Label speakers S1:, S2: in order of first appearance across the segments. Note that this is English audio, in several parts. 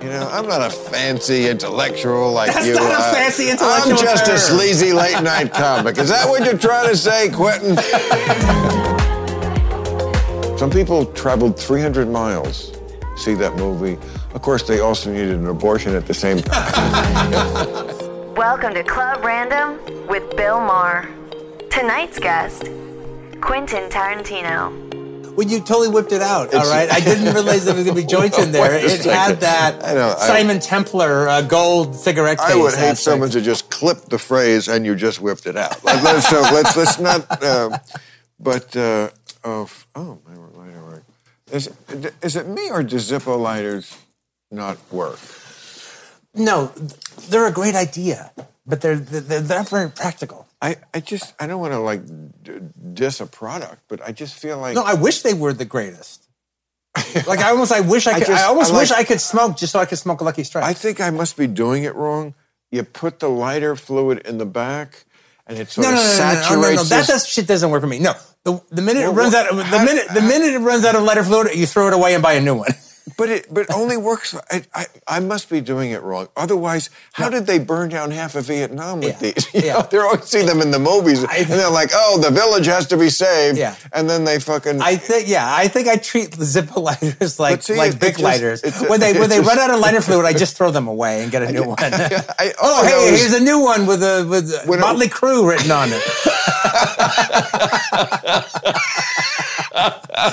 S1: You know, I'm not a fancy intellectual like
S2: That's
S1: you
S2: not a
S1: are.
S2: fancy intellectual
S1: I'm just a
S2: term.
S1: sleazy late night comic. Is that what you're trying to say, Quentin? Some people traveled 300 miles to see that movie. Of course, they also needed an abortion at the same time.
S3: Welcome to Club Random with Bill Maher. Tonight's guest, Quentin Tarantino.
S2: When you totally whipped it out, all right? I didn't realize there was going to be joints in there.
S1: Wait a
S2: It
S1: second.
S2: had that
S1: I know, I-
S2: Simon Templar uh, gold cigarette case.
S1: I would hate
S2: aspect.
S1: someone to just clip the phrase and you just whipped it out. Like, let's, so let's let's not. Uh, but uh, oh, f- oh, my lighter work. Is is it me or do Zippo lighters not work?
S2: No, they're a great idea, but they're, they're, they're not very practical.
S1: I, I just I don't want to like d- diss a product, but I just feel like
S2: No, I wish they were the greatest. Like I almost, I wish
S1: I
S2: I could. I,
S1: just-
S2: almost
S1: I like-
S2: wish I could smoke just so I could smoke a Lucky Strike.
S1: I think I must be doing it wrong. You put the lighter fluid in the back, and it sort
S2: no, no,
S1: of
S2: no, no,
S1: saturates.
S2: no, no, no, no. That,
S1: this-
S2: that shit doesn't work for me. No, the, the minute
S1: Well,
S2: it runs
S1: what-
S2: out, of, the
S1: how-
S2: minute the minute it runs out of lighter fluid, you throw it away and buy a new one.
S1: But it but only works. I, I I must be doing it wrong. Otherwise, how did they burn down half of Vietnam with
S2: Yeah,
S1: these? You
S2: yeah.
S1: know, they always see them in the movies,
S2: I-
S1: and they're like, "Oh, the village has to be saved,"
S2: Yeah.
S1: and then they fucking.
S2: I think, yeah, I think I treat Zippo lighters like
S1: But see,
S2: like
S1: it- it
S2: big
S1: just-
S2: lighters.
S1: it just-
S2: when they
S1: it
S2: when they
S1: just-
S2: run out of lighter fluid, I just throw them away and get a new one.
S1: I-
S2: oh,
S1: all I know
S2: hey,
S1: is-
S2: here's a new one with a with a
S1: When I-
S2: Motley Crue written on it.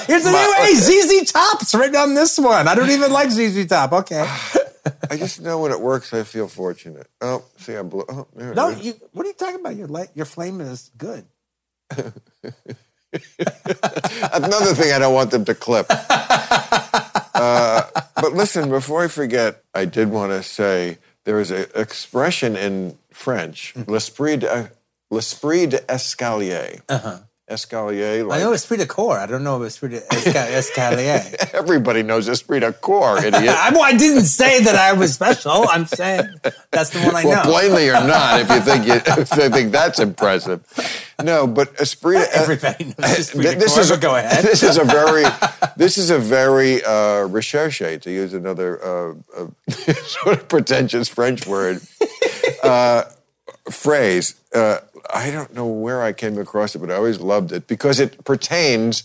S2: here's a new hey ZZ Top's written on this one. I don't even like ZZ Top. Okay,
S1: I just know when it works. I feel fortunate. Oh, see, I blew. Oh, there it
S2: no,
S1: is.
S2: you, what are you talking about? Your light, your flame is good.
S1: Another thing I don't want them to clip. uh, but listen, before I forget, I did want to say there is an expression in French,
S2: Mm.
S1: l'esprit de, l'esprit d'escalier. Uh-huh. Escalier,
S2: I
S1: like
S2: know esprit de corps. I don't know esprit de esca- escalier.
S1: everybody knows esprit de corps, idiot.
S2: I, well, I didn't say that I was special. I'm saying that's the one I
S1: well,
S2: know.
S1: plainly or not, if you think you, if you think that's impressive. No, but esprit.
S2: Everybody knows this.
S1: Th- uh, this is
S2: but go ahead.
S1: This is a very, this is a very uh, recherche, to use another uh, uh, sort of pretentious French word uh, phrase. Uh, I don't know where I came across it, but I always loved it because it pertains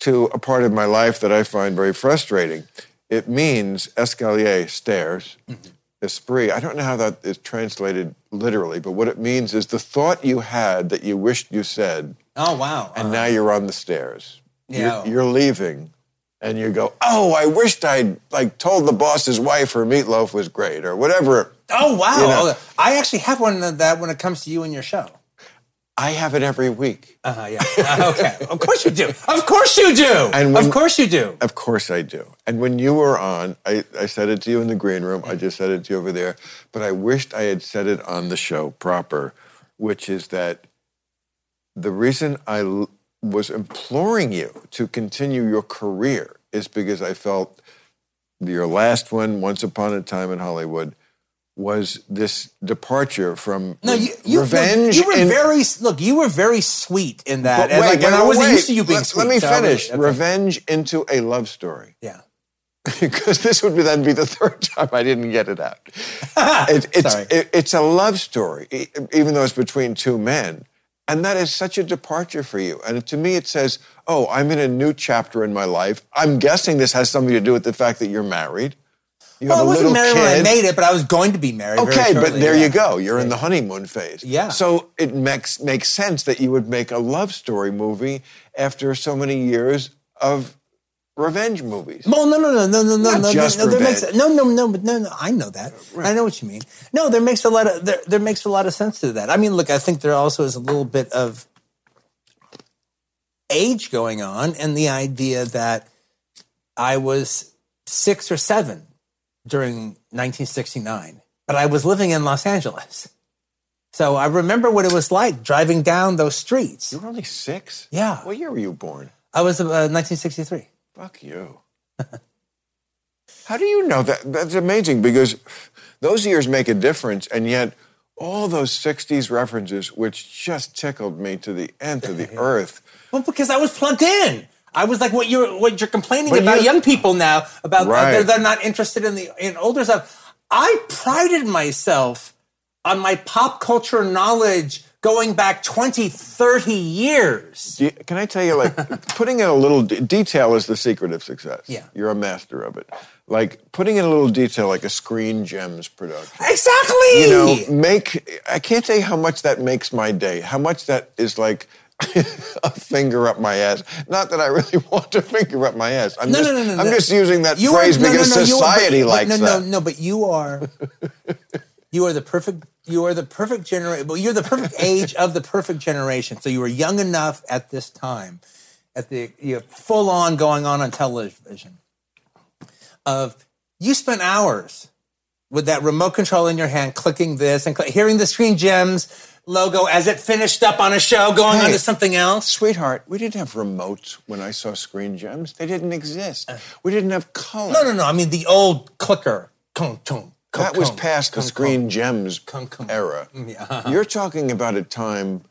S1: to a part of my life that I find very frustrating. It means escalier, stairs.
S2: Mm-hmm.
S1: Esprit. I don't know how that is translated literally, but what it means is the thought you had that you wished you said
S2: Oh wow.
S1: and now you're on the stairs.
S2: Yeah.
S1: You're, you're leaving, and you go, "Oh, I wished I'd like told the boss's wife her meatloaf was great or whatever."
S2: oh wow.
S1: you know.
S2: Oh, I actually have one of that when it comes to you and your show.
S1: I have it every week.
S2: Uh-huh, yeah. Uh, okay. Of course you do. Of course you do.
S1: And when-
S2: of course you do.
S1: Of course I do. And when you were on, I, I said it to you in the green room. I just said it to you over there. But I wished I had said it on the show proper, which is that the reason I l- was imploring you to continue your career is because I felt your last one, Once Upon a Time in Hollywood, was this departure from
S2: No,
S1: re-
S2: you, you
S1: revenge.
S2: Were, you were
S1: and-
S2: very look. You were very sweet in that.
S1: But
S2: and like, when
S1: no,
S2: I wasn't
S1: wait.
S2: used to you being
S1: let,
S2: sweet.
S1: Let me
S2: so I was-
S1: finish.
S2: okay.
S1: Revenge into a love story
S2: Yeah.
S1: because this would be- then be the third time I didn't get it out. It- it's,
S2: Sorry.
S1: it- it's a love story, e- even though it's between two men. And that is such a departure for you. And to me, it says, oh, I'm in a new chapter in my life. I'm guessing this has something to do with the fact that you're married. You
S2: Well, I
S1: have a
S2: wasn't
S1: little
S2: married
S1: kid.
S2: when I made it, but I was going to be married. very
S1: Okay, but
S2: shortly,
S1: there
S2: yeah.
S1: you go. You're in the honeymoon phase.
S2: Yeah.
S1: So it makes makes sense that you would make a love story movie after so many years of revenge movies.
S2: Well, no, no, no, no, no, no,
S1: Not
S2: no,
S1: just
S2: no, no, there makes,
S1: revenge.
S2: no, no, no, but no, no, I know that. I know what you mean. No, there makes a lot of there, there makes a lot of sense to that. I mean, look, I think there also is a little bit of age going on, and the idea that I was six or seven during 1969, but I was living in Los Angeles, so I remember what it was like driving down those streets.
S1: You were only six?
S2: Yeah.
S1: What year were you born?
S2: I was uh, 1963.
S1: Fuck you. How do you know that? That's amazing because those years make a difference, and yet all those 60s references, which just tickled me to the nth of the earth.
S2: Well, because I was plugged in. I was like, what you're what you're complaining
S1: But
S2: about
S1: you-
S2: young people now about uh,
S1: Right.
S2: they're, they're not interested in the in older stuff. I prided myself on my pop culture knowledge going back 20, 30 years.
S1: Do you- can I tell you, like, putting in a little de- detail is the secret of success.
S2: Yeah.
S1: You're a master of it. Like, putting in a little detail, like a Screen Gems production.
S2: Exactly.
S1: You know, make, I can't say how much that makes my day, how much that is like a finger up my ass. Not that I really want a finger up my ass. I'm
S2: No,
S1: just,
S2: no, no, no,
S1: I'm
S2: no.
S1: just using that
S2: You
S1: phrase
S2: are, no,
S1: because
S2: no, no, you are- but-
S1: society
S2: but
S1: likes
S2: no,
S1: that.
S2: No, no, but you are, you are the perfect, you are the perfect generation. Well, you're the perfect age of the perfect generation. So you were young enough at this time, at the you know, full on going on on television. Of you spent hours with that remote control in your hand, clicking this and cl- hearing the Screen Gems logo as it finished up on a show, going
S1: Hey.
S2: on to something else.
S1: Sweetheart, we didn't have remotes when I saw Screen Gems. They didn't exist. We didn't have color.
S2: Uh. No, no, no. I mean the old clicker. Kung, tung, kung,
S1: That was
S2: kung,
S1: past the
S2: kung,
S1: Screen
S2: kung.
S1: Gems
S2: Kung, kung.
S1: era.
S2: Yeah.
S1: You're talking about a time.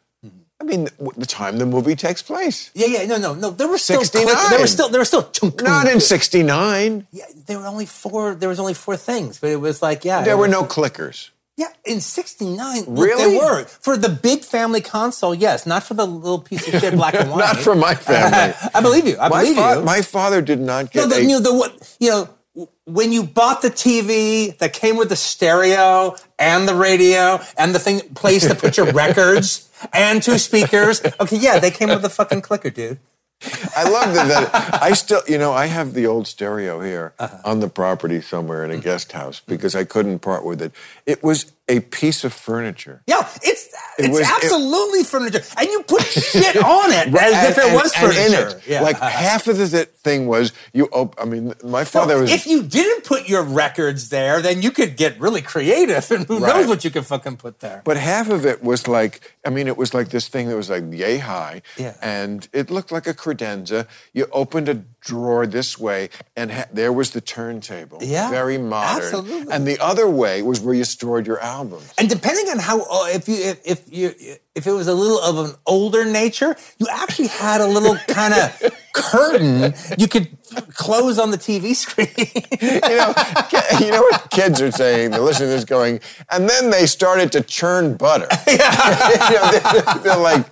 S1: I mean, w- the time the movie takes place.
S2: Yeah, yeah, no, no, no. There were still
S1: 69.
S2: click- there were still there were still chunk.
S1: Not in '69.
S2: Yeah, there were only four. There was only four things, but it was like yeah,
S1: There
S2: it
S1: were
S2: was-
S1: no clickers.
S2: Yeah, in '69,
S1: Really?
S2: there were for the big family console. Yes, not for the little piece of shit black and white.
S1: Not for my family.
S2: I believe you. I
S1: my,
S2: believe
S1: fa-
S2: you.
S1: my father did not
S2: no,
S1: get.
S2: the,
S1: a-
S2: you know, the one- you know w- when you bought the TV that came with the stereo and the radio and the thing place to put your records and two speakers. Okay, yeah, they came with the fucking clicker, dude.
S1: I love that, that. I still, you know, I have the old stereo here
S2: Uh-huh.
S1: on the property somewhere
S2: Mm.
S1: in a guest house because I couldn't part with it. It was a piece of furniture.
S2: Yeah, it's
S1: It
S2: it's
S1: was- it-
S2: absolutely furniture, and you put shit on it as if it
S1: And-
S2: was
S1: and-
S2: furniture.
S1: and in it.
S2: Yeah.
S1: Like half of the th- thing was you. Op- I mean, my
S2: So
S1: father was.
S2: if you didn't put your records there, then you could get really creative, and who
S1: Right.
S2: knows what you could fucking put there.
S1: But half of it was like, I mean, it was like this thing that was like yay high,
S2: Yeah.
S1: and it looked like a credenza. You opened a drawer this way, and ha- there was the turntable,
S2: Yeah,
S1: very modern.
S2: absolutely.
S1: And the other way was where you stored your albums.
S2: and depending on how uh, if you if, if you if it was a little of an older nature, you actually had a little kind of curtain you could close on the TV screen.
S1: you know, ki- you know what kids are saying. The listeners going, and then they started to churn butter. You know, they're, they're like,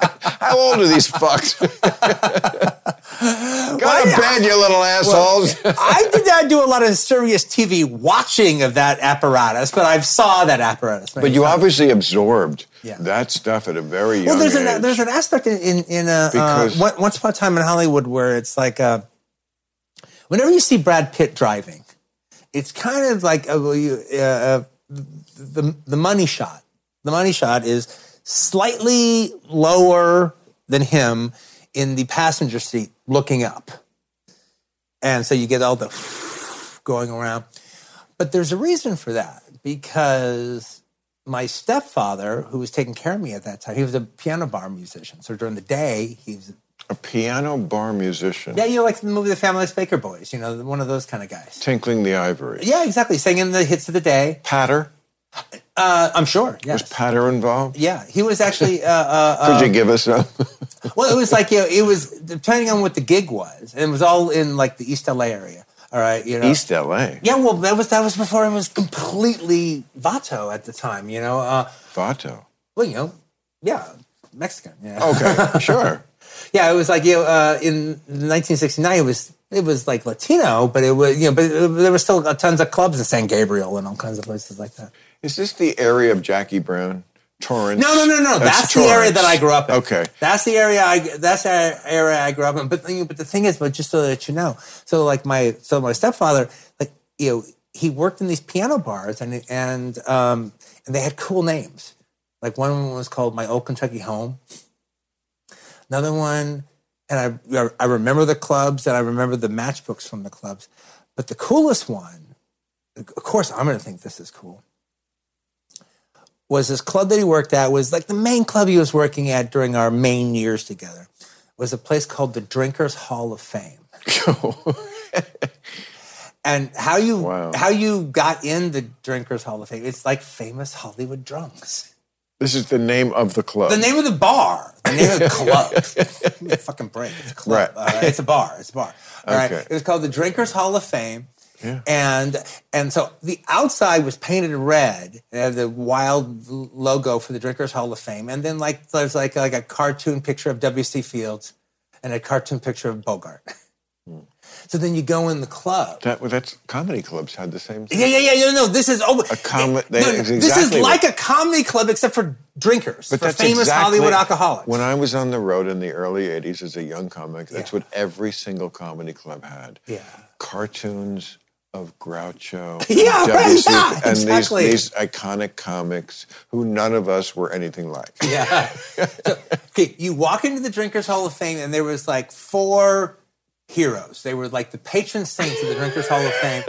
S1: how old are these fucks? Go to bed, you little assholes.
S2: I did not do a lot of serious TV watching of that apparatus, but I saw that apparatus.
S1: But you obviously absorbed
S2: Yeah.
S1: that stuff at a very young
S2: well, there's
S1: age.
S2: an there's an aspect in in, in uh, uh,
S1: Because-
S2: One- once upon a time in Hollywood where it's like uh, whenever you see Brad Pitt driving, it's kind of like uh, well, you, uh, uh, the the money shot. The money shot is slightly lower than him in the passenger seat, looking up, and so you get all the going around. But there's a reason for that because my stepfather, who was taking care of me at that time, he was a piano bar musician. So during the day, he was
S1: a piano bar musician
S2: yeah, you know, like the movie The Family's Baker Boys, you know, one of those kind of guys.
S1: tinkling the ivory.
S2: Yeah, exactly. Singing the hits of the day.
S1: Patter
S2: Uh, I'm sure. Yes.
S1: was patter involved.
S2: yeah, he was actually. Uh, uh,
S1: Could you give us some?
S2: well, it was like you know, it was depending on what the gig was, and it was all in like the East LA area. All right, you know.
S1: East LA.
S2: Yeah, well, that was that was before it was completely vato at the time. You know, uh,
S1: Vato.
S2: well, you know, yeah, Mexican. Yeah.
S1: Okay, sure.
S2: Yeah, it was like you know, uh, in 1969. It was it was like Latino, but it was you know, but it- there were still uh, tons of clubs in San Gabriel and all kinds of places like that.
S1: Is this the area of Jackie Brown? Torrance?
S2: No, no, no, no. That's, the
S1: Torrance.
S2: area that I grew up in.
S1: Okay.
S2: That's the area I that's the area I grew up in. But the- but the thing is, but just so that you know, so like my so my stepfather, like you know, he worked in these piano bars and and um and they had cool names. Like one of them was called My Old Kentucky Home. Another one, and I I remember the clubs and I remember the matchbooks from the clubs. But the coolest one, of course, I'm going to think this is cool was this club that he worked at was like the main club he was working at during our main years together was a place called the drinkers hall of fame and how you
S1: Wow.
S2: how you got in the drinkers hall of fame it's like famous hollywood drunks
S1: This is the name of the club.
S2: The name of the bar. The name of the club. Give me a fucking break. It's a club.
S1: Right.
S2: All right. It's a bar. It's a bar. All right.
S1: Okay.
S2: It was called the Drinkers Hall of Fame. And and so the outside was painted red. It had the wild l- logo for the Drinkers Hall of Fame. And then like there's like like a cartoon picture of W.C. Fields and a cartoon picture of Bogart.
S1: Hmm.
S2: So then you go in the club.
S1: That, well, that's comedy clubs had the same thing.
S2: Yeah, yeah, yeah, yeah. No, this is oh, a
S1: comi- they- it's
S2: This is
S1: exactly what-
S2: like a comedy club except for drinkers, for famous
S1: exactly-
S2: Hollywood alcoholics.
S1: When I was on the road in the early 80s as a young comic, that's
S2: Yeah.
S1: what every single comedy club had.
S2: Yeah.
S1: Cartoons of Groucho.
S2: Yeah,
S1: and
S2: right,
S1: WC
S2: yeah,
S1: and these-
S2: exactly.
S1: these, iconic comics who none of us were anything like.
S2: Yeah. so, okay, you walk into the Drinkers Hall of Fame, and there was like four heroes. They were like the patron saints of the Drinkers Hall of Fame.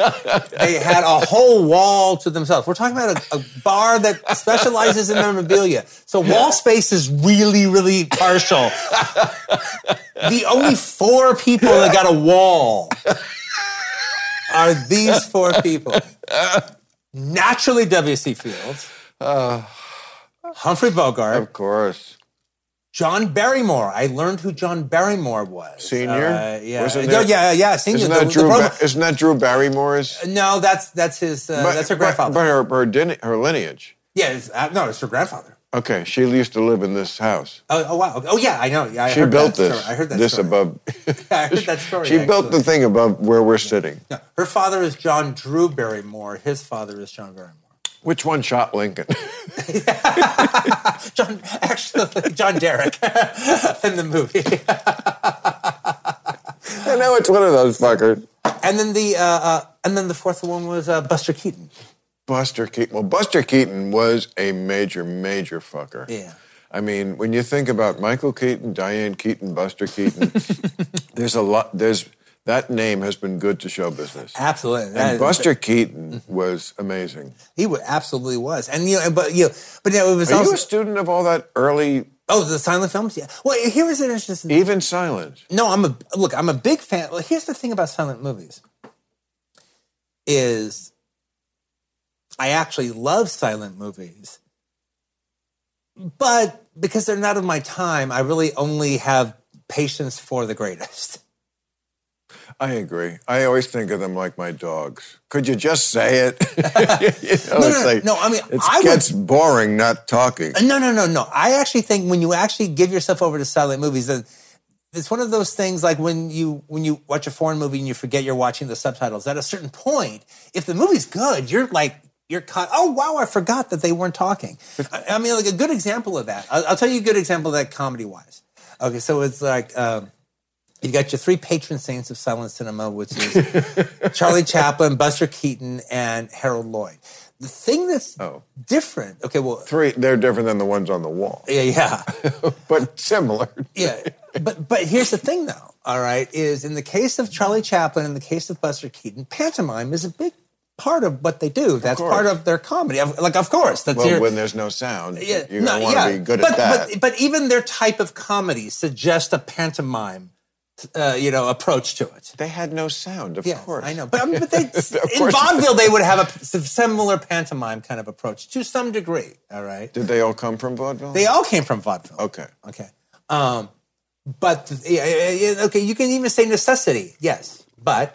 S2: They had a whole wall to themselves. We're talking about a, a bar that specializes in memorabilia. So wall space is really, really partial. the only four people that got a wall are these four people. Naturally, W.C. Fields. Humphrey Bogart.
S1: Of course.
S2: John Barrymore. I learned who John Barrymore was.
S1: Senior?
S2: Uh, yeah.
S1: Wasn't
S2: yeah,
S1: there-
S2: yeah, yeah, senior.
S1: Isn't
S2: The-
S1: that,
S2: the
S1: Drew,
S2: brother-
S1: Ba- isn't that Drew Barrymore's?
S2: no, that's that's his. Uh, that's her grandfather.
S1: But her, her, din- her lineage.
S2: yeah, it's, uh, no, it's her grandfather.
S1: Okay, she used to live in this house.
S2: Oh, oh wow. Oh yeah, I know. Yeah, I
S1: She
S2: heard
S1: built
S2: that
S1: this.
S2: Story. I heard that.
S1: this
S2: story.
S1: above.
S2: Yeah, I heard that story.
S1: she built
S2: actually.
S1: the thing above where we're sitting.
S2: No, her father is John Drew Barrymore. His father is John Barrymore.
S1: Which one shot Lincoln?
S2: John, actually, John Derrick in the movie.
S1: I know it's one of those fuckers.
S2: And then the uh, uh, and then the fourth one was uh, Buster Keaton.
S1: Buster Keaton. Well, Buster Keaton was a major, major fucker.
S2: Yeah.
S1: I mean, when you think about Michael Keaton, Diane Keaton, Buster Keaton, there's a lot. There's that name has been good to show business.
S2: Absolutely.
S1: And
S2: That is- Mm-hmm.
S1: Buster Keaton was amazing.
S2: He wa absolutely was, and you know, but you, know, but you know, it was
S1: Are you
S2: also
S1: a student of all that early,
S2: oh the silent films. Yeah. Well, here was an interesting.
S1: even silent?
S2: No, I'm a look. I'm a big fan. Well, here's the thing about silent movies. Is I actually love silent movies, but because they're not of my time, I really only have patience for the greatest.
S1: I agree. I always think of them like my dogs. Could you just say it? You know,
S2: No,
S1: it's
S2: no,
S1: like-
S2: no, I mean,
S1: it
S2: I would-
S1: gets boring not talking.
S2: Uh, No, no, no, no. I actually think when you actually give yourself over to silent movies, then it's one of those things like when you when you watch a foreign movie and you forget you're watching the subtitles. At a certain point, if the movie's good, you're like you're caught. Oh wow, I forgot that they weren't talking. I, I mean, like a good example of that. I'll, I'll tell you a good example of that comedy wise. Okay, so it's like. Um, you got your three patron saints of silent cinema, which is Charlie Chaplin, Buster Keaton, and Harold Lloyd. The thing that's
S1: Oh.
S2: different, okay, well,
S1: Three, they're different than the ones on the wall,
S2: yeah, yeah.
S1: but similar.
S2: yeah. But but here's the thing though, all right, is in the case of Charlie Chaplin, in the case of Buster Keaton, pantomime is a big part of what they do. That's
S1: course.
S2: part of their comedy. Of- Like of course. That's
S1: Well,
S2: your-
S1: when there's no sound,
S2: yeah,
S1: you're going
S2: no,
S1: to want to
S2: yeah.
S1: be good
S2: but,
S1: at that.
S2: But, but even their type of comedy suggests a pantomime uh, you know, approach to it.
S1: they had no sound, of
S2: Yeah,
S1: course.
S2: I know. But, I mean, but they, in
S1: course.
S2: vaudeville, they would have a p- similar pantomime kind of approach to some degree. All right.
S1: Did they all come from vaudeville?
S2: They all came from vaudeville.
S1: Okay.
S2: Okay. Um, but yeah, yeah, yeah, okay, you can even say necessity, yes, but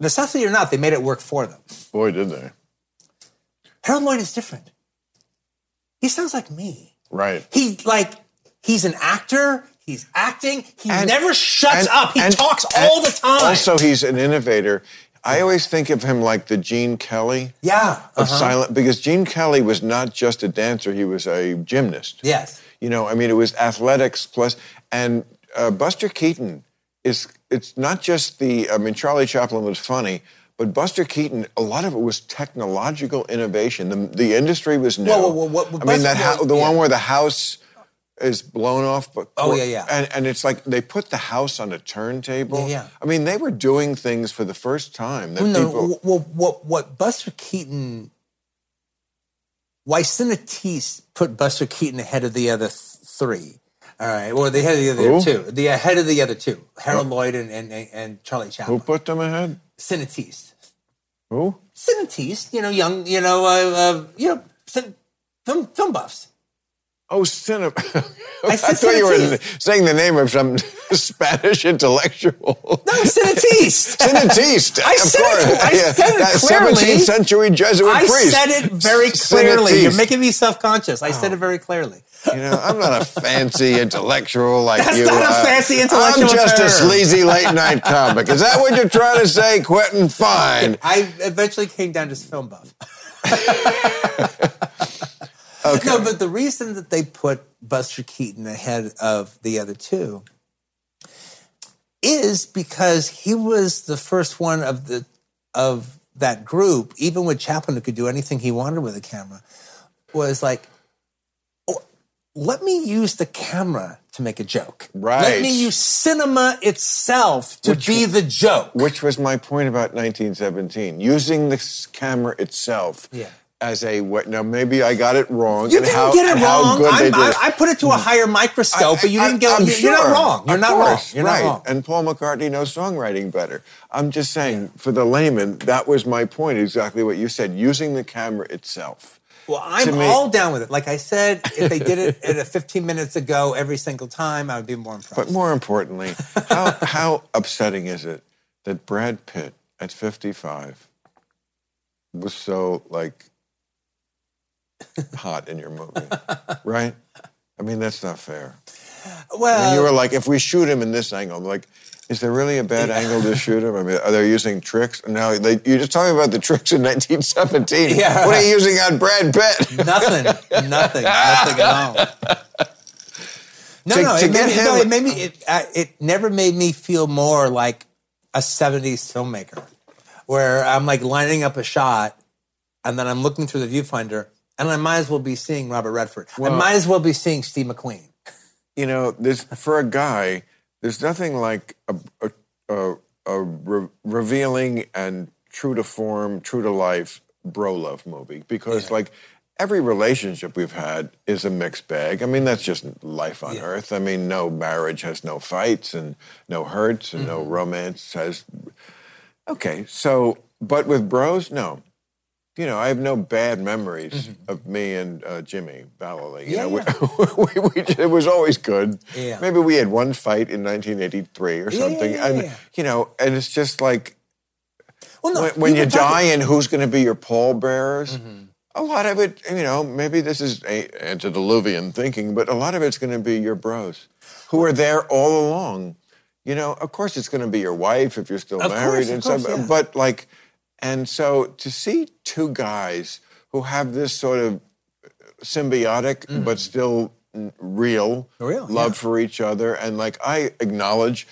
S2: necessity or not, they made it work for them.
S1: Boy, did they.
S2: Harold Lloyd is different. He sounds like me.
S1: Right.
S2: He like he's an actor. He's acting. He
S1: And-
S2: never shuts
S1: and-
S2: up. He
S1: and-
S2: talks
S1: and
S2: all the time.
S1: Also, he's an innovator. I always think of him like the Gene Kelly
S2: yeah.
S1: of
S2: uh-huh.
S1: silent, because Gene Kelly was not just a dancer; he was a gymnast.
S2: Yes.
S1: You know, I mean, it was athletics plus, and uh, Buster Keaton is. It's not just the. I mean, Charlie Chaplin was funny, but Buster Keaton, a lot of it was technological innovation. The, the industry was new.
S2: Whoa, whoa, whoa, what-
S1: I mean, that
S2: Buster-
S1: hou- the
S2: yeah.
S1: one where the house is blown off. But
S2: Oh, yeah, yeah.
S1: And and it's like they put the house on a turntable.
S2: Yeah, yeah.
S1: I mean, they were doing things for the first time that
S2: No,
S1: people.
S2: well, what what Buster Keaton, why Sinatise put Buster Keaton ahead of the other th- three? All right, or the head of the other
S1: Who?
S2: two, the ahead of the other two, Harold Lloyd and and, and- and Charlie
S1: Who
S2: Chaplin.
S1: put them ahead?
S2: Sinatise,
S1: Who?
S2: Sinatise, you know, young, you know, uh, uh, you know, Sin- film, film buffs.
S1: Oh, cinema. I,
S2: said
S1: thought you were
S2: Cinetease.
S1: saying the name of some Spanish intellectual.
S2: No, Cinetiste.
S1: Cinetiste,
S2: I
S1: of
S2: said it-
S1: course.
S2: I said it
S1: that
S2: clearly.
S1: 17th century Jesuit
S2: I
S1: priest.
S2: said it very clearly. You're making me self-conscious. I said it very clearly.
S1: You know, I'm not a fancy intellectual like
S2: That's
S1: you.
S2: not a
S1: are.
S2: fancy intellectual
S1: I'm just a
S2: term.
S1: sleazy late night comic. Is that what you're trying to say, Quentin? Fine.
S2: I eventually came down to film buff. No, but the reason that they put Buster Keaton ahead of the other two is because he was the first one of the of that group, even with Chaplin, who could do anything he wanted with a camera, was like, "Oh, let me use the camera to make a joke. Let
S1: Right.
S2: me use cinema itself to be the joke.
S1: Which was my point about 1917, using the s- camera itself
S2: Yeah.
S1: as a what? Now maybe I got it wrong.
S2: You
S1: and
S2: didn't
S1: how,
S2: get it
S1: and how
S2: wrong.
S1: good they
S2: I'm,
S1: did
S2: I,
S1: it.
S2: I put it to a higher microscope, but you
S1: I-
S2: didn't get.
S1: I'm
S2: it. you're
S1: sure.
S2: not wrong. You're
S1: Of
S2: not
S1: course,
S2: wrong. You're
S1: right.
S2: not wrong.
S1: And Paul McCartney knows songwriting better. I'm just saying, for the layman, that was my point. Exactly what you said. Using the camera itself.
S2: well,
S1: to
S2: I'm
S1: me-
S2: all down with it. Like I said, if they did it at a 15 minutes ago every single time, I would be more impressed.
S1: But more importantly, how how upsetting is it that Brad Pitt at 55 was so like hot in your movie, right? I mean, that's not fair.
S2: well,
S1: And you were like, if we shoot him in this angle, I'm like, is there really a bad angle to shoot him? I mean, are they using tricks? No, they, you're just talking about the tricks in 1917.
S2: Yeah.
S1: What are you using on Brad Pitt?
S2: nothing, nothing, nothing at all. No,
S1: To-
S2: no,
S1: to
S2: it
S1: get
S2: made me, no,
S1: him-
S2: it made me. It, I, it never made me feel more like a '70s filmmaker, where I'm like lining up a shot, and then I'm looking through the viewfinder, and I might as well be seeing Robert Redford. I might as well be seeing Steve McQueen.
S1: you know, there's, for a guy, there's nothing like a, a, a, a re- revealing and true to form, true to life bro love movie because, like, every relationship we've had is a mixed bag. I mean, that's just life on earth. I mean, no marriage has no fights and no hurts and
S2: Mm-hmm.
S1: no romance has Okay, so but with bros, no. You know, I have no bad memories of me and uh, Jimmy Vallely. You
S2: Mm-hmm. Yeah,
S1: know, we, we, we, it was always good.
S2: Yeah.
S1: Maybe we had one fight in 1983 or something,
S2: yeah,
S1: and
S2: yeah.
S1: you know, and it's just like
S2: Well, no,
S1: when, when
S2: we
S1: you
S2: were talking-
S1: die, and who's going to be your pallbearers? A lot of it, you know, maybe this is a, antediluvian thinking, but a lot of it's going to be your bros who are there all along. You know, of course, it's going to be your wife if you're still
S2: Of course,
S1: married
S2: of
S1: and
S2: course,
S1: stuff.
S2: yeah.
S1: But like, and so to see two guys who have this sort of symbiotic but still n- real,
S2: Mm-hmm. Real,
S1: love for each other, and like I acknowledge.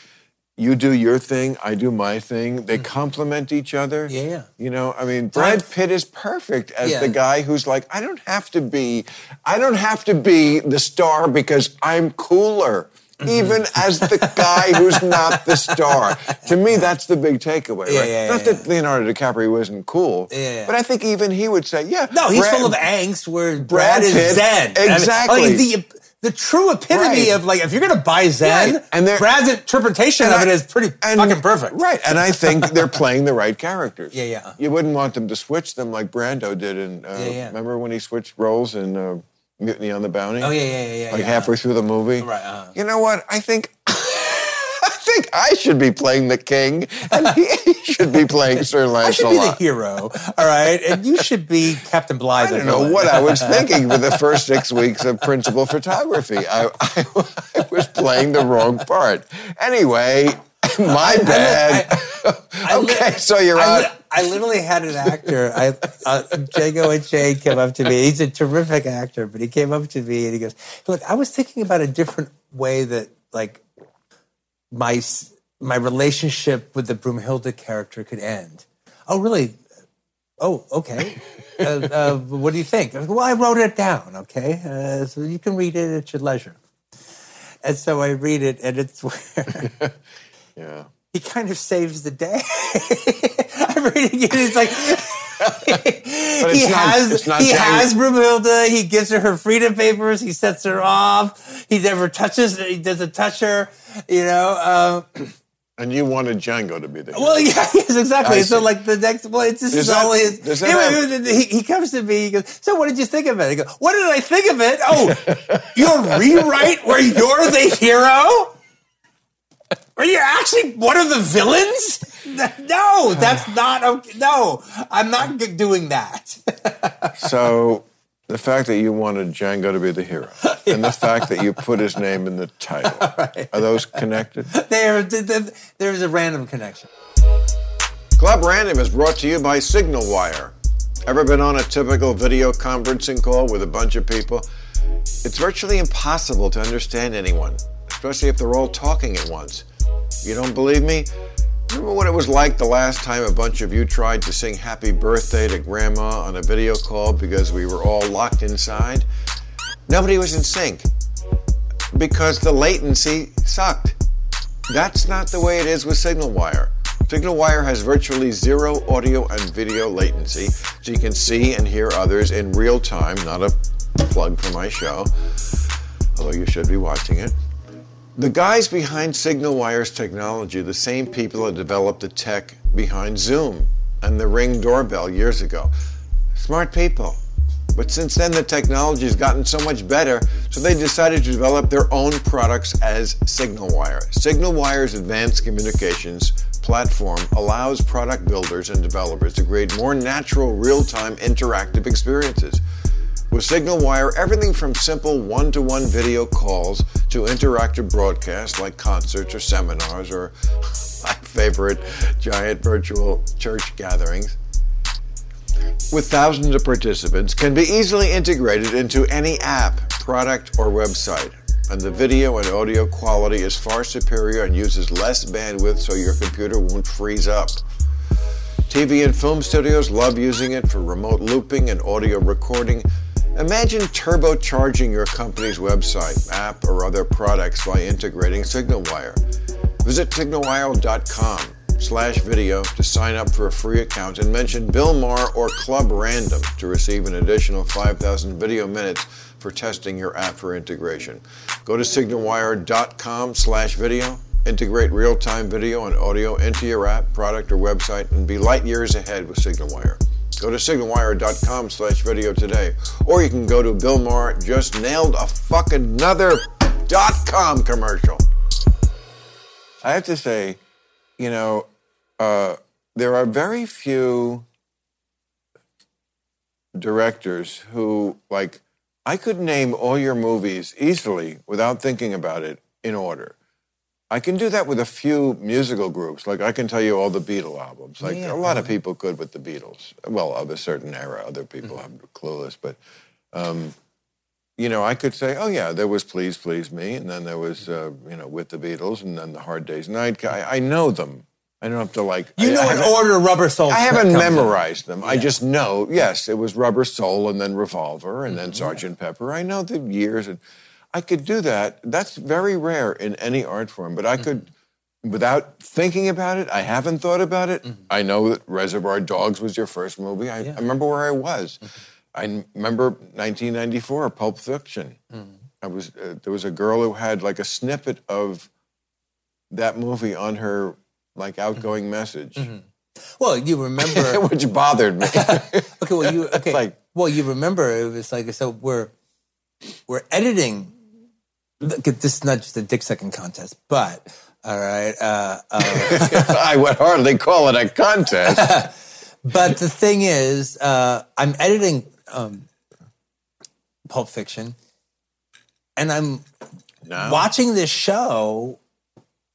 S1: You do your thing, I do my thing. They complement each other.
S2: Mm-hmm. Yeah, yeah.
S1: You know, I mean, Brad
S2: I've-
S1: Pitt is perfect as
S2: Yeah.
S1: the guy who's like, I don't have to be, I don't have to be the star because I'm cooler.
S2: Mm-hmm.
S1: Even as the guy who's not the star. To me, that's the big takeaway.
S2: Yeah,
S1: right?
S2: yeah,
S1: not
S2: yeah,
S1: that Leonardo DiCaprio wasn't cool,
S2: Yeah.
S1: but I think even he would say, yeah.
S2: No, he's
S1: Brad-
S2: full of angst. Where
S1: Brad
S2: Brad,
S1: Pitt-
S2: is Zen. I mean,
S1: exactly.
S2: like, the the true epitome
S1: Right.
S2: of like if you're gonna buy Zen,
S1: Right. And they're-
S2: Brad's interpretation
S1: and
S2: of it
S1: I-
S2: is pretty
S1: and-
S2: fucking perfect.
S1: Right. And I think they're playing the right characters.
S2: Yeah, yeah.
S1: You wouldn't want them to switch them like Brando did in, uh,
S2: Yeah, yeah.
S1: remember when he switched roles in uh, Mutiny on the Bounty?
S2: Oh yeah, yeah, yeah, yeah.
S1: like
S2: yeah.
S1: halfway through the movie.
S2: Right, uh-huh.
S1: You know what? I think I think I should be playing the king, and he, he should be playing Sir
S2: I should be the
S1: Lancelot.
S2: hero, all right, and you should be Captain Blythe.
S1: I don't know what I was thinking for the first six weeks of principal photography. I, I, I was playing the wrong part. Anyway, my bad. okay, so you're
S2: I,
S1: out.
S2: li- I literally had an actor. I uh, Jago and Jay came up to me. He's a terrific actor, but he came up to me and he goes, "Look, I was thinking about a different way that like my s- my relationship with the Broomhilda character could end." Oh, really? Oh, okay. uh, uh, what do you think? I was, well, I wrote it down. Okay, uh, so you can read it at your leisure. And so I read it, and it's where
S1: yeah.
S2: he kind of saves the day. I'm reading it. It's like he
S1: not- it's
S2: has
S1: not
S2: he
S1: Jane.
S2: has Brumhilda. He gives her her freedom papers. He sets her off. He never touches. He doesn't touch her. You know. Um,
S1: And you wanted Django to be there.
S2: Well, yeah, yes, exactly.
S1: I
S2: so,
S1: see.
S2: like the next, well, it's just
S1: Does that-
S2: all his.
S1: does that
S2: Anyway, he, he comes to me. He goes, "So, what did you think of it?" I go, "What did I think of it? Oh, your rewrite where you're the hero, where you're actually one of the villains? No, that's
S1: Uh.
S2: not. Okay. No, I'm not g- doing that.
S1: so the fact that you wanted Django to be the hero and the fact that you put his name in the title, are those connected?
S2: there, there- there's a random connection.
S1: Club Random is brought to you by Signal Wire. Ever been on a typical video conferencing call with a bunch of people? It's virtually impossible to understand anyone, especially if they're all talking at once. You don't believe me? Remember what it was like the last time a bunch of you tried to sing happy birthday to grandma on a video call because we were all locked inside? Nobody was in sync because the latency sucked. That's not the way it is with SignalWire. SignalWire has virtually zero audio and video latency, so you can see and hear others in real time. Not a plug for my show, although you should be watching it. The guys behind SignalWire's technology, the same people that developed the tech behind Zoom and the Ring doorbell years ago. Smart people. But since then, the technology has gotten so much better, so they decided to develop their own products as SignalWire. SignalWire's advanced communications platform allows product builders and developers to create more natural, real time interactive experiences. With SignalWire, everything from simple one to one video calls to interactive broadcasts like concerts or seminars or my favorite giant virtual church gatherings with thousands of participants can be easily integrated into any app, product, or website. And the video and audio quality is far superior and uses less bandwidth so your computer won't freeze up. TV and film studios love using it for remote looping and audio recording. Imagine turbocharging your company's website, app, or other products by integrating SignalWire. Visit signalwire.com slash video to sign up for a free account and mention Bill Maher or Club Random to receive an additional 5,000 video minutes for testing your app for integration. Go to signalwire.com slash video, integrate real-time video and audio into your app, product, or website, and be light years ahead with SignalWire. Go to signalwire.com slash video today, or you can go to Bill Maher just nailed a fucking another dot com commercial. I have to say, you know, uh, there are very few directors who, like, I could name all your movies easily without thinking about it in order. I can do that with a few musical groups. Like, I can tell you all the Beatle albums. Like,
S2: Yeah,
S1: a lot of people could with the Beatles. Well, of a certain era. Other people
S2: Mm-hmm.
S1: have clueless, but um, you know, I could say, oh yeah, there was Please Please Me, and then there was, uh,
S2: Mm-hmm.
S1: you know, with the Beatles, and then the Hard Day's Night. I, I know them. I don't have to like.
S2: You
S1: I,
S2: know,
S1: I
S2: an
S1: haven't-
S2: order of rubber soul.
S1: I haven't
S2: comes in.
S1: memorized them. I just know. Yes, it was Rubber Soul, and then Revolver, and then Sergeant Pepper. I know the years, and I could do that. That's very rare in any art form, but I could. Without thinking about it, I haven't thought about it. I know that Reservoir Dogs was your first movie. I, I remember where I was. I n- remember 1994, Pulp Fiction. I was uh, there was a girl who had like a snippet of that movie on her like outgoing message,
S2: Well, you remember.
S1: which bothered me.
S2: Okay, well you okay.
S1: like-
S2: well, you remember it was like so we're we're editing. Look, this is not just a dick sucking contest, but all right. Uh,
S1: I would hardly call it a contest.
S2: but the thing is, uh, I'm editing um, Pulp Fiction, and I'm
S1: No.
S2: watching this show.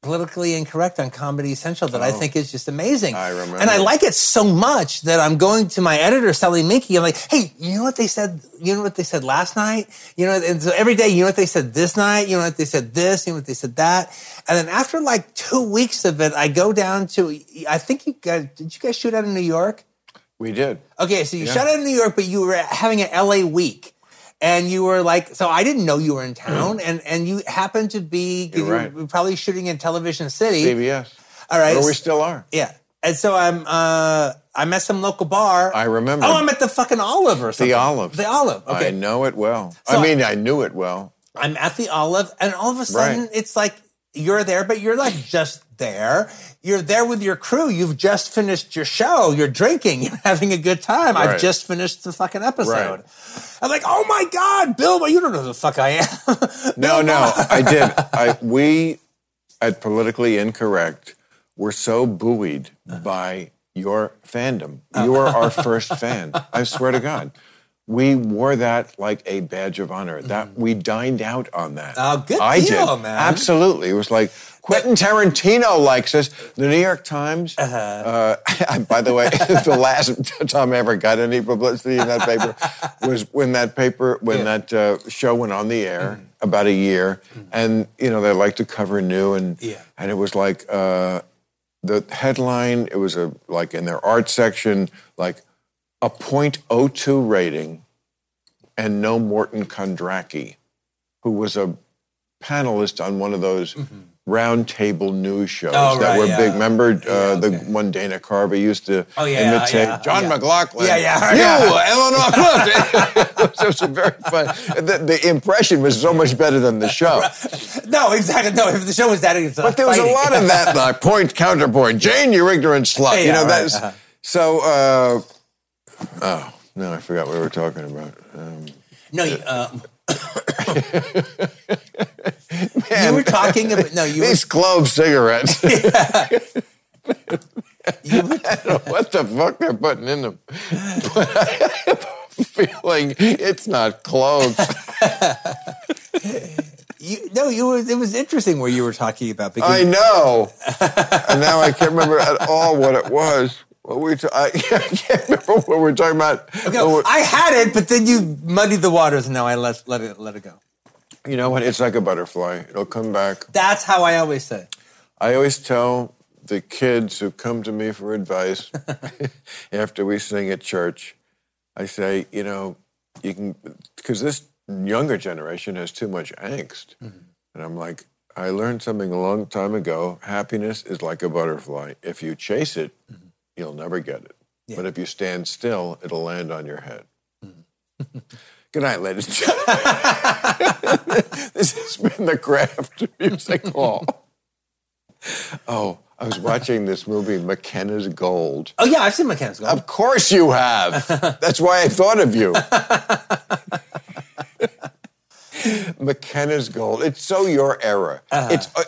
S2: Politically incorrect on Comedy Central that I think is just amazing.
S1: Oh. I remember.
S2: And I like it so much that I'm going to my editor, Sally Minky. I'm like, hey, you know what they said? You know what they said last night? You know, and so every day, you know what they said this night? You know what they said this? You know what they said that? And then after like two weeks of it, I go down to, I think you guys, did you guys shoot out in New York?
S1: We did.
S2: Okay, so you shot out in New York, but you were having an LA week. And you were like, so I didn't know you were in town, and, and you happened to be you
S1: Mm. You're right.
S2: were probably shooting in Television City.
S1: CBS.
S2: All right,
S1: Where we still are.
S2: yeah. And so I'm uh I'm at some local bar.
S1: I remember.
S2: Oh, I'm at the fucking Olive or something.
S1: The Olive.
S2: The Olive.
S1: I
S2: Okay.
S1: know it well.
S2: So-
S1: I mean, I knew it well.
S2: I'm at the Olive and all of a sudden
S1: Right.
S2: it's like you're there, but you're like just there. You're there with your crew. You've just finished your show. You're drinking. You're having a good time.
S1: Right.
S2: I've just finished the fucking episode.
S1: Right.
S2: I'm like, oh my God, Bill, Maher, you don't know who the fuck I am.
S1: No, no, I did. I, we at Politically Incorrect were so buoyed by your fandom.
S2: Oh.
S1: You were our first fan. I swear to God. We wore that like a badge of honor. That we dined out on that.
S2: Mm-hmm. Oh, good
S1: I
S2: deal,
S1: did.
S2: man.
S1: Absolutely. It was like Quentin Tarantino likes us. The New York Times. uh by the way, the last time I ever got any publicity in that paper was when that paper when that uh, show went on the air about a year, and you know they like to cover new and
S2: Yeah.
S1: and it was like uh, the headline. It was a like in their art section like a .02 rating and no Morton Kondracki, who was a panelist on one of those roundtable news shows
S2: Mm-hmm. Oh,
S1: that
S2: right,
S1: were
S2: yeah.
S1: big. Remember uh, the
S2: okay.
S1: one Dana Carvey used to
S2: Oh, yeah,
S1: imitate
S2: yeah,
S1: John
S2: yeah.
S1: McLaughlin.
S2: Yeah, yeah,
S1: You,
S2: yeah.
S1: Eleanor Clifton. it was very fun. The, the impression was so much better than the show.
S2: no, exactly. No, if the show was that, it's
S1: But there was a lot of that like, point counterpoint. Jane, you ignorant slut. you
S2: Yeah,
S1: know
S2: right,
S1: that's
S2: uh-huh.
S1: so. Uh, oh no, I forgot what we were talking about. Um,
S2: No, you, um, you were talking about. No, you were,
S1: these clove cigarettes.
S2: you were
S1: what the fuck they're putting in them. But I have a feeling it's not clothes.
S2: You, no, you were, it was interesting where you were talking about because
S1: I know. And now I can't remember at all what it was. What we ta- I can't remember what we're talking about.
S2: No, I had it, but then you muddied the waters, and now I let let it let it go.
S1: you know what? It's like a butterfly. It'll come back.
S2: That's how I always say.
S1: I always tell the kids who come to me for advice after we sing at church, I say, you know, you can, because this younger generation has too much angst. And I'm like, I learned something a long time ago. Happiness is like a butterfly. If you chase it, you'll never get it. But if you stand still, it'll land on your head. Good night, ladies and gentlemen. this has been the Craft Music Hall. Oh, I was watching this movie, McKenna's Gold.
S2: Oh yeah, I've seen McKenna's Gold.
S1: Of course you have. That's why I thought of you. McKenna's Gold. It's so your era. It's uh,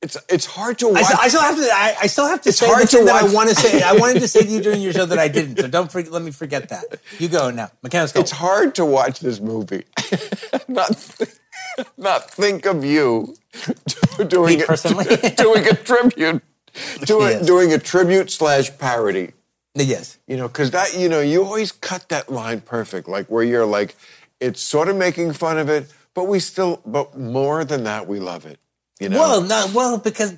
S1: it's it's hard to
S2: Uh-huh. I,
S1: watch.
S2: still- I still have to. I, I still have to say
S1: hard
S2: the
S1: to
S2: thing that I
S1: watch.
S2: want to say. I wanted to say to you during your show that I didn't. So don't forget, let me forget that. You go now. McKenna's Gold.
S1: it's hard to watch this movie, not th- not think of you doing
S2: Me
S1: a-
S2: personally?
S1: doing a tribute, doing
S2: Yes.
S1: doing a tribute slash parody.
S2: yes.
S1: You know, because that, you know, you always cut that line perfect, like where you're like, it's sort of making fun of it, but we still, but more than that, we love it. You know,
S2: Well, no. Well, because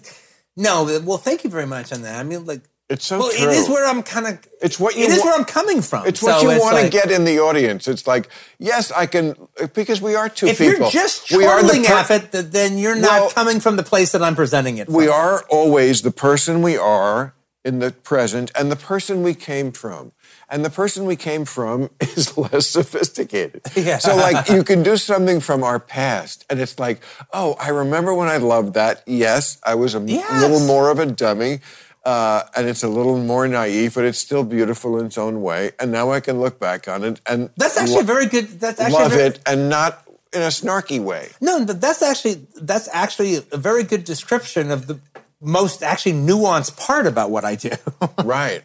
S2: no. Well, thank you very much on that. I mean, like.
S1: it's so
S2: Well,
S1: true.
S2: it is where I'm kind of.
S1: It's what you
S2: It is
S1: wa-
S2: where I'm coming from.
S1: it's what
S2: So
S1: you want to
S2: like-
S1: get in the audience. It's like, yes, I can, because we are two
S2: If
S1: people.
S2: you're just
S1: we are the
S2: chortling
S1: per-
S2: at it, th- then you're
S1: Well-
S2: not coming from the place that I'm presenting it. From.
S1: We are always the person we are in the present and the person we came from. And the person we came from is less sophisticated.
S2: Yeah.
S1: So, like, you can do something from our past, and it's like, oh, I remember when I loved that. Yes, I was a m-
S2: Yes.
S1: little more of a dummy, uh, and it's a little more naive, but it's still beautiful in its own way. And now I can look back on it and
S2: That's actually
S1: lo-
S2: very good. That's actually
S1: love
S2: very,
S1: it, and not in a snarky way.
S2: No, but that's actually that's actually a very good description of the most actually nuanced part about what I do.
S1: right.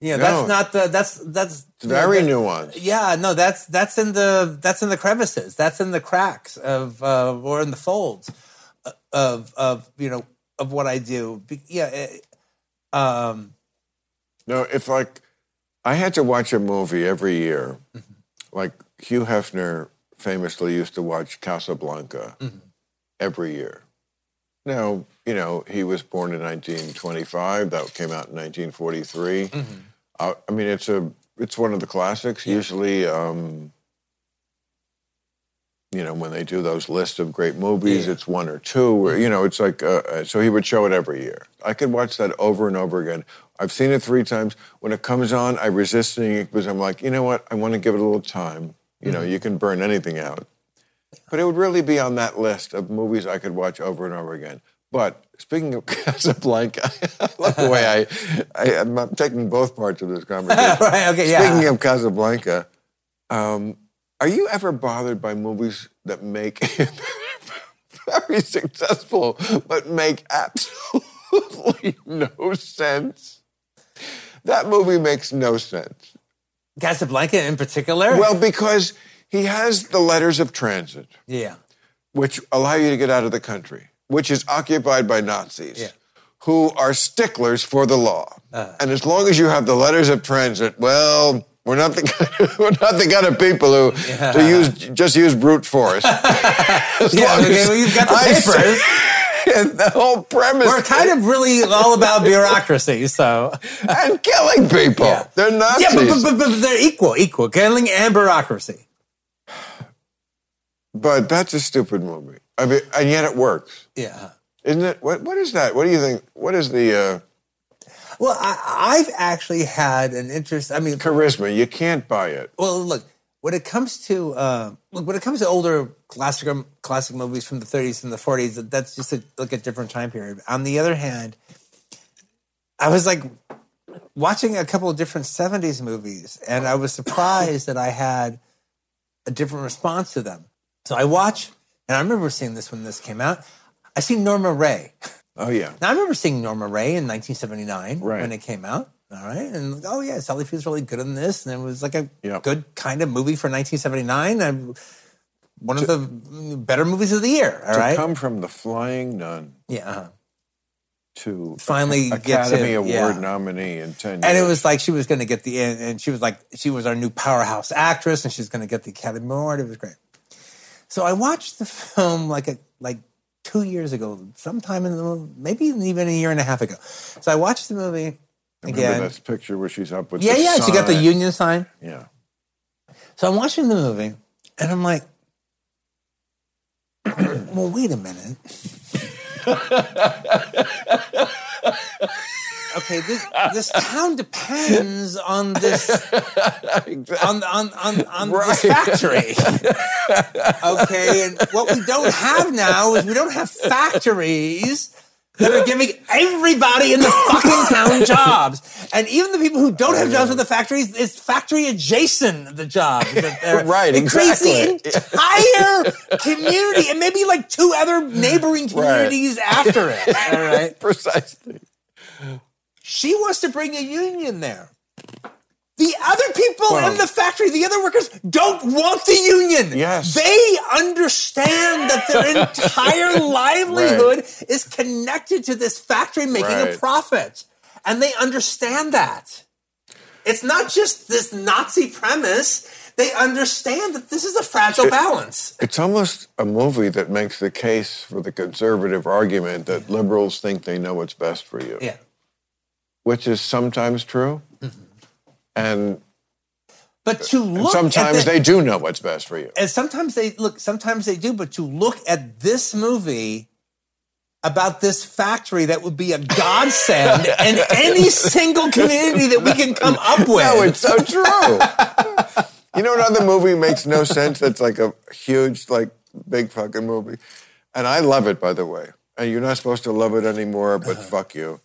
S2: yeah,
S1: No.
S2: that's not the that's that's
S1: Very
S2: yeah, that-
S1: nuanced.
S2: Yeah, no, that's that's in the that's in the crevices, that's in the cracks of uh, or in the folds uh, of of you know of what I do. Be- Yeah, eh, um,
S1: No, if like I had to watch a movie every year, like Hugh Hefner famously used to watch Casablanca every year. Now, you know, he was born in 1925. That came out in 1943. Uh, I mean, it's a it's one of the classics. Usually, um, you know, when they do those lists of great movies,
S2: Yeah.
S1: it's one or two. Or, you know, it's like uh, uh, so he would show it every year. I could watch that over and over again. I've seen it three times. When it comes on, I resist seeing it because I'm like, you know what? I want to give it a little time. You know, you can burn anything out. But it would really be on that list of movies I could watch over and over again. But speaking of Casablanca, I love the way I, I I'm taking both parts of this conversation.
S2: right. Okay. Yeah.
S1: Speaking of Casablanca, um, are you ever bothered by movies that make very successful but make absolutely no sense? That movie makes no sense.
S2: Casablanca in particular.
S1: Well, because he has the letters of transit,
S2: yeah.
S1: which allow you to get out of the country, which is occupied by Nazis.
S2: Yeah. Uh-huh.
S1: Who are sticklers for the law. and as long as you have the letters of transit, well, we're not the kind of, we're not the kind of people who to use just use brute force. As
S2: Yeah.
S1: long
S2: Okay.
S1: as
S2: Well, you've got the
S1: I
S2: papers.
S1: say- and the whole premise
S2: We're kind of really all about bureaucracy, so
S1: and killing people.
S2: Yeah.
S1: Oh, They're Nazis.
S2: yeah, but, but, but, but they're equal, equal, killing and bureaucracy.
S1: But that's a stupid movie. I mean, and yet it works,
S2: Yeah.
S1: isn't it? What what is that? What do you think? What is the uh,
S2: Well, I, I've actually had an interest. I mean,
S1: charisma? You can't buy it.
S2: well, look when it comes to uh, look when it comes to older classic classic movies from the 30s and the 40s, that- that's just a, like a different time period. On the other hand, I was like watching a couple of different 70s movies, and I was surprised that I had a different response to them. So I watch, and I remember seeing this when this came out. I see Norma Ray.
S1: Oh yeah,
S2: Now I remember seeing Norma Ray in 1979
S1: Right.
S2: when it came out. All right, and oh yeah, Sally Field's really good in this, and it was like a
S1: Yep.
S2: good kind of movie for 1979, and one of the better movies of the year. All
S1: to
S2: right,
S1: come from the flying nun
S2: yeah, uh-huh.
S1: to
S2: finally get to-
S1: Academy Award
S2: yeah.
S1: nominee in ten years.
S2: And it was like she was going to get the and, and she was like she was our new powerhouse actress, and she's going to get the Academy Award. It was great. So I watched the film like a like two years ago, sometime in the maybe even a year and a half ago. So I watched the movie
S1: Remember
S2: again.
S1: that picture where she's up with
S2: Yeah,
S1: the
S2: yeah, she got the
S1: sign?
S2: union sign.
S1: Yeah.
S2: So I'm watching the movie and I'm like, well, wait a minute. okay, this this town depends on this on on on, on this factory. okay, and what we don't have now is we don't have factories that are giving everybody in the fucking town jobs, and even the people who don't have jobs with the factories, it's factory adjacent the job. that they're-
S1: Right,
S2: it creates
S1: exactly.
S2: the entire community, and maybe like two other neighboring communities after it. All right
S1: Precisely.
S2: she wants to bring a union there. The other people in the factory, the other workers, don't want the union.
S1: Yes.
S2: They understand that their entire livelihood is connected to this factory making a
S1: Right.
S2: profit. And they understand that. It's not just this Nazi premise, they understand that this is a fragile balance.
S1: It's almost a movie that makes the case for the conservative argument that liberals think they know what's best for you,
S2: Yeah.
S1: which is sometimes true. And
S2: But to look at
S1: sometimes
S2: the-
S1: they do know what's best for you.
S2: and sometimes they look sometimes they do but to look at this movie about this factory that would be a godsend in any single community that we can come up with
S1: No, Oh, it's so true. you know another movie makes no sense that's like a huge, like big fucking movie. And I love it, by the way. And you're not supposed to love it anymore,
S2: Uh-huh.
S1: but fuck you.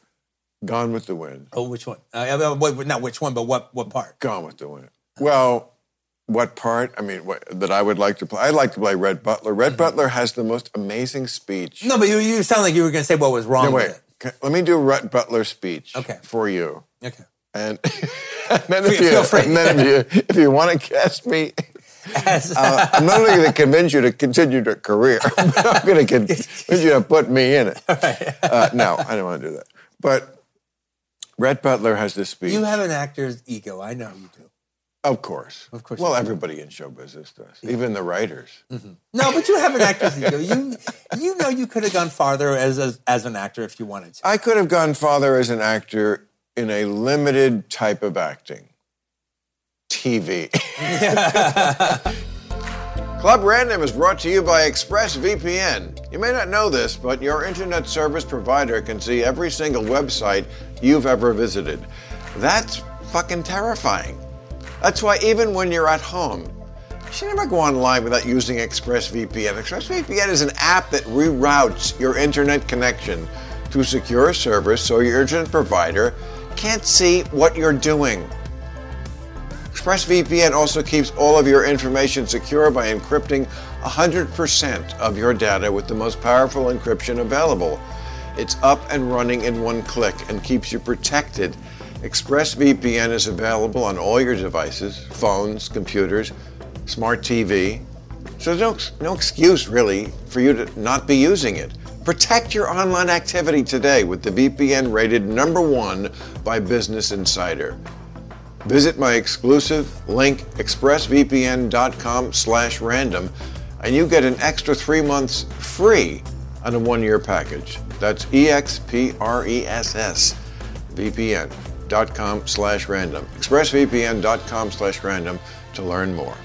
S1: Gone with the wind.
S2: oh which one uh, I mean, wait, not which one but what what part
S1: Gone with the Wind. Well, what part? I mean, what, that I would like to play. I'd like to play Red Butler. Red Butler has the most amazing speech.
S2: Mm-hmm. no but you, you sound like you were going to say what was wrong
S1: No, wait.
S2: with
S1: Ca- Let me do Red Butler's speech
S2: Okay.
S1: for you.
S2: it okay
S1: And, and then, if
S2: Feel-
S1: you,
S2: feel free.
S1: and then if you if you want to cast me,
S2: As-
S1: uh, I'm not only going to convince you to continue your career, but I'm going to convince you to put me in it. Uh, no, I don't want to do that. But Red Butler has this speech.
S2: you have an actor's ego i know you do
S1: Of course.
S2: Of course
S1: Well,
S2: you do.
S1: everybody in show business does, even the writers.
S2: no but you have an actor's ego you you know you could have gone farther as, as as an actor if you wanted to
S1: I could have gone farther as an actor in a limited type of acting TV. Club Random is brought to you by ExpressVPN. You may not know this, but your internet service provider can see every single website you've ever visited. That's fucking terrifying. That's why even when you're at home, should never go online without using ExpressVPN. ExpressVPN is an app that reroutes your internet connection to secure servers so your internet provider can't see what you're doing. ExpressVPN also keeps all of your information secure by encrypting 100% of your data with the most powerful encryption available. It's up and running in one click and keeps you protected. ExpressVPN is available on all your devices phones, computers, smart TV. So there's no, no excuse, really, for you to not be using it. Protect your online activity today with the VPN rated number one by Business Insider. Visit my exclusive link, expressvpn.com slash random, and you get an extra three months free on a one-year package. That's E E-X-P-R-E-S-S vpn.com slash random. expressvpn.com slash random to learn more.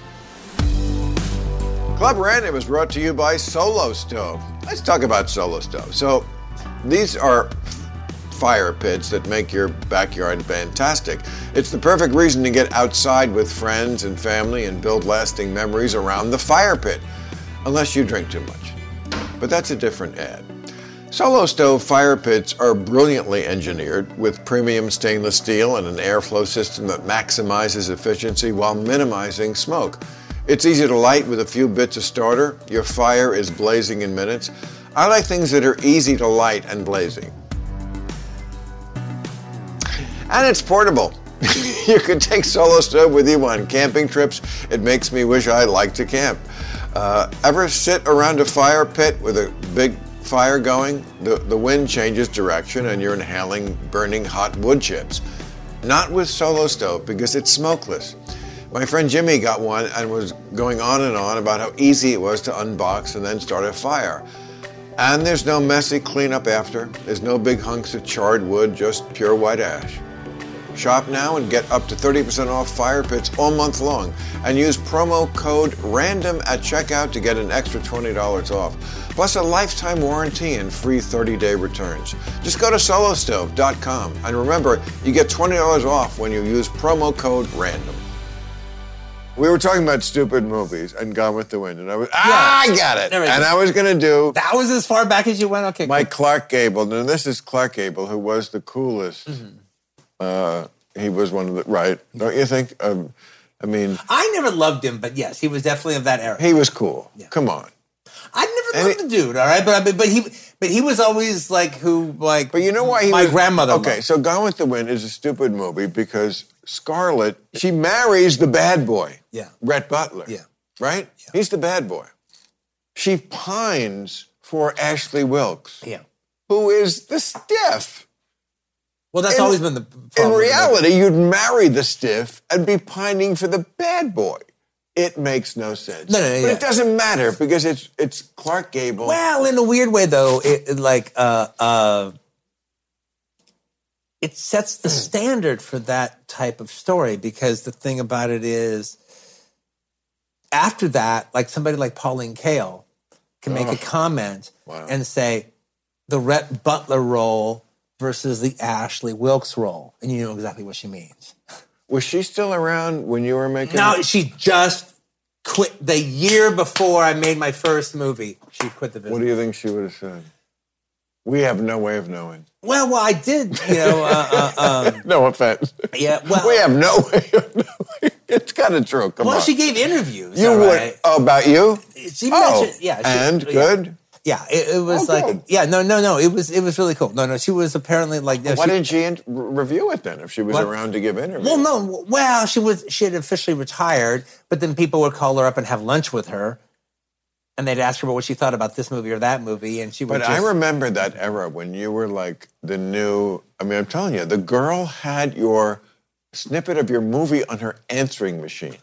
S1: Club Random is brought to you by Solo Stove. Let's talk about Solo Stove. So, these are fire pits that make your backyard fantastic. It's the perfect reason to get outside with friends and family and build lasting memories around the fire pit, unless you drink too much. But that's a different ad. Solo stove fire pits are brilliantly engineered with premium stainless steel and an airflow system that maximizes efficiency while minimizing smoke. It's easy to light with a few bits of starter. Your fire is blazing in minutes. I like things that are easy to light and blazing. And it's portable. you can take Solo Stove with you on camping trips. It makes me wish I liked to camp. Uh, ever sit around a fire pit with a big fire going? The, the wind changes direction and you're inhaling burning hot wood chips. Not with Solo Stove because it's smokeless. My friend Jimmy got one and was going on and on about how easy it was to unbox and then start a fire. And there's no messy cleanup after. There's no big hunks of charred wood, just pure white ash. Shop now and get up to 30% off fire pits all month long and use promo code RANDOM at checkout to get an extra $20 off, plus a lifetime warranty and free 30 day returns. Just go to solostove.com and remember, you get $20 off when you use promo code RANDOM.
S4: We were talking about stupid movies and Gone with the Wind, and I was ah, I got it.
S2: There we go.
S4: And I was gonna do
S2: That was as far back as you went? Okay.
S4: my
S2: cool.
S4: Clark Gable. And this is Clark Gable, who was the coolest.
S2: Mm-hmm.
S4: Uh, he was one of the right, don't you think? Um, I mean,
S2: I never loved him, but yes, he was definitely of that era.
S4: he was cool. Come on,
S2: I
S4: and
S2: never loved the dude, all right? But I- but he but he was always like who like
S4: but you know why he
S2: my
S4: was-
S2: grandmother
S4: Okay,
S2: loved.
S4: so Gone with the Wind is a stupid movie because Scarlett she marries the bad boy.
S2: Yeah.
S4: Rhett Butler.
S2: Yeah.
S4: right. He's the bad boy. She pines for Ashley Wilkes,
S2: yeah.
S4: who is the stiff.
S2: Well, that's
S4: In-
S2: always been the
S4: In
S2: problem with him.
S4: reality, you'd marry the stiff and be pining for the bad boy. It makes no sense.
S2: No, no, no,
S4: but
S2: yeah.
S4: it doesn't matter because it's it's Clark Gable.
S2: Well, in a weird way, though, it it, like uh, uh, it sets the standard for that type of story because the thing about it is, after that, like somebody like Pauline Kael can make a comment and say the Rhett Butler role versus the Ashley Wilkes role, and you know exactly what she means.
S4: was she still around when you were making?
S2: No, she just quit the year before I made my first movie. She quit the business.
S4: What do you think she would have said? We have no way of knowing.
S2: Well, well, I did, you know. Uh, uh, um,
S4: No offense.
S2: yeah, well,
S4: we have no way of knowing. It's kind of true. Come
S2: well,
S4: on.
S2: she gave interviews.
S4: you
S2: all
S4: would
S2: right.
S4: oh, about you?
S2: She
S4: Oh,
S2: mentioned, yeah, she,
S4: and
S2: yeah.
S4: good.
S2: Yeah, it, it was
S4: Oh,
S2: like,
S4: good.
S2: yeah, no, no, no, it was, it was really cool. No, no, she was apparently like, no,
S4: Why
S2: she-
S4: didn't she in- re- review it then? If she was
S2: What?
S4: around to give interviews,
S2: Well, no, well, she was, she had officially retired, but then people would call her up and have lunch with her, and they'd ask her about what she thought about this movie or that movie, and she would.
S4: But
S2: just,
S4: I remember that era when you were like the new. I mean, I'm telling you, the girl had your snippet of your movie on her answering machine.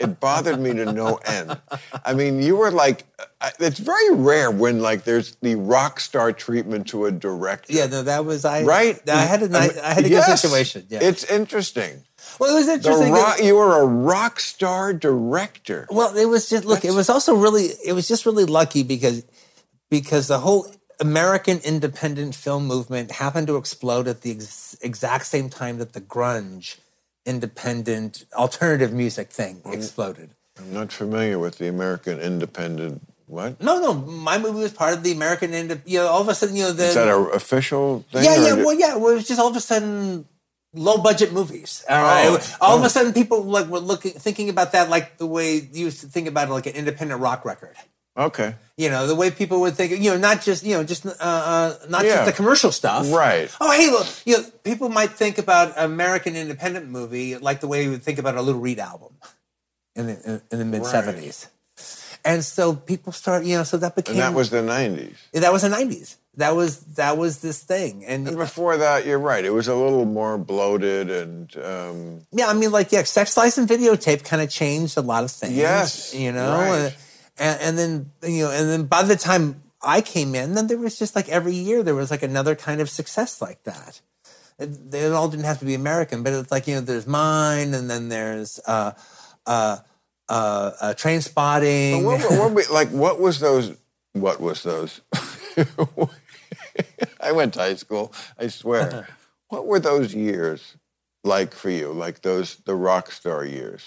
S4: it bothered me to no end. I mean, you were like, I- it's very rare when like there's the rock star treatment to a director.
S2: Yeah, no, that was I.
S4: Right?
S2: I had a nice,
S4: mean,
S2: I had a good
S4: yes,
S2: situation. Yeah.
S4: It's interesting.
S2: well, it was
S4: The
S2: interesting. that-
S4: rock, you were a rock star director.
S2: Well, it was just look. It was also really. It was just really lucky because because the whole American independent film movement happened to explode at the ex- exact
S1: Mm-hmm.
S2: same time that the grunge independent alternative music thing exploded.
S1: I'm not familiar with the American Independent. What?
S2: No, no, my movie was part of the American. Indi- you know, all of a sudden, you know, the
S1: Is that an official thing?
S2: Yeah,
S1: or
S2: yeah,
S1: did-
S2: well, yeah. Well, it was just all of a sudden low budget movies. All
S1: Oh,
S2: right, all of a sudden people like were looking, thinking about that like the way you used to think about it, like an independent rock record.
S1: Okay.
S2: You know, the way people would think, you know, not just you know, just uh, uh, not
S1: Yeah.
S2: just the commercial stuff,
S1: Right.
S2: Oh, hey, look, you know, people might think about American independent movie like the way you would think about a Little Reed album in the in, in the mid seventies. And so people start, you know, so that became
S1: And that was the 90s.
S2: that was the nineties. That was that was this thing, and
S1: And before that, you're right. It was a little more bloated and um,
S2: yeah, I mean, like, yeah, sex lies and videotape kind of changed a lot of things.
S1: Yes,
S2: you know,
S1: right.
S2: and, and then you know, and then by the time I came in, then there was just like every year there was like another kind of success like that. It, they all didn't have to be American, but it's like you know, there's mine, and then there's uh, uh, uh, uh, train spotting.
S1: What, were- what, were- like what was those? What was those? I went to high school. I
S2: Uh-huh.
S1: swear. what were those years like for you? Like those the rock star years?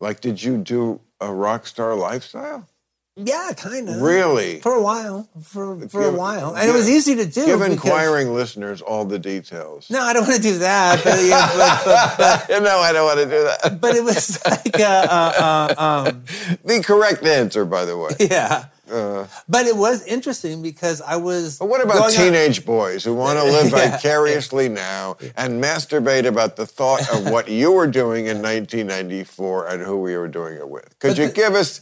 S1: Like did you do a rock star lifestyle?
S2: yeah, kind of
S1: Really?
S2: Mm. for a while, for for
S1: Give-
S2: a while, and it was easy to do.
S1: Give
S2: because-
S1: inquiring listeners all the details.
S2: No, I don't want to do that. But, you know, but, but, but
S1: no, I don't want to do that.
S2: but it was like uh, uh, uh, um,
S1: The correct answer, by the way.
S2: yeah but it was interesting because i was
S1: But what about
S2: going out-
S1: teenage boys who want to live vicariously now and masturbate about the thought of what you were doing in 1994 and who we were doing it with? Could you give us,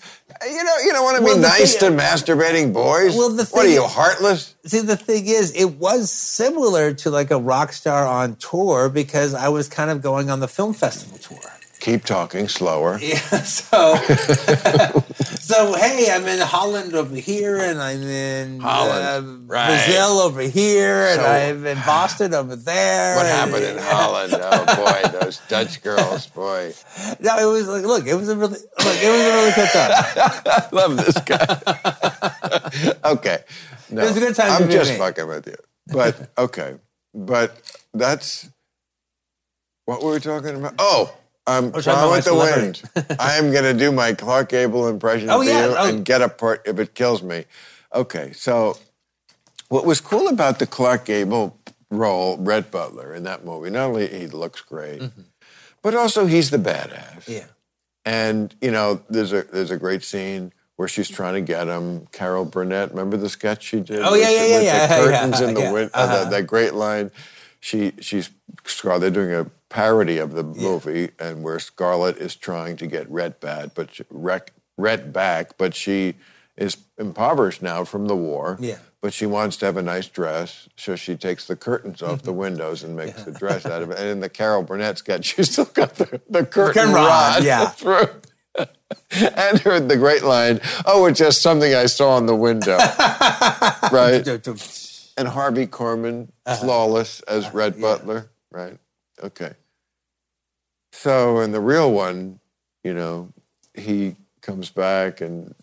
S1: you know, you don't want to
S2: Well,
S1: be
S2: the
S1: nice
S2: thing-
S1: to masturbating boys?
S2: Well, the
S1: what are
S2: thing-
S1: you, heartless?
S2: see the thing is it was similar to like a rock star on tour because i was kind of going on the film festival tour
S1: Keep talking slower.
S2: Yeah, so so hey, I'm in Holland over here, and I'm in
S1: Holland,
S2: uh,
S1: right.
S2: Brazil over here, and
S1: So-
S2: I'm in Boston over there.
S1: What
S2: and-
S1: happened in Holland? Oh, boy, those Dutch girls, boy.
S2: No, it was like look, it was a really look, it was a really good time.
S1: I love this guy. okay. No,
S2: It was a good time to
S1: I'm
S2: be
S1: just
S2: me.
S1: fucking with you. But okay. But that's what were we talking about? Oh, um,
S2: talking
S1: Gone
S2: about
S1: with the
S2: my
S1: wind. I am gonna do my Clark Gable impression
S2: Oh,
S1: for
S2: yeah,
S1: you
S2: oh.
S1: and get a part if it kills me. Okay, so what was cool about the Clark Gable role, Red Butler, in that movie, not only he looks great,
S2: Mm-hmm.
S1: but also he's the badass.
S2: Yeah.
S1: And you know, there's a there's a great scene where she's trying to get him. Carol Burnett, remember the sketch she did?
S2: Oh,
S1: with
S2: yeah,
S1: the-
S2: yeah, yeah,
S1: with
S2: yeah,
S1: The curtains
S2: yeah,
S1: in the
S2: yeah, Uh-huh.
S1: win- uh, that, that great line. She she's Scar. They're doing a parody of the movie, and where Scarlett is trying to get Rhett back, but she, Rhett, Rhett back, but she is impoverished now from the war.
S2: Yeah.
S1: But she wants to have a nice dress, so she takes the curtains off
S2: Mm-hmm.
S1: the windows and makes a dress out of it. And in the Carol Burnett sketch, she's still got the, the curtain
S2: Curtain rod,
S1: rod
S2: yeah.
S1: through. and heard the great line, oh, it's just something I saw in the window. right? And Harvey Korman,
S2: Uh-huh.
S1: flawless
S2: Uh,
S1: as Red Butler, right? Okay. So in the real one, you know, he comes back and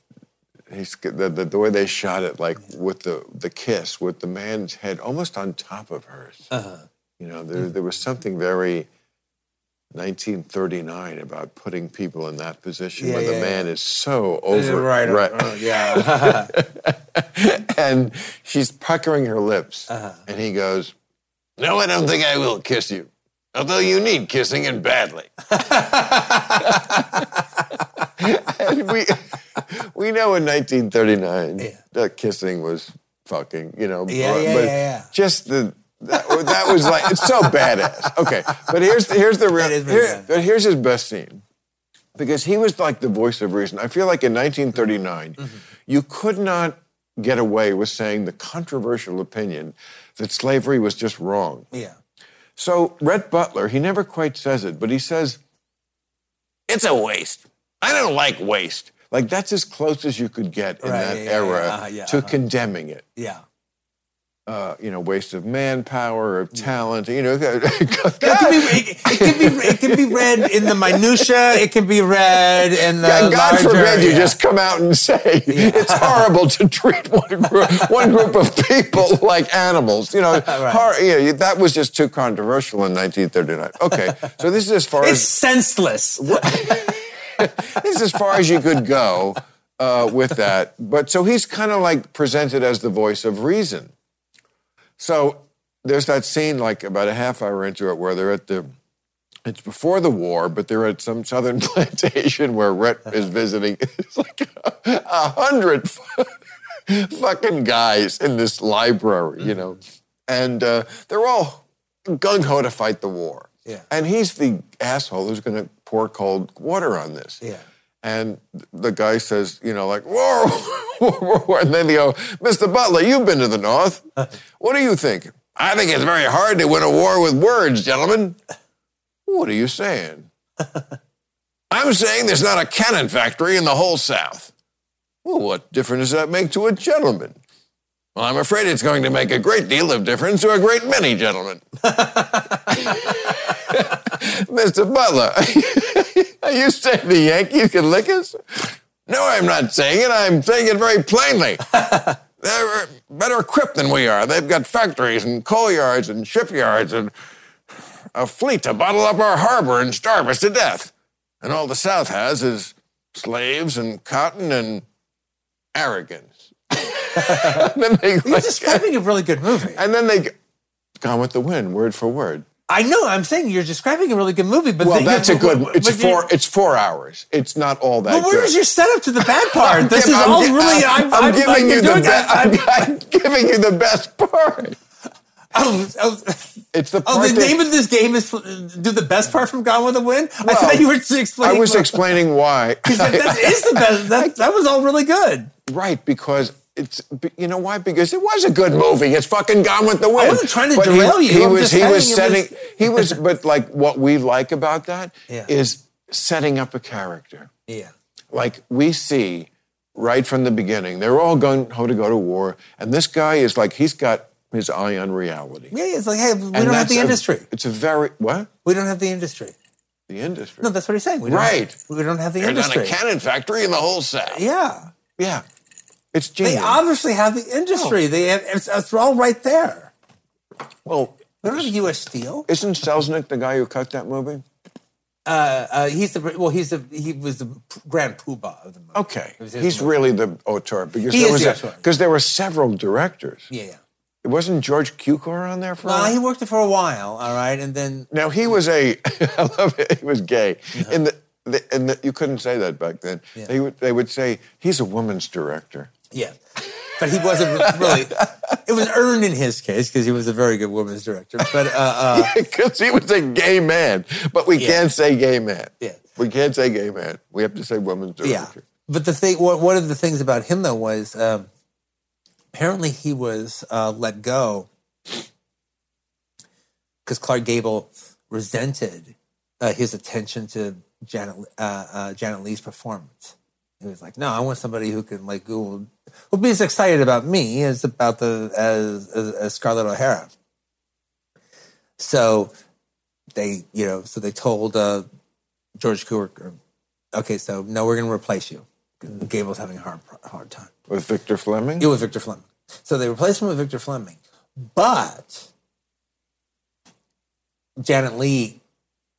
S1: he's the, the, the way they shot it, like with the, the kiss, with the man's head almost on top of hers.
S2: Uh-huh.
S1: You know,
S2: Hmm.
S1: there, there was something very 1939 about putting people in that position
S2: Yeah,
S1: where the
S2: yeah,
S1: man is so over
S2: right,
S1: right
S2: uh, yeah.
S1: and she's puckering her lips.
S2: Uh-huh.
S1: And he goes, No, I don't think I will kiss you. Although you need kissing and badly. and we, we know in 1939 that kissing was fucking, you know.
S2: Yeah,
S1: but,
S2: yeah,
S1: but
S2: yeah, yeah.
S1: just the. That, wa- that was like it's so badass. Okay, but here's here's the real.
S2: That is really
S1: here- but here's his best scene because he was like the voice of reason. I feel like in 1939,
S2: Mm-hmm.
S1: you could not get away with saying the controversial opinion that slavery was just wrong.
S2: yeah.
S1: So Rhett Butler, he never quite says it, but he says, "It's a waste. I don't like waste." Like that's as close as you could get in
S2: Right,
S1: that
S2: yeah, yeah,
S1: era
S2: yeah, uh-huh, yeah,
S1: to
S2: uh-huh.
S1: condemning it
S2: Yeah.
S1: uh, you know, waste of manpower, of talent, you know.
S2: It can, be, it, it can be it can be read in the minutia. It can be read in the
S1: God
S2: larger,
S1: forbid you
S2: yeah.
S1: just come out and say it's horrible to treat one group, one group of people like animals. You know, hor- you know, that was just too controversial in 1939. Okay, so this is as far
S2: It's
S1: as
S2: senseless.
S1: it's as far as you could go uh, with that. But so he's kind of like presented as the voice of reason. So there's that scene, like about a half hour into it, where they're at the, it's before the war, but they're at some southern plantation where Rhett is visiting. It's like a, a hundred fu- fucking guys in this library, you know, and uh, they're all gung ho to fight the war.
S2: Yeah.
S1: And he's the asshole who's going to pour cold water on this.
S2: Yeah.
S1: And the guy says, you know, like, whoa, whoa, whoa. And then they go, Mr. Butler, you've been to the North. What do you think? I think it's very hard to win a war with words, gentlemen. What are you saying? I'm saying there's not a cannon factory in the whole South. Well, what difference does that make to a gentleman? Well, I'm afraid it's going to make a great deal of difference to a great many gentlemen. Mr. Butler, are you saying the Yankees can lick us? No, I'm not saying it. I'm saying it very plainly. They're better equipped than we are. They've got factories and coal yards and shipyards and a fleet to bottle up our harbor and starve us to death. And all the South has is slaves and cotton and arrogance. and then they,
S2: You're describing a really good movie.
S1: and then they gone with the wind, word for word.
S2: I know. I'm saying you're describing a really good movie, but
S1: Well,
S2: the-
S1: that's a
S2: you're-
S1: good. It's
S2: but you're-
S1: four. It's four hours. It's not all that.
S2: But where
S1: good.
S2: was your setup to the bad part? This
S1: Give-
S2: is
S1: I'm
S2: all
S1: gi-
S2: really. I'm,
S1: I'm, I'm giving you the
S2: doing
S1: best.
S2: that.
S1: I'm,
S2: I'm-
S1: I'm giving you the best part.
S2: oh, oh,
S1: It's the part
S2: oh, the
S1: that-
S2: name of this game is uh, do the best part from Gone with the Wind. I
S1: Well,
S2: thought you were explaining.
S1: I was explaining why.
S2: that, that is the best. That, that was all really good.
S1: right, because it's you know why? Because it was a good movie. It's fucking Gone with the Wind.
S2: wasn't trying to
S1: But
S2: derail
S1: he,
S2: you.
S1: He
S2: I'm
S1: was.
S2: just
S1: He was
S2: saying
S1: setting.
S2: it was-
S1: He was. But like, what we like about that is
S2: Yeah.
S1: setting up a character.
S2: Yeah.
S1: like we see right from the beginning. They're all gung ho to go to war, and this guy is like he's got his eye on reality.
S2: Yeah, it's like, hey, we
S1: And
S2: don't have
S1: that's
S2: the
S1: a-
S2: industry.
S1: It's a very what
S2: We don't have the industry.
S1: the industry.
S2: No, that's what he's saying. We don't
S1: Right.
S2: Have, we don't have the
S1: They're not
S2: industry.
S1: a cannon factory in the whole South.
S2: yeah.
S1: Yeah, it's
S2: They
S1: genius.
S2: obviously have the industry. They have, it's, it's all right there.
S1: well,
S2: We don't have U.S. Steel.
S1: isn't Selznick the guy who cut that movie?
S2: Uh, he's the well. He's the he was the grand poobah of the movie.
S1: Okay,
S2: It was his
S1: he's
S2: movie.
S1: really the auteur because
S2: He
S1: there
S2: is
S1: was
S2: the
S1: a-
S2: auteur.
S1: 'cause there were several directors.
S2: Yeah, yeah.
S1: It wasn't George Cukor on there for a
S2: Well,
S1: while?
S2: he worked it for a while, all right, and then
S1: Now he was a, I love it. He was gay. In the, the in the, you couldn't say that back then. They would they would say he's a woman's director.
S2: yeah, but he wasn't really. It was earned in his case because he was a very good women's director. But uh, uh,
S1: Because he was a gay man, but we can't say gay man.
S2: Yeah.
S1: we can't say gay man. We have to say woman's
S2: yeah,
S1: director.
S2: but the thing, one one of the things about him though was um, apparently he was uh, let go because Clark Gable resented uh, his attention to Janet uh, uh, Janet Lee's performance. He was like, "No, I want somebody who can like who will be as excited about me as about the as as, as Scarlett O'Hara." So they, you know, so they told uh, George Cukor, "Okay, so no, we're going to replace you." Gable's having a hard hard time.
S1: With Victor Fleming.
S2: It was Victor Fleming. So they replaced him with Victor Fleming. But Janet Lee,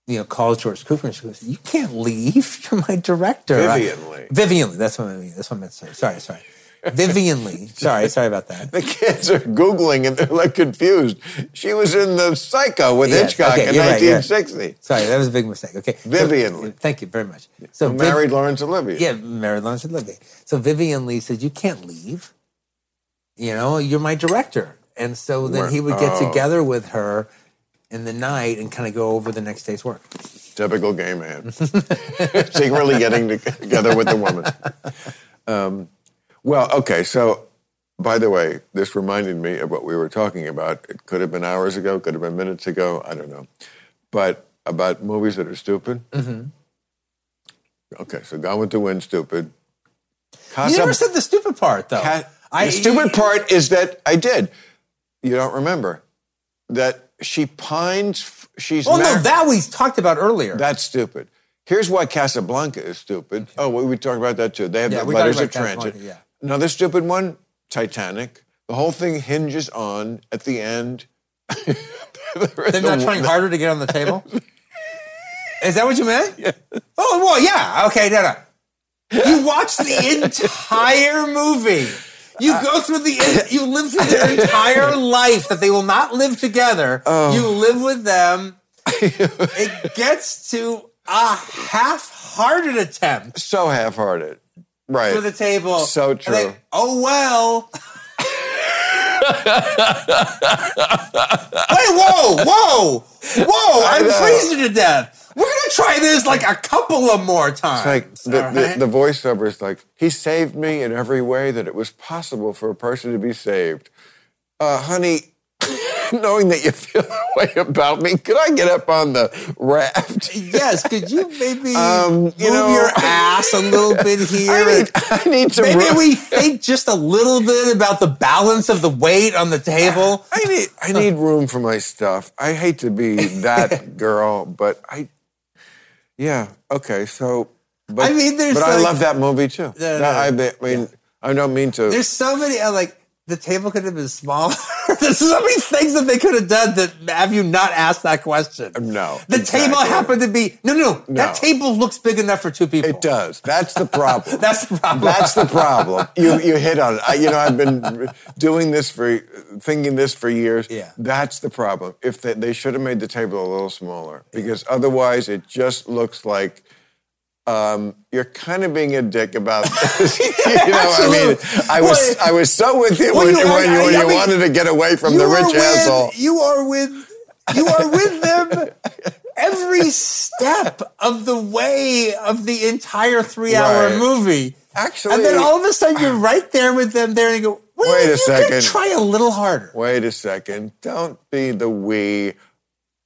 S2: you know, calls George Cooper and she goes, You can't leave. You're my director.
S1: Vivian
S2: I-
S1: Leigh.
S2: Vivian Lee. That's what I mean. That's what I meant to say. Sorry, sorry. Vivian Lee. Sorry, sorry about that.
S1: the kids are googling and they're like confused. She was in the Psycho with
S2: Yeah,
S1: Hitchcock
S2: okay,
S1: in
S2: you're right, yeah.
S1: 1960.
S2: Sorry, that was a big mistake. Okay. So-
S1: Vivian Leigh.
S2: Thank you very much. So Viv-
S1: Married Lawrence Olivier.
S2: Yeah, married Lawrence and Libby. So Vivian Lee says, You can't leave. You know, you're my director. And so then he would get
S1: Oh.
S2: together with her in the night and kind of go over the next day's work.
S1: Typical gay man. Secretly getting to- together with the woman. Um, well, okay, so by the way, this reminded me of what we were talking about. It could have been hours ago, could have been minutes ago, I don't know. But about movies that are stupid.
S2: Mm-hmm.
S1: Okay, so Gone with the Wind, stupid.
S2: You
S1: Casab-
S2: never said the stupid part, though.
S1: Cat- the
S2: e-
S1: stupid part is that I did. You don't remember that she pines. f- She's
S2: Oh, no,
S1: mar-
S2: that we talked about earlier.
S1: that's stupid. Here's why Casablanca is stupid. Oh, we, we talked about that too. They have
S2: Yeah,
S1: the
S2: we talked
S1: letters
S2: about
S1: of transit.
S2: Casablanca, yeah.
S1: Another stupid one, Titanic. The whole thing hinges on at the end.
S2: They're not trying harder to get on the table? Is that what you meant? Yeah. Oh, well, yeah. Okay, no, no. You watch the entire movie. You go through the, en- you live through their entire life that they will not live together. You live with them. it gets to a half-hearted attempt
S1: so half-hearted. Right.
S2: for the table.
S1: So
S2: And they-
S1: true.
S2: oh well. Wait, whoa, whoa, whoa!
S1: I
S2: I'm
S1: know.
S2: freezing to death. We're gonna try this like a couple of more times.
S1: like the,
S2: all
S1: the,
S2: right?
S1: the voiceover is like he saved me in every way that it was possible for a person to be saved uh, honey knowing that you feel that way about me could i get up on the raft
S2: yes, could you maybe move
S1: you know-
S2: your ass a little bit here?
S1: Um, I,
S2: and-
S1: need, I need to
S2: Maybe
S1: ru-
S2: we think just a little bit about the balance of the weight on the table.
S1: I need I need room for my stuff. I hate to be that girl, but I yeah, okay. So but
S2: I mean, there's
S1: but I
S2: like-
S1: love that movie too. No,
S2: No, no,
S1: I, be- I mean I don't mean to
S2: There's so many. uh, Like the table could have been smaller. There's so many things that they could have done that have you not asked that question.
S1: Uh, no.
S2: The
S1: exactly.
S2: table happened to be no, no,
S1: No.
S2: That table looks big enough for two people.
S1: It does. That's the problem.
S2: That's the problem.
S1: That's the problem. You you hit on it. I, you know, I've been doing this for thinking this for years.
S2: Yeah.
S1: That's the problem. If they, they should have made the table a little smaller, because otherwise it just looks like um, you're kind of being a dick about this. you know, I mean,
S2: absolutely.
S1: I was
S2: Well,
S1: I was so with you
S2: well,
S1: when,
S2: you are-
S1: when you, when
S2: I- I
S1: you
S2: mean,
S1: wanted to get away from the
S2: You are
S1: rich
S2: with-
S1: asshole.
S2: You are with. You are with them every step of the way of the entire three-hour
S1: Right.
S2: movie.
S1: Actually,
S2: and then all of a sudden you're right there with them there, and you go, "Wait,
S1: Wait a
S2: you Could
S1: second.
S2: try a little harder."
S1: Wait a second. Don't be the we.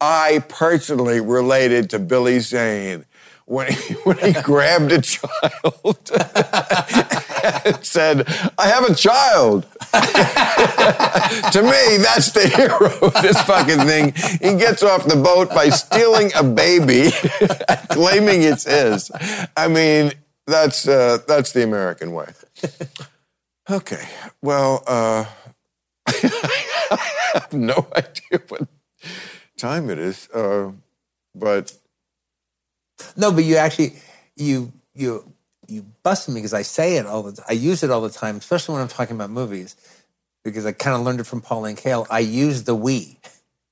S1: I personally related to Billy Zane when he, when he grabbed a child and said, I have a child. to me, that's the hero of this fucking thing. He gets off the boat by stealing a baby, claiming it's his. I mean, that's, uh, that's the American way. Okay. Well, uh, I have no idea what time it is, uh, but
S2: No, but you actually you you you bust me because I say it all the time. I use it all the time, especially when I'm talking about movies, because I kind of learned it from Pauline Kael. I use the we.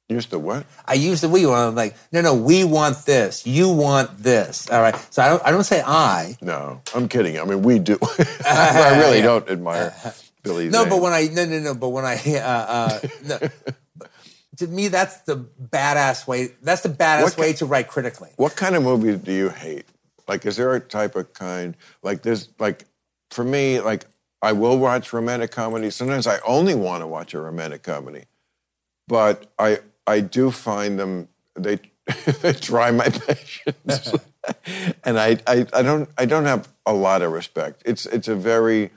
S1: used to what?
S2: I use the we when I'm like, no, no, we want this. You want this. All right. So I don't I don't say I.
S1: No, I'm kidding. I mean, we do. I really don't admire Billy.
S2: No,
S1: Zane.
S2: but when I no no no, but when I uh, uh, no. to me that's the badass way. That's the badass
S1: What ca-
S2: way to write critically.
S1: what kind of movies do you hate? Like, is there a type of kind? Like, there's like, for me, like, I will watch romantic comedy. Sometimes I only want to watch a romantic comedy, but I I do find them they they try my patience, and I, I I don't I don't have a lot of respect. It's it's a very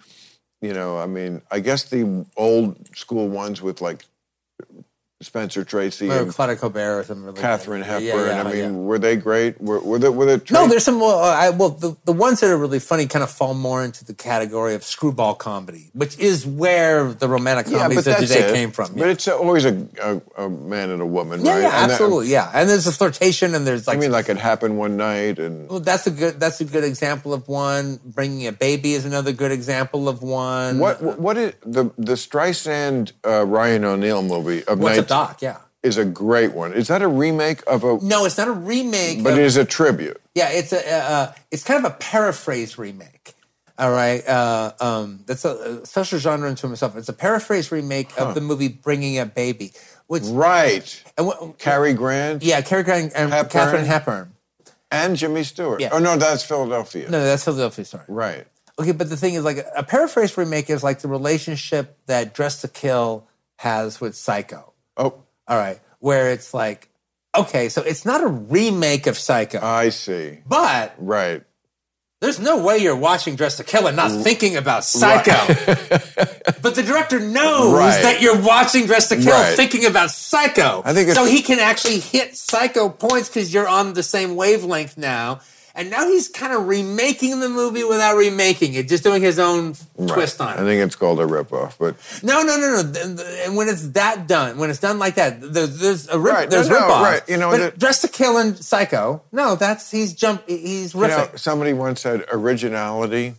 S1: you know, I mean, I guess the old school ones with like Spencer Tracy
S2: Or
S1: and
S2: Claudia Colbert or something. Really
S1: Catherine Hepburn.
S2: Yeah,
S1: I
S2: yeah,
S1: mean,
S2: yeah.
S1: were they great? Were, were they? Were they
S2: No,
S1: tra-
S2: there's some. Well, I, well the, the ones that are really funny kind of fall more into the category of screwball comedy, which is where the romantic
S1: yeah, but
S2: comedies of
S1: that's
S2: today
S1: it.
S2: came from.
S1: But
S2: Yeah,
S1: it's always a, a, a man and a woman,
S2: yeah,
S1: right?
S2: yeah,
S1: And that-
S2: absolutely. yeah, and there's a flirtation, and there's like.
S1: I mean, like it happened one night, and
S2: well, that's a good. That's a good example of one. Bringing a baby is another good example of one.
S1: what what is the the Streisand uh, Ryan O'Neal movie of
S2: What's a
S1: 19
S2: doc? Yeah.
S1: is a great one. Is that a remake of a?
S2: No, it's not a remake.
S1: But
S2: of-
S1: it is a tribute.
S2: Yeah, it's a uh, uh, it's kind of a paraphrase remake. All right, uh, um, that's a, a special genre unto himself. It's a paraphrase remake of the movie Bringing a Baby, which
S1: Right,
S2: and what,
S1: Cary Grant
S2: yeah, Cary Grant and
S1: Hepburn.
S2: Catherine Hepburn.
S1: and Jimmy Stewart.
S2: Yeah.
S1: Oh no, that's Philadelphia.
S2: No, that's Philadelphia Story.
S1: Right.
S2: Okay, but the thing is, like a paraphrase remake is like the relationship that Dress to Kill has with Psycho.
S1: Oh,
S2: All right, where it's like, okay, so it's not a remake of Psycho,
S1: I see.
S2: but
S1: Right.
S2: There's no way you're watching Dress to Kill and not thinking about Psycho. but the director knows
S1: Right.
S2: that you're watching Dress to Kill
S1: Right.
S2: thinking about Psycho.
S1: I think
S2: so
S1: it's-
S2: he can actually hit Psycho points because you're on the same wavelength now. And now he's kind of remaking the movie without remaking it, just doing his own twist on it.
S1: I think it's called a ripoff, but
S2: No, no, no, no. Th- th- And when it's that done, when it's done like that, there's, there's a rip,
S1: Right, no,
S2: there's
S1: no,
S2: ripoff.
S1: right, you know,
S2: but
S1: the-
S2: Dress to Kill and Psycho. No, that's he's jump. He's
S1: you know,
S2: riffing.
S1: somebody once said originality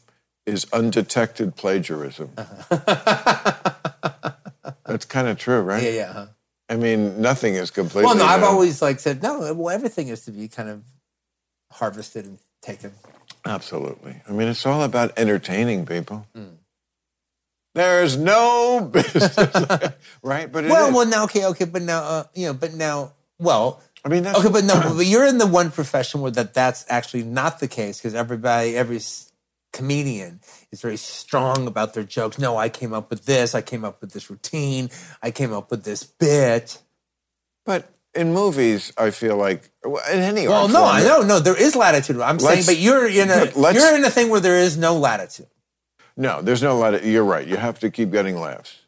S1: is undetected plagiarism. That's kind of true, right?
S2: yeah, uh-huh. yeah. huh.
S1: I mean, nothing is completely.
S2: Well, no, I've
S1: new.
S2: always like said no. Well, everything is to be kind of harvested and taken.
S1: Absolutely. I mean, it's all about entertaining people.
S2: Hmm.
S1: There's no business, right? But it
S2: Well,
S1: is.
S2: well, now, okay, okay, but now, uh, you know, but now, well,
S1: I mean, that's
S2: okay, but no, but you're in the one profession where that that's actually not the case because everybody, every s- comedian is very strong about their jokes. No, I came up with this. I came up with this routine. I came up with this bit.
S1: But in movies, I feel like well, in any
S2: Well,
S1: art
S2: no,
S1: form,
S2: I know, no, there is latitude. I'm saying,
S1: Let's-
S2: but you're in a
S1: but let's-
S2: you're in a thing where there is no latitude.
S1: No, there's no lot of. You're right. You have to keep getting laughs.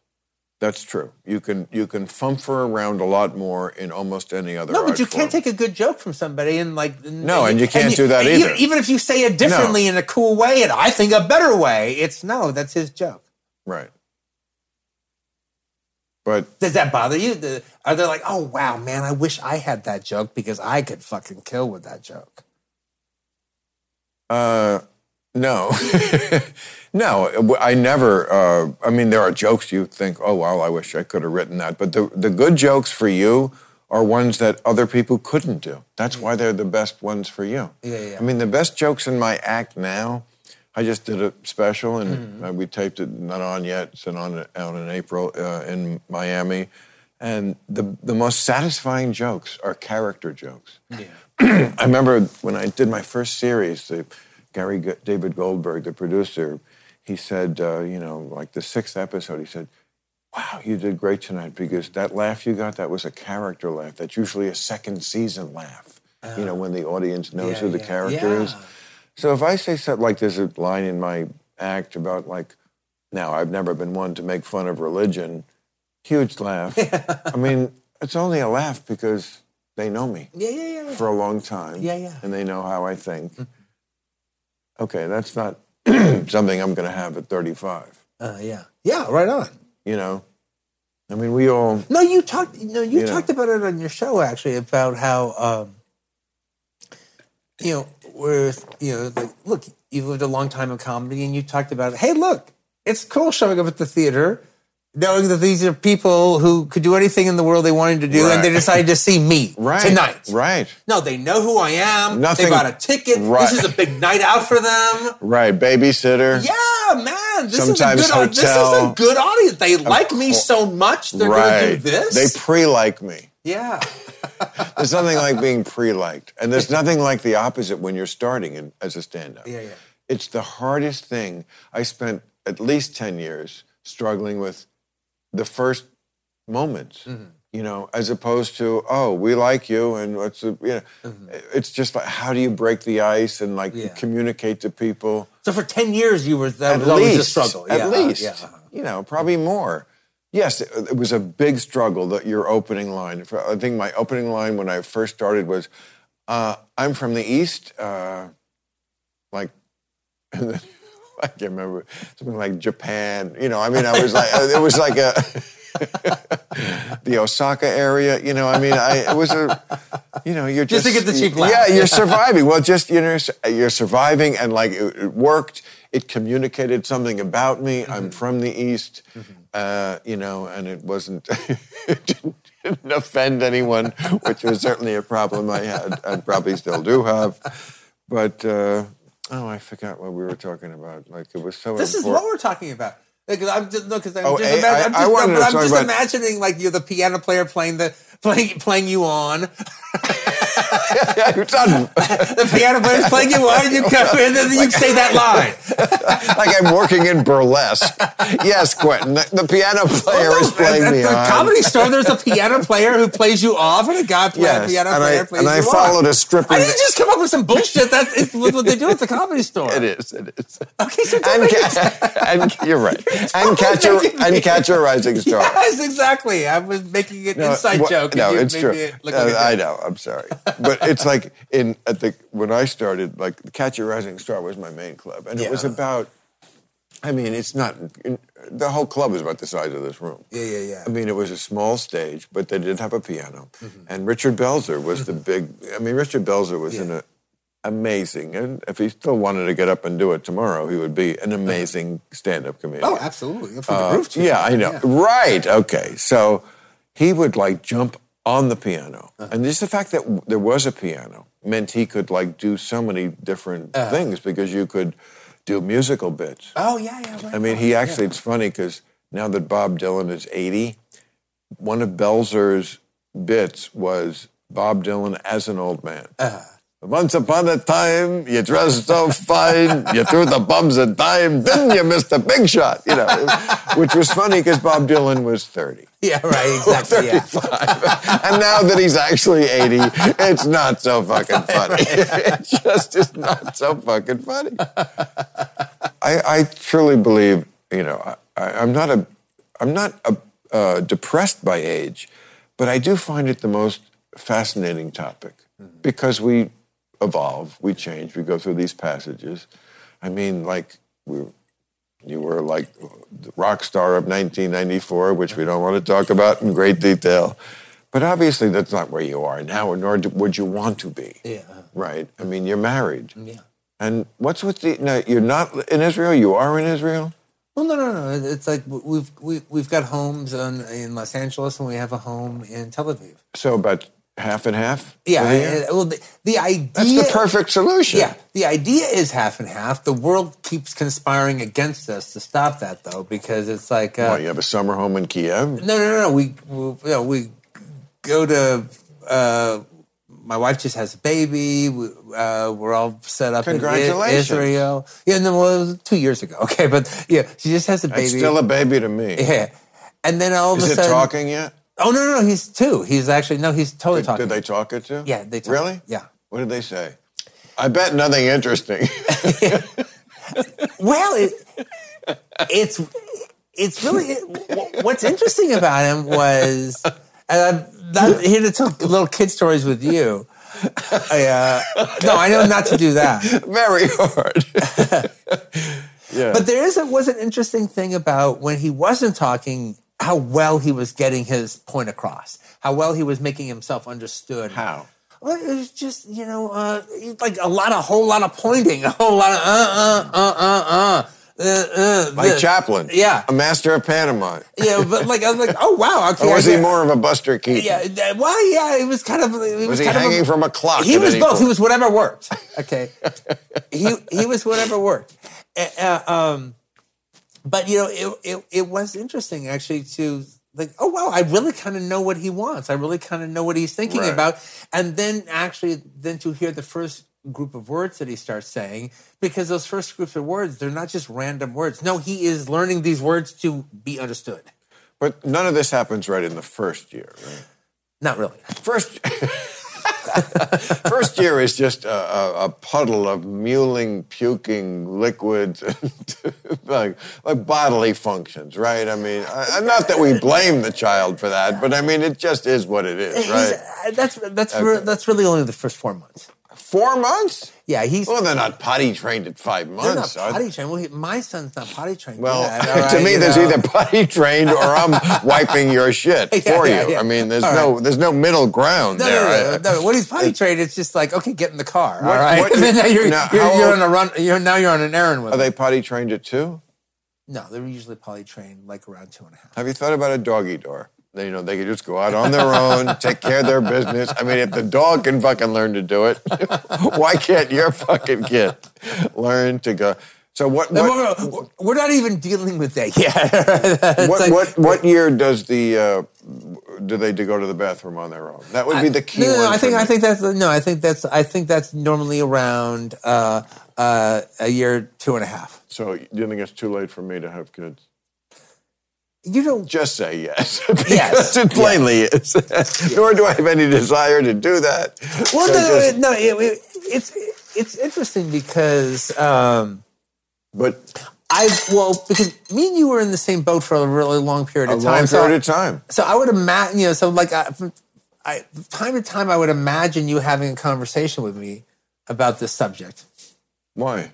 S1: That's true. You can you can fumfer around a lot more in almost any other.
S2: No, but
S1: art
S2: you can't
S1: form.
S2: take a good joke from somebody and like
S1: No, and you can't do that
S2: and
S1: either.
S2: Even, even if you say it differently in a cool way and I think a better way, it's no, that's his joke.
S1: right. But
S2: Does that bother you? The- Are they like, oh wow, man, I wish I had that joke because I could fucking kill with that joke.
S1: Uh, no, no. I never. Uh, I mean, there are jokes you think, oh well, I wish I could have written that. But the the good jokes for you are ones that other people couldn't do. That's why they're the best ones for you.
S2: Yeah, yeah.
S1: I mean, the best jokes in my act now. I just did a special,
S2: Mm-hmm.
S1: and uh, we taped it. Not on yet. It's on out in April uh, in Miami. And the the most satisfying jokes are character jokes. I remember when I did my first series, the Gary G- David Goldberg, the producer, he said, uh, you know, like the sixth episode, he said, "Wow, you did great tonight because that laugh you got that was a character laugh. That's usually a second season laugh. you know, when the audience knows
S2: Oh. Yeah,
S1: who the
S2: yeah,
S1: character is.
S2: yeah.
S1: So if I say something like there's a line in my act about like, now I've never been one to make fun of religion, huge laugh. I mean, it's only a laugh because they know me
S2: Yeah, yeah, yeah.
S1: for a long time.
S2: Yeah, Mm-hmm. yeah.
S1: And they know how I think. Okay, that's not something I'm going to have at 35.
S2: Uh, yeah. Yeah, right on.
S1: You know, I mean, we all
S2: No, you talked. No, you
S1: Yeah.
S2: talked about it on your show actually about how um, you know where you know like look, you've lived a long time in comedy, and you talked about hey, look, it's cool showing up at the theater, knowing that these are people who could do anything in the world they wanted to do, and they
S1: Right.
S2: decided to see me
S1: right
S2: tonight.
S1: right,
S2: No, they know who I am.
S1: Nothing-
S2: They bought a ticket.
S1: Right.
S2: This is a big night out for them.
S1: right. Babysitter.
S2: Yeah, man. This
S1: Sometimes
S2: is a good. au- This is
S1: hotel.
S2: a good audience. They like me
S1: course.
S2: so much. They're going to
S1: right.
S2: do this.
S1: They pre-like me.
S2: yeah.
S1: There's nothing like being pre-liked, and there's nothing like the opposite when you're starting in, as a stand-up.
S2: Yeah, yeah.
S1: It's the hardest thing. I spent at least 10 years struggling with the first moments,
S2: Mm-hmm.
S1: you know, as opposed to, oh, we like you and what's the, you know, it's just like, how do you break the ice and like
S2: Mm-hmm. Yeah.
S1: communicate to people?
S2: So for ten years, you were that
S1: at
S2: was always
S1: least,
S2: a struggle.
S1: at
S2: yeah,
S1: least,
S2: yeah. uh-huh.
S1: you know, probably more. Yes, it, it was a big struggle that your opening line. I think my opening line when I first started was, uh, "I'm from the east," uh, like, and then, I can't remember something like Japan. You know, I mean, I was like, uh, it was like a the Osaka area. You know, I mean, I it was a, you know, you're
S2: Just
S1: just,
S2: to get the cheap laugh.
S1: Yeah, you're surviving. Well, just you know, you're surviving, and like it, it worked. It communicated something about me.
S2: Mm-hmm.
S1: I'm from the east, uh, you know, and it wasn't it didn't, didn't offend anyone, which was certainly a problem I had and probably still do have. But uh, oh, I forgot what we were talking about. Like it was so
S2: This is
S1: important.
S2: what we're talking about. Because I'm just no, because I'm
S1: Oh,
S2: just,
S1: eh,
S2: imag-
S1: I-
S2: I'm
S1: I
S2: just,
S1: wanted
S2: no, but
S1: to
S2: I'm
S1: talk
S2: just
S1: about-
S2: imagining like you're the piano player playing the playing playing you on.
S1: yeah, it's on.
S2: The piano player's playing you on, and you come in, and then you say that line.
S1: like I'm working in burlesque. Yes, Quentin. The, the piano player
S2: Well, no,
S1: is playing
S2: at,
S1: me
S2: at the
S1: on.
S2: comedy store, there's a piano player who plays you off, and a guy play,
S1: Yes,
S2: piano
S1: and
S2: player
S1: I-
S2: plays
S1: and I
S2: you
S1: followed
S2: off.
S1: a stripping-
S2: I didn't just come up with some bullshit. That's what they do at the comedy store.
S1: It is. It is.
S2: Okay, so don't
S1: And,
S2: make it
S1: ca- and you're right. And catch a
S2: making me-
S1: and catch a rising star.
S2: Yes, exactly. I was making an
S1: No,
S2: inside
S1: what-
S2: joke.
S5: know. Could
S1: no,
S5: you
S1: it's
S5: maybe
S1: true.
S5: Look,
S1: Uh,
S5: look at
S1: I
S5: that?
S1: know. I'm sorry, but it's like in at the when I started, like the Catch a Rising Star was my main club, and it was
S2: Yeah.
S1: about. I mean, it's not the whole club is about the size of this room.
S2: Yeah, yeah, yeah.
S1: I mean, it was a small stage, but they did have a piano,
S2: Mm-hmm.
S1: and Richard Belzer was the big. I mean, Richard Belzer was an uh, amazing, and if he still wanted to get up and do it tomorrow, he would be an amazing stand-up comedian.
S2: Uh-huh. Oh, absolutely. From the groove
S1: Yeah, I know. Right. Okay. So he would like jump on the piano.
S2: Uh-huh.
S1: And just the fact that w- there was a piano meant he could like do so many different
S2: Uh-huh.
S1: things because you could do musical bits.
S2: Oh, yeah, yeah. Right.
S1: I mean, he actually, it's funny because now that Bob Dylan is 80, one of Belzer's bits was Bob Dylan as an old man.
S2: Uh-huh.
S1: Once upon a time, you dressed so fine, you threw the bums a dime, then you missed a big shot, you know, which was funny because Bob Dylan was 30.
S2: yeah, right. Exactly. Yeah.
S1: and now that he's actually 80, it's not so fucking funny. it just is not so fucking funny. I, I truly believe, you know, I, I, I'm not a, I'm not a, uh, depressed by age, but I do find it the most fascinating topic because we evolve, we change, we go through these passages. I mean, like we, you were like the rock star of 1994, which we don't want to talk about in great detail. But obviously, that's not where you are now, nor do- would you want to be.
S2: Yeah. uh.
S1: Right. I mean, you're married. Yeah. And what's with the? Now, you're not in Israel. You are in Israel.
S2: Well, no, no, no. It's like w- we've we, we've got homes in, in Los Angeles, and we have a home in Tel Aviv.
S1: So about half and half.
S2: Yeah.
S1: over here?
S2: uh, well, the, the idea.
S1: That's the perfect solution.
S2: Yeah, the idea is half and half. The world keeps conspiring against us to stop that, though, because it's like uh,
S1: Well, you have a summer home in Kiev.
S2: no, no, no, no. We, we you know, we go to. Uh, my wife just has a baby. We, uh, we're all set up in
S1: Congratulations.
S2: Israel. Yeah, no, well, it was two years ago. Okay, but yeah, she just has a baby.
S1: It's still a baby to me.
S2: yeah, and then all of
S1: Is
S2: a
S1: it
S2: sudden,
S1: talking yet?
S2: Oh no, no, no, he's two. He's actually no, he's totally
S1: Did,
S2: talking.
S1: did they talk it to?
S2: Yeah, they talk.
S1: Really?
S2: Yeah.
S1: What did they say? I bet nothing interesting.
S2: Well, it, it's it's really it, what's interesting about him was, and I'm not here to tell little kid stories with you. I, uh, no, I know not to do that.
S1: Very hard. yeah.
S2: But there is a, was an interesting thing about when he wasn't talking, how well he was getting his point across, how well he was making himself understood.
S1: How?
S2: Well, it was just you know, uh, like a lot, a whole lot of pointing, a whole lot of uh uh uh uh uh uh. uh
S1: Like
S2: this.
S1: Chaplin.
S2: Yeah.
S1: A master of pantomime.
S2: Yeah, but like I was like, oh wow, okay.
S1: Or was
S2: I
S1: he
S2: get-
S1: more of a Buster Keaton?
S2: Yeah, that- well, yeah, he was kind of. He
S1: Was
S2: was
S1: he
S2: kind of a-
S1: hanging from a clock?
S2: He
S1: at
S2: was
S1: any
S2: both.
S1: point?
S2: He was whatever worked. Okay, he he was whatever worked. Uh, uh, um, but you know, it, it it was interesting actually to like, oh wow, I really kind of know what he wants. I really kind of know what he's thinking
S1: Right.
S2: about, and then actually, then to hear the first group of words that he starts saying because those first groups of words they're not just random words no he is learning these words to be understood
S1: But none of this happens right in the first year. Right?
S2: not really
S1: First. First year is just a, a, a puddle of mewling, puking liquids, and like, like bodily functions, right? I mean, I, not that we blame the child for that, but I mean, it just is what it is,
S2: He's-
S1: right?
S2: uh, that's that's re- that's really only the first four months.
S1: Four months?
S2: Yeah, he's
S1: Well, they're not potty trained at five
S2: they're
S1: months.
S2: not
S1: are they?
S2: potty trained. Well, he, my son's not potty trained.
S1: Well,
S2: Yeah, all
S1: to
S2: right,
S1: me,
S2: you
S1: there's
S2: know.
S1: either potty trained or I'm wiping your shit
S2: Yeah,
S1: for
S2: yeah,
S1: you.
S2: yeah.
S1: I mean, there's
S2: All
S1: no there's no middle ground
S2: No,
S1: there.
S2: no, no,
S1: I-
S2: no, When he's potty trained, it's just like okay, get in the car. all right.
S1: what-
S2: Then now you're,
S1: now,
S2: you're,
S1: how
S2: you're
S1: old-
S2: on a run. You're now you're on an errand
S1: Are
S2: with. him.
S1: they potty trained at two?
S2: no, they're usually potty trained like around two and a half.
S1: Have you thought about a doggy door? They- You know, they could just go out on their own, take care of their business. I mean, if the dog can fucking learn to do it, why can't your fucking kid learn to go? So what? What,
S2: We're- we're- We're not even dealing with that yet.
S1: what,
S2: like-
S1: what, what year does the uh, do they go to the bathroom on their own? That would be the key.
S2: no, no,
S1: one
S2: no, I
S1: for
S2: think
S1: me.
S2: I think that's no, I think that's I think that's normally around uh, uh, a year two and a half.
S1: So do you think it's too late for me to have kids?
S2: You don't
S1: Just say yes.
S2: Yes.
S1: because it plainly is. Nor do I have any desire to do that.
S2: Well,
S1: So
S2: no,
S1: just-
S2: no, it, it, it's it's interesting because um,
S1: but
S2: I well because me and you were in the same boat for a really long period
S1: a
S2: of
S1: long
S2: time.
S1: period of
S2: so,
S1: time.
S2: so I would imagine you know so like I, from I, time to time, I would imagine you having a conversation with me about this subject.
S1: Why?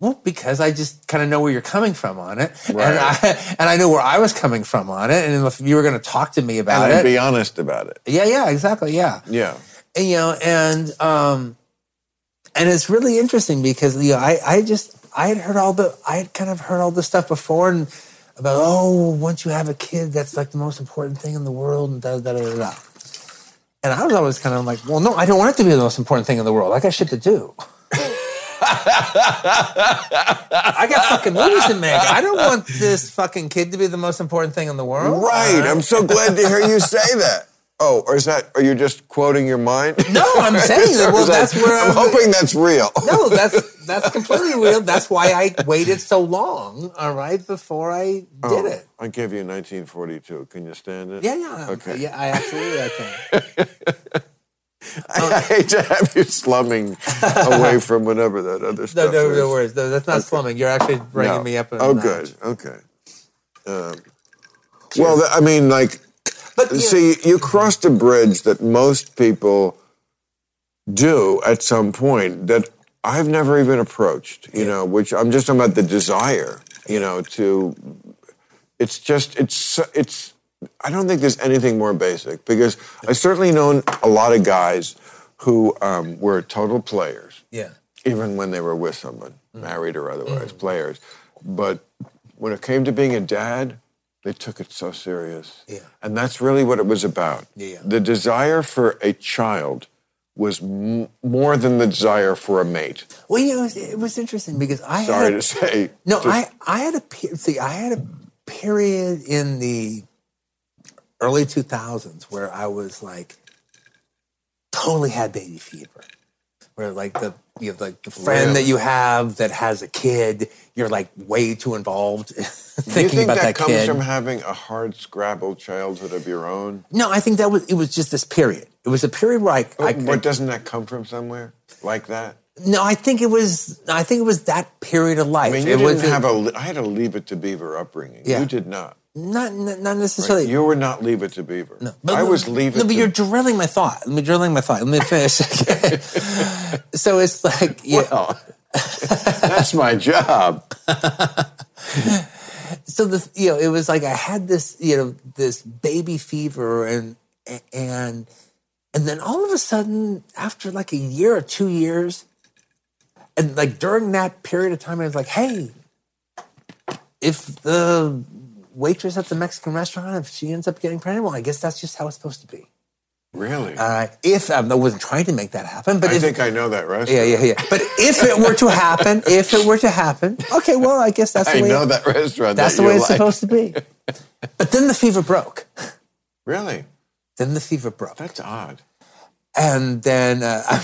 S2: Well, because I just kind of know where you're coming from on it,
S1: Right.
S2: and I and I know where I was coming from on it, and if you were going to talk to me about
S1: And
S2: it,
S1: be honest about it.
S2: yeah, yeah, exactly, yeah,
S1: Yeah.
S2: And, you know, and um, and it's really interesting because you know, I I just I had heard all the I had kind of heard all this stuff before and about oh once you have a kid that's like the most important thing in the world and da da da da. da. And I was always kind of like, well, no, I don't want it to be the most important thing in the world. I got shit to do. I got fucking movies to make. I don't want this fucking kid to be the most important thing in the world.
S1: Right. I'm so glad to hear you say that. Oh, or is that? Are you just quoting your mind?
S2: No, I'm saying that. Well,
S1: Or is that-
S2: that's where
S1: I'm hoping that's real.
S2: no, Oh, that's that's completely real. That's why I waited so long, all right, before I did it.
S1: Oh, I give you 1942. Can you stand it?
S2: Yeah, yeah.
S1: Okay.
S2: Yeah, I absolutely I can.
S1: I hate to have you slumming away from whatever that other
S2: No,
S1: stuff
S2: no,
S1: is.
S2: no worries. No, that's not slumming. You're actually bringing
S1: No.
S2: me up. a
S1: Oh,
S2: notch.
S1: good. Okay. Um, well, th- I mean, like,
S2: But you know,
S1: see, you crossed a bridge that most people do at some point that I've never even approached, you know, which I'm just talking about the desire, you know, to. It's just, it's, so- it's, I don't think there's anything more basic because I certainly known a lot of guys who um, were total players
S2: yeah,
S1: even when they were with someone,
S2: Mm.
S1: married or otherwise, players. But when it came to being a dad, they took it so serious.
S2: Yeah.
S1: And that's really what it was about.
S2: Yeah, yeah.
S1: The desire for a child was m- more than the desire for a mate.
S2: well, you know, it was, it was interesting because I
S1: Sorry
S2: had a,
S1: to say.
S2: no,
S1: Just-
S2: I I had a pe- see, I had a period in the early 2000s where I was like totally had baby fever. where like the you have like the friend
S1: Really?
S2: that you have that has a kid, you're like way too involved
S1: Do you
S2: thinking
S1: think
S2: about
S1: that,
S2: that,
S1: comes
S2: kid.
S1: from having a hard scrabble childhood of your own?
S2: no, I think that was it was just this period. It was a period where I, I,
S1: but doesn't that come from somewhere like that?
S2: no, I think it was I think it was that period of life.
S1: I mean, you
S2: it
S1: didn't
S2: was
S1: have a. li- I had a leave it to Beaver upbringing.
S2: Yeah.
S1: You did not.
S2: not not not necessarily.
S1: You were not Leave It to Beaver. No, I was Leave It
S2: No, but
S1: to
S2: you're drilling my thought. Let me drilling my thought. Let me finish. so it's like yeah.
S1: Well, that's my job.
S2: so the you know it was like I had this you know this baby fever and and and then all of a sudden after like a year or two years and like during that period of time I was like hey if the waitress at the Mexican restaurant if she ends up getting pregnant well I guess that's just how it's supposed to be
S1: Really?
S2: uh, if um, I wasn't trying to make that happen but
S1: I
S2: if,
S1: think I know that restaurant.
S2: yeah yeah yeah but if it were to happen if it were to happen okay well I guess that's the
S1: I
S2: way it-
S1: know that restaurant.
S2: that's
S1: that
S2: the way
S1: you
S2: it's
S1: like.
S2: supposed to be. But then the fever broke.
S1: Really?
S2: Then the fever broke.
S1: That's odd.
S2: And then uh, I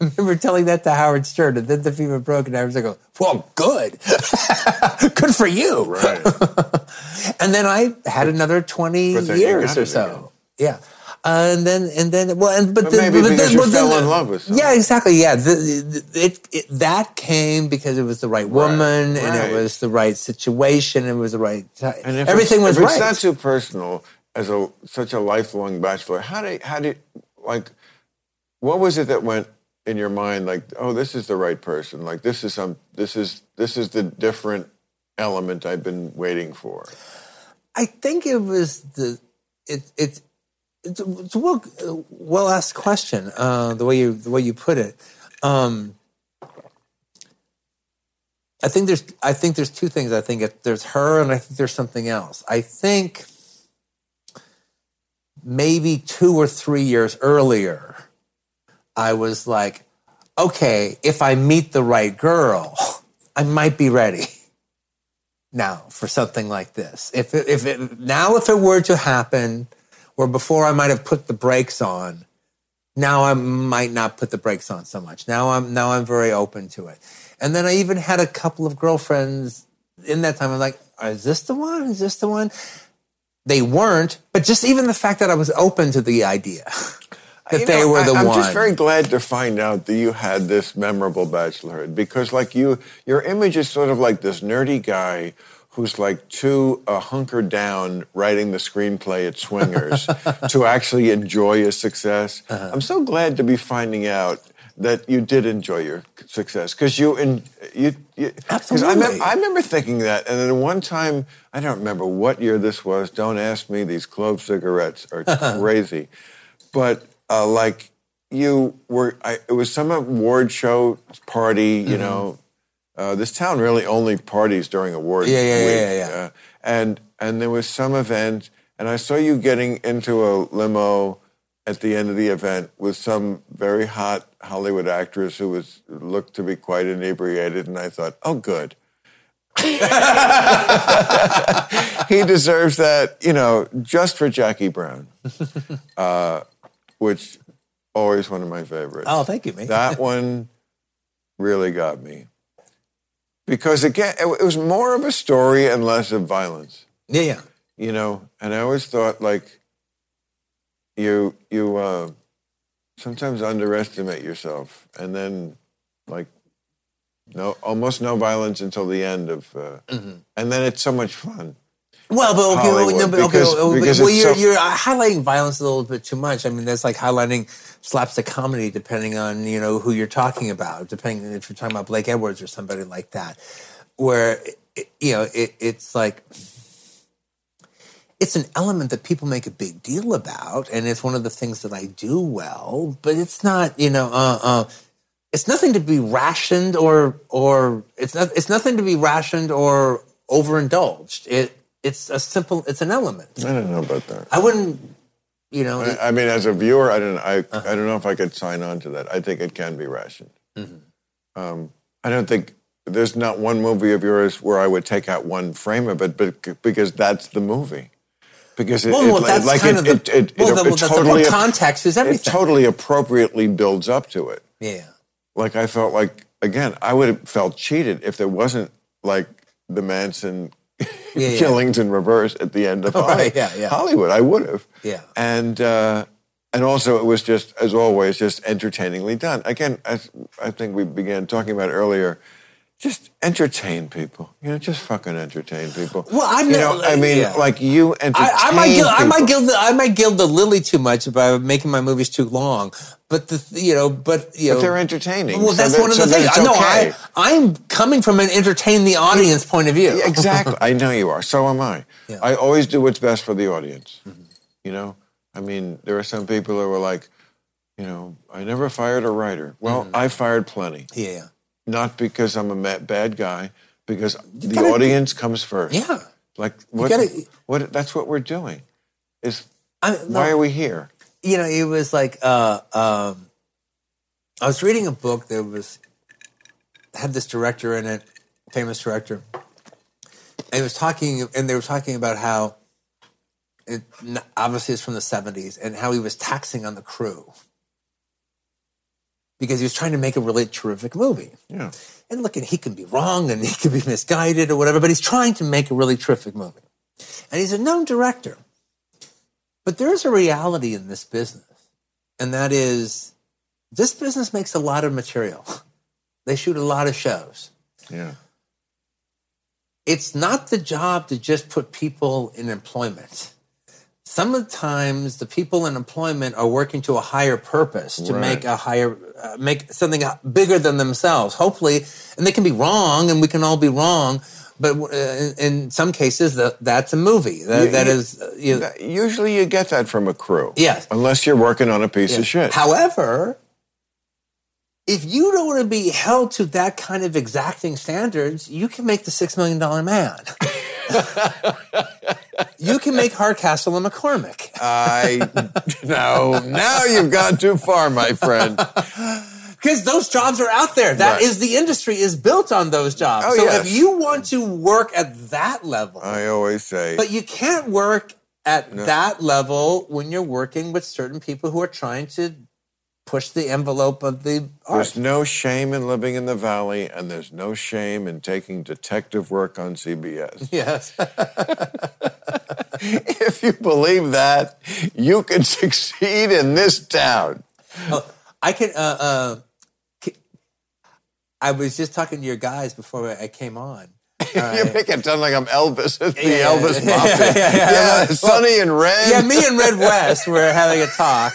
S2: remember telling that to Howard Stern, and then the fever broke, and I was like, well, good. good for you.
S1: Right.
S2: And then I had another 20
S1: But then you
S2: years
S1: got
S2: or
S1: it
S2: so. Yeah. and then, and then, well, and, but,
S1: But
S2: then,
S1: maybe
S2: but
S1: because
S2: then,
S1: you
S2: well, then-
S1: fell in love with someone.
S2: Yeah, exactly. Yeah, The- the- it, it that came because it was the right woman, and
S1: Right.
S2: it was the right situation, and it was the right time.
S1: And if
S2: Everything
S1: it's,
S2: was
S1: if
S2: right.
S1: It's not too personal as a such a lifelong bachelor. How did how did like what was it that went in your mind like oh this is the right person like this is some this is this is the different element I've been waiting for.
S2: I think it was the it it it's, it's a well well asked question. Uh, the way you the way you put it. Um, I think there's I think there's two things. I think it, there's her, and I think there's something else. I think maybe two or three years earlier, I was like, okay, if I meet the right girl, I might be ready now for something like this. If it, if it, now if it were to happen, where before I might have put the brakes on, now I might not put the brakes on so much. Now I'm now I'm very open to it. And then I even had a couple of girlfriends in that time. I'm like, is this the one? Is this the one? They weren't, but just even the fact that I was open to the idea that
S1: You
S2: they
S1: know,
S2: were the
S1: I, I'm
S2: one.
S1: just very glad to find out that you had this memorable bachelorhood because, like you, your image is sort of like this nerdy guy who's like too uh, hunkered down writing the screenplay at Swingers to actually enjoy your success.
S2: Uh-huh.
S1: I'm so glad to be finding out that you did enjoy your success because you and you, you 'cause I,
S2: Absolutely.
S1: mem- I remember thinking that, and then one time I don't remember what year this was. Don't ask me; these clove cigarettes are crazy. But uh, like you were, I, it was some award show party.
S2: Mm-hmm.
S1: You know, uh, this town really only parties during award
S2: Yeah, yeah,
S1: week.
S2: yeah, yeah, yeah.
S1: Uh, and and there was some event, and I saw you getting into a limo at the end of the event with some very hot Hollywood actress who was looked to be quite inebriated, and I thought, oh, good. he deserves that, you know, just for Jackie Brown, uh, which always one of my favorites.
S2: Oh, thank you, mate.
S1: That one really got me. Because again, it it was more of a story and less of violence,
S2: yeah, yeah.
S1: you know. And I always thought like you you uh, sometimes underestimate yourself, and then like no almost no violence until the end of, uh, and then it's so much fun.
S2: Well, but okay, well, no,
S1: Hollywood,
S2: but okay,
S1: because-
S2: well,
S1: because
S2: well,
S1: it's
S2: you're,
S1: so-
S2: you're uh, highlighting violence a little bit too much. I mean, that's like highlighting slapstick comedy, depending on you know who you're talking about, depending if you're talking about Blake Edwards or somebody like that, where it, you know it, it's like it's an element that people make a big deal about, and it's one of the things that I do well. But it's not you know uh, uh, it's nothing to be rationed or or it's not it's nothing to be rationed or overindulged. It it's a simple it's an element.
S1: I don't know about that.
S2: I wouldn't you know it-
S1: I, I mean, as a viewer, I don't. I,
S2: Uh-huh.
S1: I don't know if I could sign on to that. I think it can be rationed.
S2: Mm-hmm.
S1: Um, I don't think there's not one movie of yours where I would take out one frame of it, but because that's the movie. Because it,
S2: well,
S1: it-
S2: well,
S1: like-
S2: that's
S1: like
S2: kind
S1: it,
S2: of
S1: it,
S2: the,
S1: it,
S2: well,
S1: it,
S2: the,
S1: it
S2: well, that's the-
S1: totally,
S2: well, context is
S1: it
S2: everything.
S1: totally appropriately builds up to it.
S2: yeah.
S1: Like I felt like again, I would have felt cheated if there wasn't like the Manson
S2: Yeah, yeah.
S1: killings in reverse at the end of
S2: Right,
S1: Holly-
S2: yeah, yeah.
S1: Hollywood. I would have.
S2: Yeah.
S1: And uh, and also it was just as always just entertainingly done. Again, as I think we began talking about earlier, just entertain people. You know, just fucking entertain people.
S2: Well, I've
S1: you
S2: never-
S1: know, I mean,
S2: yeah.
S1: like you entertain.
S2: I, I might gild, I
S1: people.
S2: might gild the, I might gild the lily too much by making my movies too long. But the you know, but you know,
S1: But they're entertaining.
S2: Well,
S1: so
S2: that's
S1: that-
S2: one of
S1: so
S2: the
S1: that
S2: things.
S1: it's
S2: No,
S1: okay.
S2: I I'm coming from an entertain the audience point of view.
S1: Yeah, exactly. I know you are. So am I.
S2: Yeah. Mm-hmm.
S1: I always do what's best for the audience. You know, I mean, there are some people who are like, you know, I never fired a writer. Well,
S2: Mm-hmm.
S1: I fired plenty,
S2: Yeah.
S1: not because I'm a ma- bad guy, because the
S2: gotta-
S1: audience comes first.
S2: Yeah.
S1: Like what?
S2: gotta-
S1: what? That's what we're doing. Is
S2: I, no,
S1: why are we here?
S2: you know, it was like uh, um, I was reading a book that was had this director in it, famous director, and it was talking, and they were talking about how it n- obviously it's from the seventies, and how he was taxing on the crew because he was trying to make a really terrific movie.
S1: Yeah.
S2: And look, and he can be wrong and he can be misguided or whatever, but he's trying to make a really terrific movie. And he's a known director. But there's a reality in this business, and that is this business makes a lot of material. They shoot a lot of shows.
S1: Yeah.
S2: It's not the job to just put people in employment. Some of the times, the people in employment are working to a higher purpose to
S1: Right.
S2: make a higher, uh, make something bigger than themselves. Hopefully, and they can be wrong, and we can all be wrong. But uh, in, in some cases, that that's a movie. That, that is, uh, you,
S1: That- Usually, you get that from a crew.
S2: Yes.
S1: Unless you're working on a piece of shit.
S2: However, if you don't want to be held to that kind of exacting standards, you can make the six million dollar man. you can make Hardcastle and McCormick.
S1: Uh, I no. Now you've gone too far, my friend.
S2: because those jobs are out there. That
S1: Right.
S2: is the industry is built on those jobs.
S1: Oh,
S2: so
S1: yes. Uh.
S2: if you want to work at that level,
S1: I always say.
S2: but you can't work at that level when you're working with certain people who are trying to push the envelope of the art.
S1: There's no shame in living in the valley, and there's no shame in taking detective work on CBS.
S2: Yes.
S1: if you believe that, you can succeed in this town.
S2: Oh, I can. Uh, uh, ki- I was just talking to your guys before I came on,
S1: you make it sound like I'm Elvis. It's the
S2: Yeah.
S1: Elvis Mafia.
S2: Yeah,
S1: Yeah,
S2: yeah, yeah. Well,
S1: Sonny and Red.
S2: yeah, me and Red West were having a talk.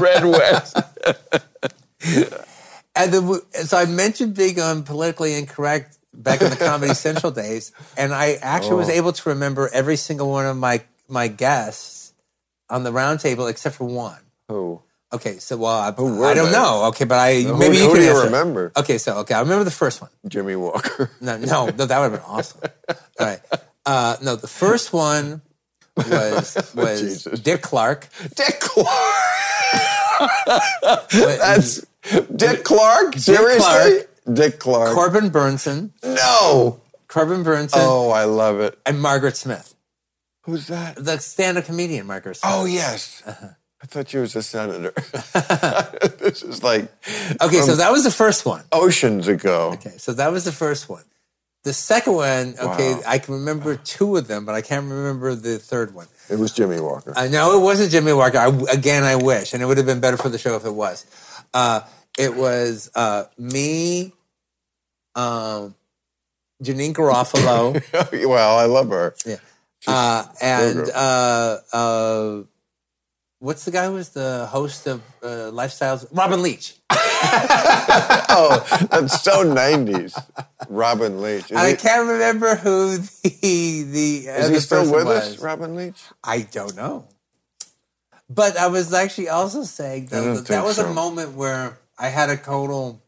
S1: Red West.
S2: And then, we- so I mentioned being on politically incorrect back in the Comedy Central days, and I actually
S1: Oh.
S2: was able to remember every single one of my my guests on the roundtable except for one.
S1: Who?
S2: Okay, so well, I,
S1: were
S2: I don't
S1: they?
S2: know. Okay, but I maybe
S1: who
S2: you
S1: do
S2: can
S1: you
S2: answer.
S1: remember?
S2: Okay, so okay, I remember the first one.
S1: Jimmy Walker.
S2: No, no, no that would have been awesome. All right, uh, no, the first one was was
S1: Oh, Jesus.
S2: Dick Clark.
S1: Dick Clark.
S2: but-
S1: That's Dick Clark. Seriously,
S2: Clark.
S1: Dick Clark.
S2: Corbin Burnson,
S1: no.
S2: Corbin Burnson,
S1: Oh, I love it.
S2: and Margaret Smith,
S1: Who's that?
S2: the stand-up comedian Margaret Smith.
S1: Oh yes. I thought you was a senator. this is like Oh,
S2: Okay, so that was the first one.
S1: oceans ago.
S2: Okay, so that was the first one. The second one, okay,
S1: Wow.
S2: I can remember two of them, but I can't remember the third one.
S1: It was Jimmy Walker.
S2: I know it wasn't Jimmy Walker. I, again, I wish, and it would have been better for the show if it was. Uh, it was uh, me, um, Janine Garofalo,
S1: well, I love her.
S2: uh, and
S1: Burger.
S2: uh, uh, what's the guy who was the host of uh, Lifestyles? Robin Leach.
S1: That's Oh, so nineties. Robin Leach. Is,
S2: I
S1: he,
S2: can't remember who the the
S1: is
S2: other
S1: he still
S2: person
S1: with
S2: was.
S1: us, Robin Leach?
S2: I don't know. But I was actually also saying
S1: I
S2: though
S1: don't
S2: that that
S1: think
S2: was a
S1: so.
S2: moment where I had a total.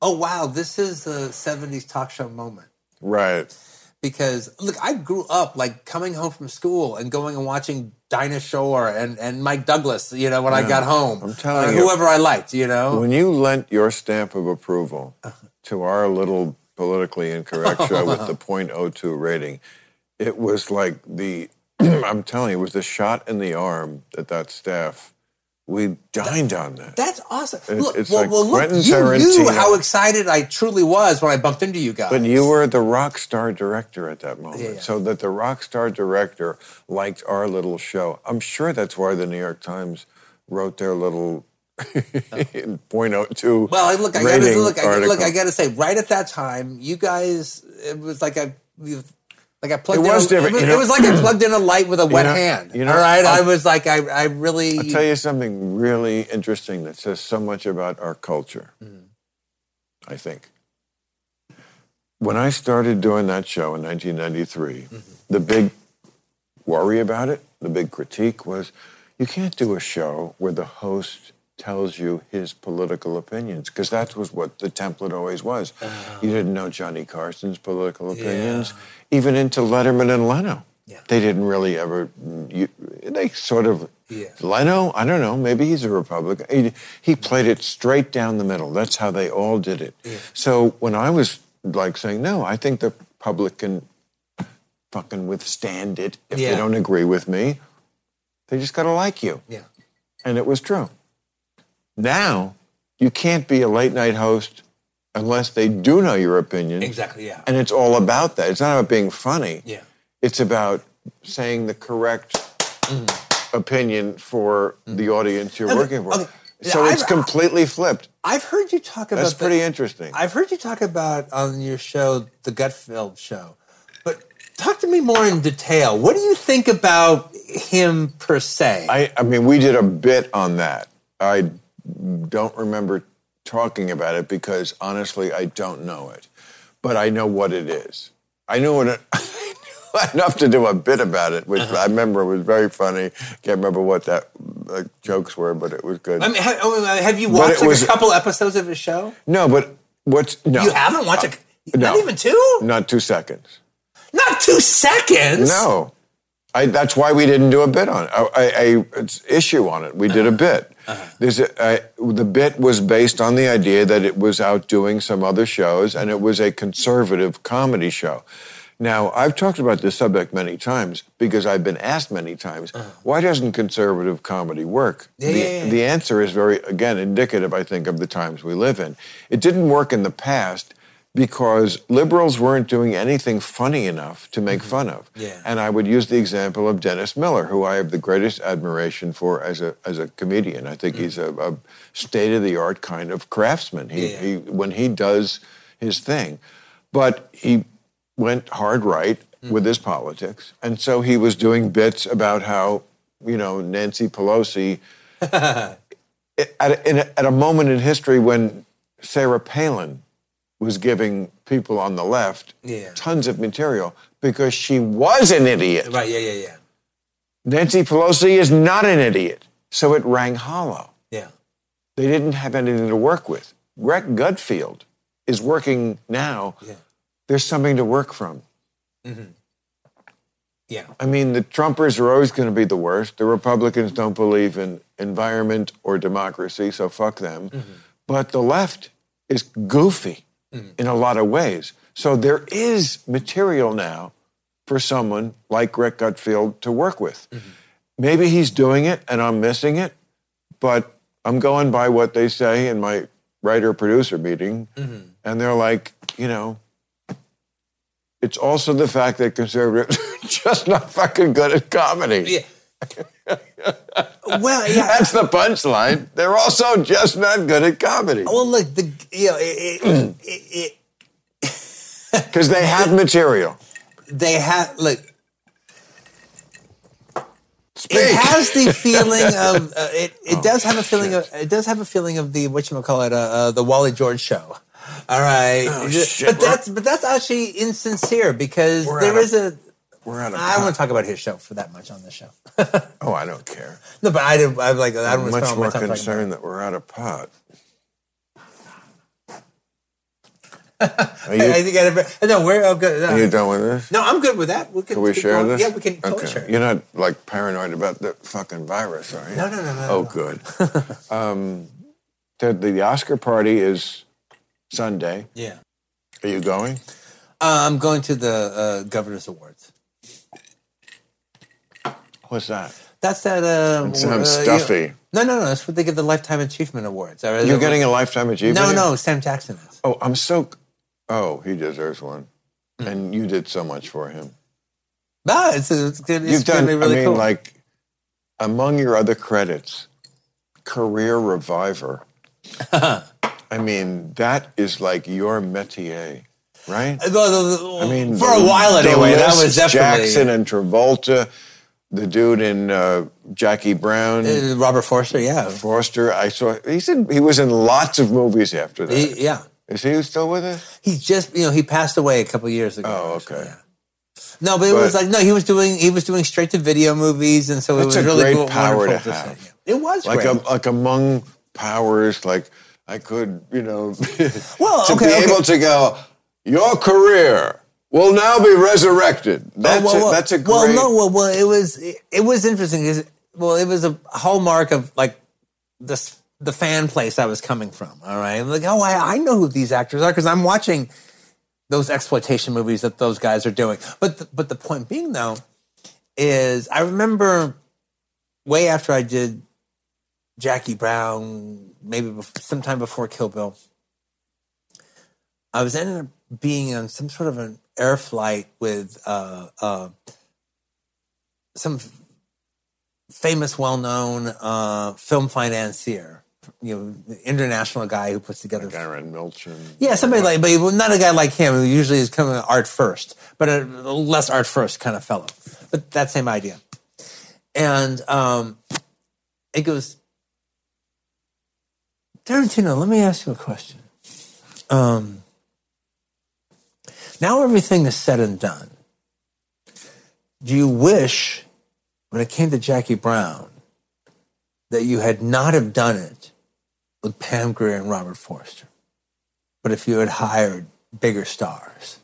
S2: Oh wow! This is the '70s talk show moment
S1: Right.
S2: because look, I grew up like coming home from school and going and watching Dinah Shore and, and Mike Douglas. You know, when I got home,
S1: I'm telling
S2: or
S1: you.
S2: whoever I liked. You know,
S1: When you lent your stamp of approval to our little politically incorrect show with the .02 rating, it was like the I'm telling you, it was the shot in the arm that that staff we dined on that.
S2: that's awesome.
S1: It-
S2: look,
S1: it's
S2: well,
S1: like
S2: well, look,
S1: Quentin
S2: you knew
S1: Tarantino.
S2: how excited I truly was when I bumped into you guys.
S1: But you were the rock star director at that moment,
S2: Yeah, yeah.
S1: so that the rock star director liked our little show. I'm sure that's why the New York Times wrote their little .02.
S2: Oh. Well, I- look, I gotta,
S1: rating
S2: look, I, look,
S1: article.
S2: I gotta say, right at that time, you guys, it was like I, you- like I plugged.
S1: It
S2: in
S1: was
S2: a,
S1: different,
S2: It was,
S1: you
S2: it
S1: know.
S2: was like I plugged in a light with a wet
S1: know-
S2: hand.
S1: you know,
S2: all right, I
S1: I'll-
S2: was like, I, I really.
S1: I'll tell you something really interesting that says so much about our culture,
S2: Mm-hmm.
S1: I think. When I started doing that show in 1993,
S2: Mm-hmm.
S1: the big worry about it, the big critique was you can't do a show where the host tells you his political opinions because that was what the template always was.
S2: Uh-huh.
S1: You didn't know Johnny Carson's political opinions, even into Letterman and Leno.
S2: Yeah.
S1: They didn't really ever. You, they sort of
S2: Yeah.
S1: Leno, I don't know, maybe he's a Republican. He, he played it straight down the middle. That's how they all did it. So when I was like saying, no, I think the public can fucking withstand it if
S2: Yeah.
S1: they don't agree with me, they just gotta like you.
S2: Yeah.
S1: And it was true. Now, you can't be a late night host unless they do know your opinion.
S2: Exactly. Yeah.
S1: And it's all about that. It's not about being funny
S2: Yeah.
S1: it's about saying the correct opinion for the audience you're working for.
S2: Mm. okay.
S1: So
S2: Yeah,
S1: it's
S2: I've-
S1: completely flipped.
S2: I've heard you talk about.
S1: That's
S2: the-
S1: pretty interesting.
S2: I've heard you talk about on your show, the Gutfeld show, but talk to me more in detail. What do you think about him per se?
S1: I, I mean, we did a bit on that. I don't remember talking about it because honestly, I don't know it. But I know what it is. I knew it enough to do a bit about it, which
S2: Uh-huh.
S1: I remember was very funny. Can't remember what that uh, jokes were, but it was good.
S2: I mean, have, have you
S1: But
S2: watched
S1: it
S2: like
S1: was-
S2: a couple episodes of his show?
S1: no, but what's no?
S2: You haven't watched a,
S1: no.
S2: not even two,
S1: Not two seconds.
S2: not two seconds.
S1: No, I, that's why we didn't do a bit on it. I, I, I- it's issue on it. We did a bit.
S2: Uh-huh.
S1: There's a, I, the bit was based on the idea that it was outdoing some other shows, and it was a conservative comedy show. Now, I've talked about this subject many times because I've been asked many times, why doesn't conservative comedy work? the,
S2: Uh-huh. yeah, yeah.
S1: the answer is very, again, indicative, I think, of the times we live in. It didn't work in the past because liberals weren't doing anything funny enough to make fun of.
S2: Mm-hmm. Yeah.
S1: And I would use the example of Dennis Miller, who I have the greatest admiration for as a, as a comedian. I
S2: Mm.
S1: think he's a, a state of the art kind of craftsman. He,
S2: Yeah.
S1: he, when he does his thing, But he went hard right
S2: Mm-hmm.
S1: with his politics. And so he was doing bits about how, you know, Nancy Pelosi, at, a, in a, at a moment in history when Sarah Palin was giving people on the left
S2: Yeah.
S1: tons of material because she was an idiot.
S2: Right. Yeah. Yeah. Yeah.
S1: Nancy Pelosi is not an idiot. So it rang hollow.
S2: Yeah.
S1: They didn't have anything to work with. Greg Gutfield is working now.
S2: Yeah.
S1: There's something to work from.
S2: Yeah.
S1: I mean, the Trumpers are always going to be the worst. The Republicans don't believe in environment or democracy, so fuck them. But the left is goofy in a lot of ways. So there is material now for someone like Greg Gutfield to work with. Maybe he's doing it and I'm missing it, but I'm going by what they say in my writer producer meeting.
S2: Mm-hmm.
S1: And they're like, you know, it's also the fact that conservatives are just not fucking good at comedy.
S2: Yeah. well, yeah.
S1: That's the punchline. They're also just not good at comedy
S2: Well, look, the you know, it, it, it,
S1: because they have material.
S2: it, they have look.
S1: Speak.
S2: It has the feeling of uh, it.
S1: Oh,
S2: It does have a feeling of it does have a feeling of the what you call it uh, uh, the Wally George show. All right,
S1: Oh,
S2: but
S1: shit.
S2: that's but that's actually insincere because
S1: We're
S2: there
S1: out of-
S2: is a.
S1: We're out of
S2: I
S1: time.
S2: won't talk about his show for that much on this show.
S1: Oh, I don't care.
S2: No, but I didn't. I'm like I don't
S1: I'm
S2: want to
S1: much
S2: spend all my
S1: more
S2: time talking about it.
S1: concerned that we're out of pot. Are you,
S2: I think I no, we're oh, good.
S1: are
S2: No,
S1: you done with this?
S2: no, I'm good with that. We can,
S1: Can we
S2: keep
S1: share
S2: going.
S1: this?
S2: Yeah, we can totally
S1: okay.
S2: share. it.
S1: You're not like paranoid about the fucking virus, are you?
S2: No, no, no, no,
S1: Oh,
S2: no.
S1: good. um, the, the Oscar party is Sunday.
S2: Yeah.
S1: Are you going?
S2: Uh, I'm going to the uh, Governor's Awards.
S1: What's that?
S2: That's that. Uh,
S1: It sounds
S2: uh, you-
S1: stuffy.
S2: no, no, no. That's what they give the Lifetime Achievement Awards. Or
S1: You're
S2: the-
S1: getting a lifetime achievement.
S2: No,
S1: here?
S2: no. Sam Jackson is.
S1: Oh, I'm so. Oh, he deserves one.
S2: Hmm.
S1: And you did so much for him.
S2: No, it's, it's, good- it's
S1: You've done.
S2: gonna be really
S1: I mean,
S2: cool.
S1: like, among your other credits, career reviver. I mean, that is like your métier, right?
S2: Uh, well, the- the-
S1: I mean,
S2: for a while
S1: the
S2: anyway, that
S1: list,
S2: was definitely
S1: Jackson and Travolta, the dude in uh, Jackie Brown,
S2: Uh, Robert Forster. Yeah,
S1: Forster. I saw. He's in, He was in lots of movies after that.
S2: He- yeah.
S1: is he still with us?
S2: He just, you know, he passed away a couple years ago.
S1: Oh,
S2: so,
S1: okay.
S2: yeah. No, but it was
S1: But-
S2: like no, he was doing he was doing straight to video movies, and so it
S1: That's
S2: was
S1: a
S2: really
S1: great
S2: cool,
S1: power
S2: wonderful
S1: to
S2: see.
S1: have.
S2: Yeah. It was
S1: like um,
S2: great.
S1: a, like among powers like i could you know
S2: Well,
S1: to
S2: okay,
S1: be
S2: okay.
S1: able to go your career will now be resurrected that's,
S2: Oh, well, well,
S1: a, that's a great
S2: well, no, well, well, it was it, it was interesting. 'cause it- well, it was a hallmark of like this the fan place I was coming from. All right, I'm like, oh, I, I know who these actors are because I'm watching those exploitation movies that those guys are doing. But the, but the point being though is I remember way after I did Jackie Brown, maybe bef- sometime before Kill Bill. I was ended up being on some sort of an air flight with uh, uh, some f- famous, well-known uh, film financier, you know, international guy who puts together.
S1: Aaron Milchin.
S2: Yeah, somebody like, but not a guy like him who usually is kind of art first, but a less art first kind of fellow. But that same idea, and um, it goes, Tarantino. Let me ask you a question. Um, now everything is said and done. Do you wish, when it came to Jackie Brown, that you had not have done it with Pam Grier and Robert Forster? But if you had hired bigger stars,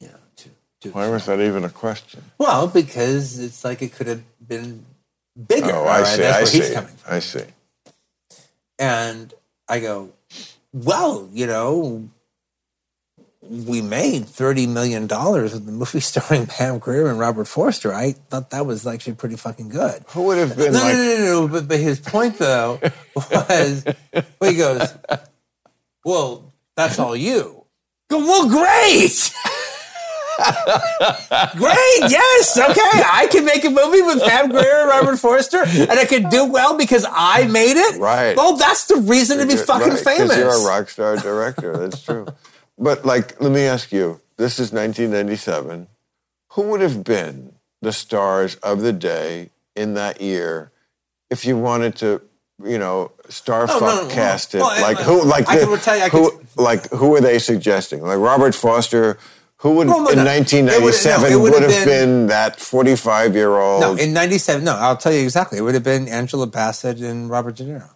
S2: you know, to, to
S1: why was that even a question
S2: well, because it's like it could have been bigger.
S1: oh
S2: all
S1: i
S2: right?
S1: see
S2: That's
S1: i
S2: where
S1: see
S2: he's coming from.
S1: i see
S2: And I go, well, you know, we made thirty million dollars with the movie starring Pam Grier and Robert Forster. I thought that was actually pretty fucking good.
S1: who would have been
S2: No,
S1: like
S2: no, no, no, no. But, but his point, though, was well, he goes, Well, that's all you. Go, well, great. great. Yes. Okay. I can make a movie with Pam Grier and Robert Forster, and I could do well because I made it.
S1: Right.
S2: Well, that's the reason to be
S1: You're-
S2: fucking
S1: right, 'cause
S2: famous.
S1: You're a rock star director. That's true. But like, let me ask you. This is 1997. Who would have been the stars of the day in that year if you wanted to, you know, star
S2: Oh,
S1: fuck
S2: no, no, no.
S1: cast it?
S2: Well, I-
S1: like who? Like
S2: I
S1: the-
S2: could tell you- I
S1: who?
S2: could-
S1: Like who are they suggesting? Like Robert Foster. Who would
S2: Well, no,
S1: in
S2: no. It would- no, it
S1: 1997
S2: would
S1: would
S2: have
S1: have been,
S2: been-
S1: that 45 year old?
S2: No, in 97, no, I'll tell you exactly. It would have been Angela Bassett and Robert De Niro.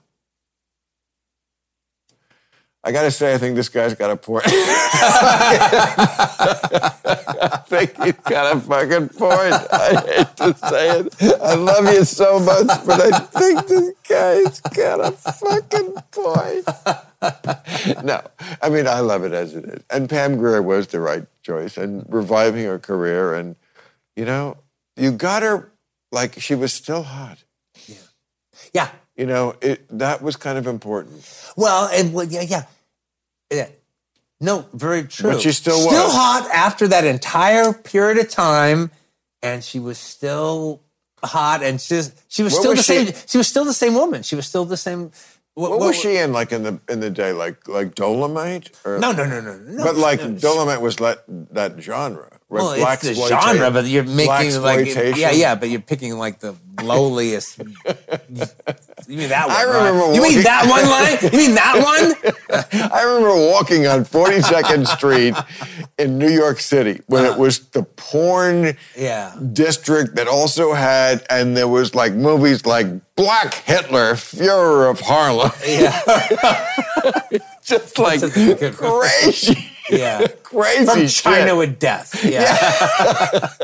S1: I gotta say, I think this guy's got a point. I think he's got a fucking point. I hate to say it. I love you so much, but I think this guy's got a fucking point. No, I mean, I love it as it is. And Pam Grier was the right choice and reviving her career. And, you know, you got her like she was still hot.
S2: Yeah.
S1: You know, it, that was kind of important.
S2: Well, and well, yeah, yeah. Yeah. No, very true.
S1: But she still
S2: Still
S1: was.
S2: hot after that entire period of time, and she was still hot, and she was, she was
S1: What
S2: still
S1: was
S2: the
S1: she-
S2: same. She? was still the same woman. She was still the same.
S1: What, was she in like in the in the day like like Dolomite or
S2: No, no, no, no, no.
S1: but like
S2: no,
S1: Dolomite was that that genre right?
S2: Well, it's the genre, but you're making like
S1: Blaxploitation.
S2: yeah, yeah, but you're picking like the lowliest. you mean that one?
S1: I
S2: right?
S1: remember
S2: You
S1: walking-
S2: mean that one line? You mean that one?
S1: I remember walking on 42nd Street in New York City when
S2: Uh-huh.
S1: it was the porn
S2: Yeah.
S1: district that also had, and there was like movies like Black Hitler, Fuhrer of Harlem.
S2: Yeah.
S1: Just like
S2: That's a good one.
S1: crazy,
S2: Yeah.
S1: crazy
S2: From
S1: shit.
S2: China with death. Yeah.
S1: yeah.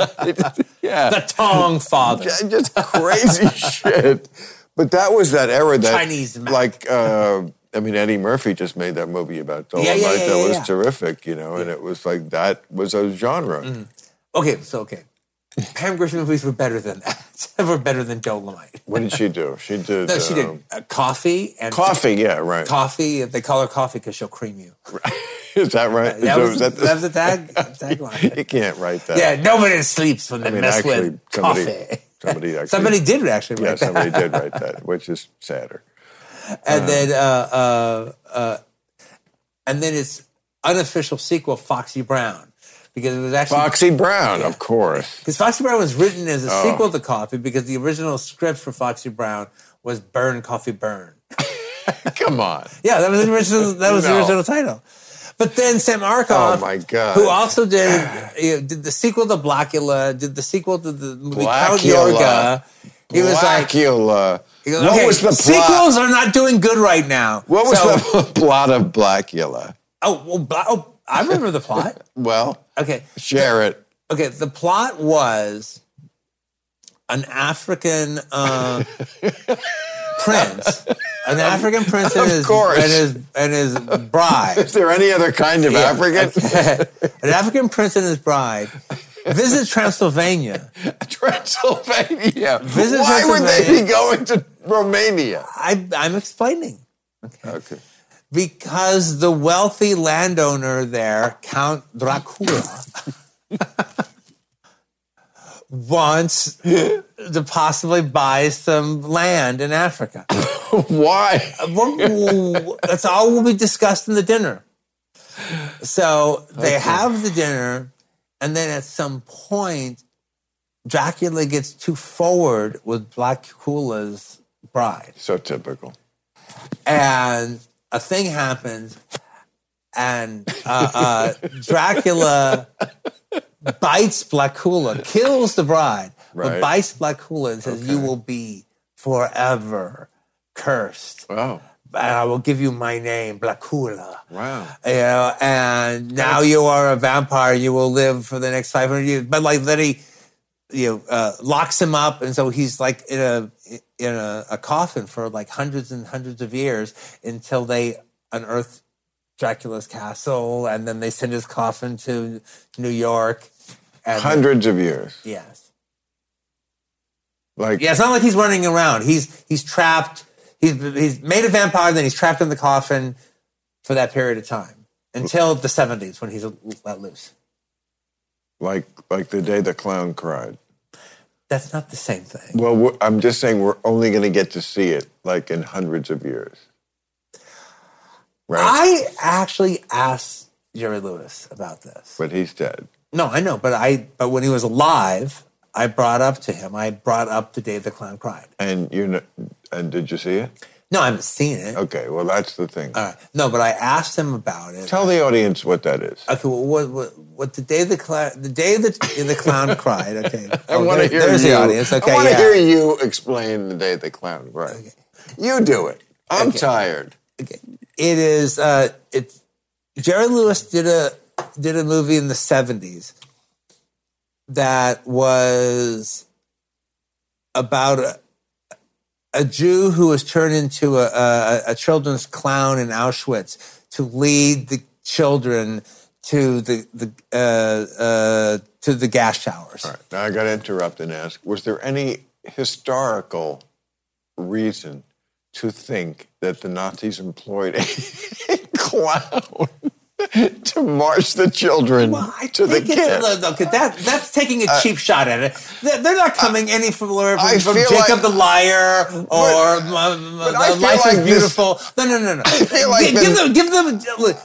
S2: The Tong Father.
S1: Yeah, just crazy shit. But that was that era that
S2: Chinese Mac.
S1: like uh, I mean Eddie Murphy just made that movie about Dolomite
S2: yeah, yeah,
S1: that
S2: yeah,
S1: was
S2: yeah.
S1: terrific, you know, and it was like that was a genre.
S2: Mm-hmm. Okay, so okay. Pam Grier's movies were better than that. they were better than Dolomite.
S1: What did she do? She did
S2: No, she did
S1: um,
S2: uh, Coffee and
S1: coffee, yeah, right.
S2: Coffee. They call her Coffee because she'll cream you.
S1: Is that right? Is
S2: That
S1: that-
S2: was
S1: is that
S2: that,
S1: the-
S2: was the tag tagline.
S1: you can't write that.
S2: Yeah, nobody sleeps when they
S1: I mean,
S2: mess
S1: actually,
S2: with
S1: somebody,
S2: coffee.
S1: somebody actually,
S2: Somebody did actually
S1: yeah,
S2: write that.
S1: somebody did write that, which is sadder.
S2: And then, uh, uh, uh, and then its unofficial sequel, Foxy Brown, because it was actually
S1: Foxy Brown, of course.
S2: because Foxy Brown was written as
S1: Oh.
S2: a sequel to Coffee because the original script for Foxy Brown was Burn Coffee Burn.
S1: Come on.
S2: Yeah, that was the original. That was
S1: No.
S2: the original title. But then Sam Arkoff,
S1: Oh, my God.
S2: who also did uh, did the sequel to Blackula, did the sequel to the movie Count
S1: Blackula.
S2: Yorga. He was like,
S1: Blackula.
S2: he goes,
S1: what
S2: "Okay,
S1: was the plot?
S2: sequels are not doing good right now.
S1: What was
S2: So-
S1: the plot of Blackula?
S2: Oh, well, Bla- oh, I remember the plot.
S1: Well,
S2: Okay,
S1: share it.
S2: okay. The plot was an African uh, prince, an African prince, and
S1: Of
S2: his
S1: course.
S2: and his and his bride.
S1: Is there any other kind of African?
S2: an African prince and his bride visit Transylvania.
S1: Transylvania.
S2: Visit
S1: Why would they
S2: Transylvania.
S1: be going to Romania?
S2: I, I'm explaining.
S1: Okay.
S2: Because the wealthy landowner there, Count Dracula, wants to possibly buy some land in Africa.
S1: Why?
S2: We'll- that's all will be discussed in the dinner. So they have the dinner, and then at some point, Dracula gets too forward with Blackula's bride,
S1: So typical.
S2: and a thing happens, and uh, uh, Dracula bites Blackula, kills the bride,
S1: Right.
S2: but bites Blackula and says, "You will be forever cursed."
S1: Wow.
S2: and I will give you my name, Blacula.
S1: Wow.
S2: You know, and now you are a vampire. You will live for the next 500 years. But like then he, you know, uh, locks him up, and so he's like in a in a, a coffin for like hundreds and hundreds of years until they unearth Dracula's castle, and then they send his coffin to New York. And
S1: Hundreds of years.
S2: yes,
S1: Like
S2: yeah. It's not like he's running around. He's he's trapped. He's he's made a vampire. Then he's trapped in the coffin for that period of time until the seventies when he's let loose.
S1: like like the day the clown cried.
S2: That's not the same thing.
S1: Well, we're- I'm just saying we're only going to get to see it like in hundreds of years. Right?
S2: I actually asked Jerry Lewis about this.
S1: But he's dead.
S2: No, I know, but I but when he was alive, I brought up to him. I brought up the day the clown cried.
S1: And you know, and did you see it?
S2: No, I haven't seen it.
S1: Okay, well that's the thing.
S2: All right. No, but I asked him about it.
S1: Tell the audience what that is.
S2: Okay, well, what, what, what the day the clown, the day that the clown cried. Okay, Oh,
S1: wanna
S2: there- there's
S1: you-
S2: the audience. Okay,
S1: I want to
S2: yeah.
S1: hear you explain the day the clown. Right. You do it. I'm tired.
S2: It is. Uh, it's Jerry Lewis did a did a movie in the seventies that was about a, a Jew who was turned into a, a, a children's clown in Auschwitz to lead the children to the the uh, uh, to the gas showers.
S1: All right, Now I got to interrupt and ask: Was there any historical reason to think that the Nazis employed a clown to march the children
S2: Well, I
S1: to the
S2: think it's
S1: camp?
S2: look, look, that that's taking a cheap shot at it. They're, they're not coming any from,
S1: I
S2: from, from
S1: feel
S2: Jacob
S1: like-
S2: the Liar or uh,
S1: I
S2: uh,
S1: feel
S2: Life
S1: like this-
S2: is Beautiful. no, no, no, no.
S1: feel like
S2: Gi- give,
S1: this-
S2: them, give them. Look,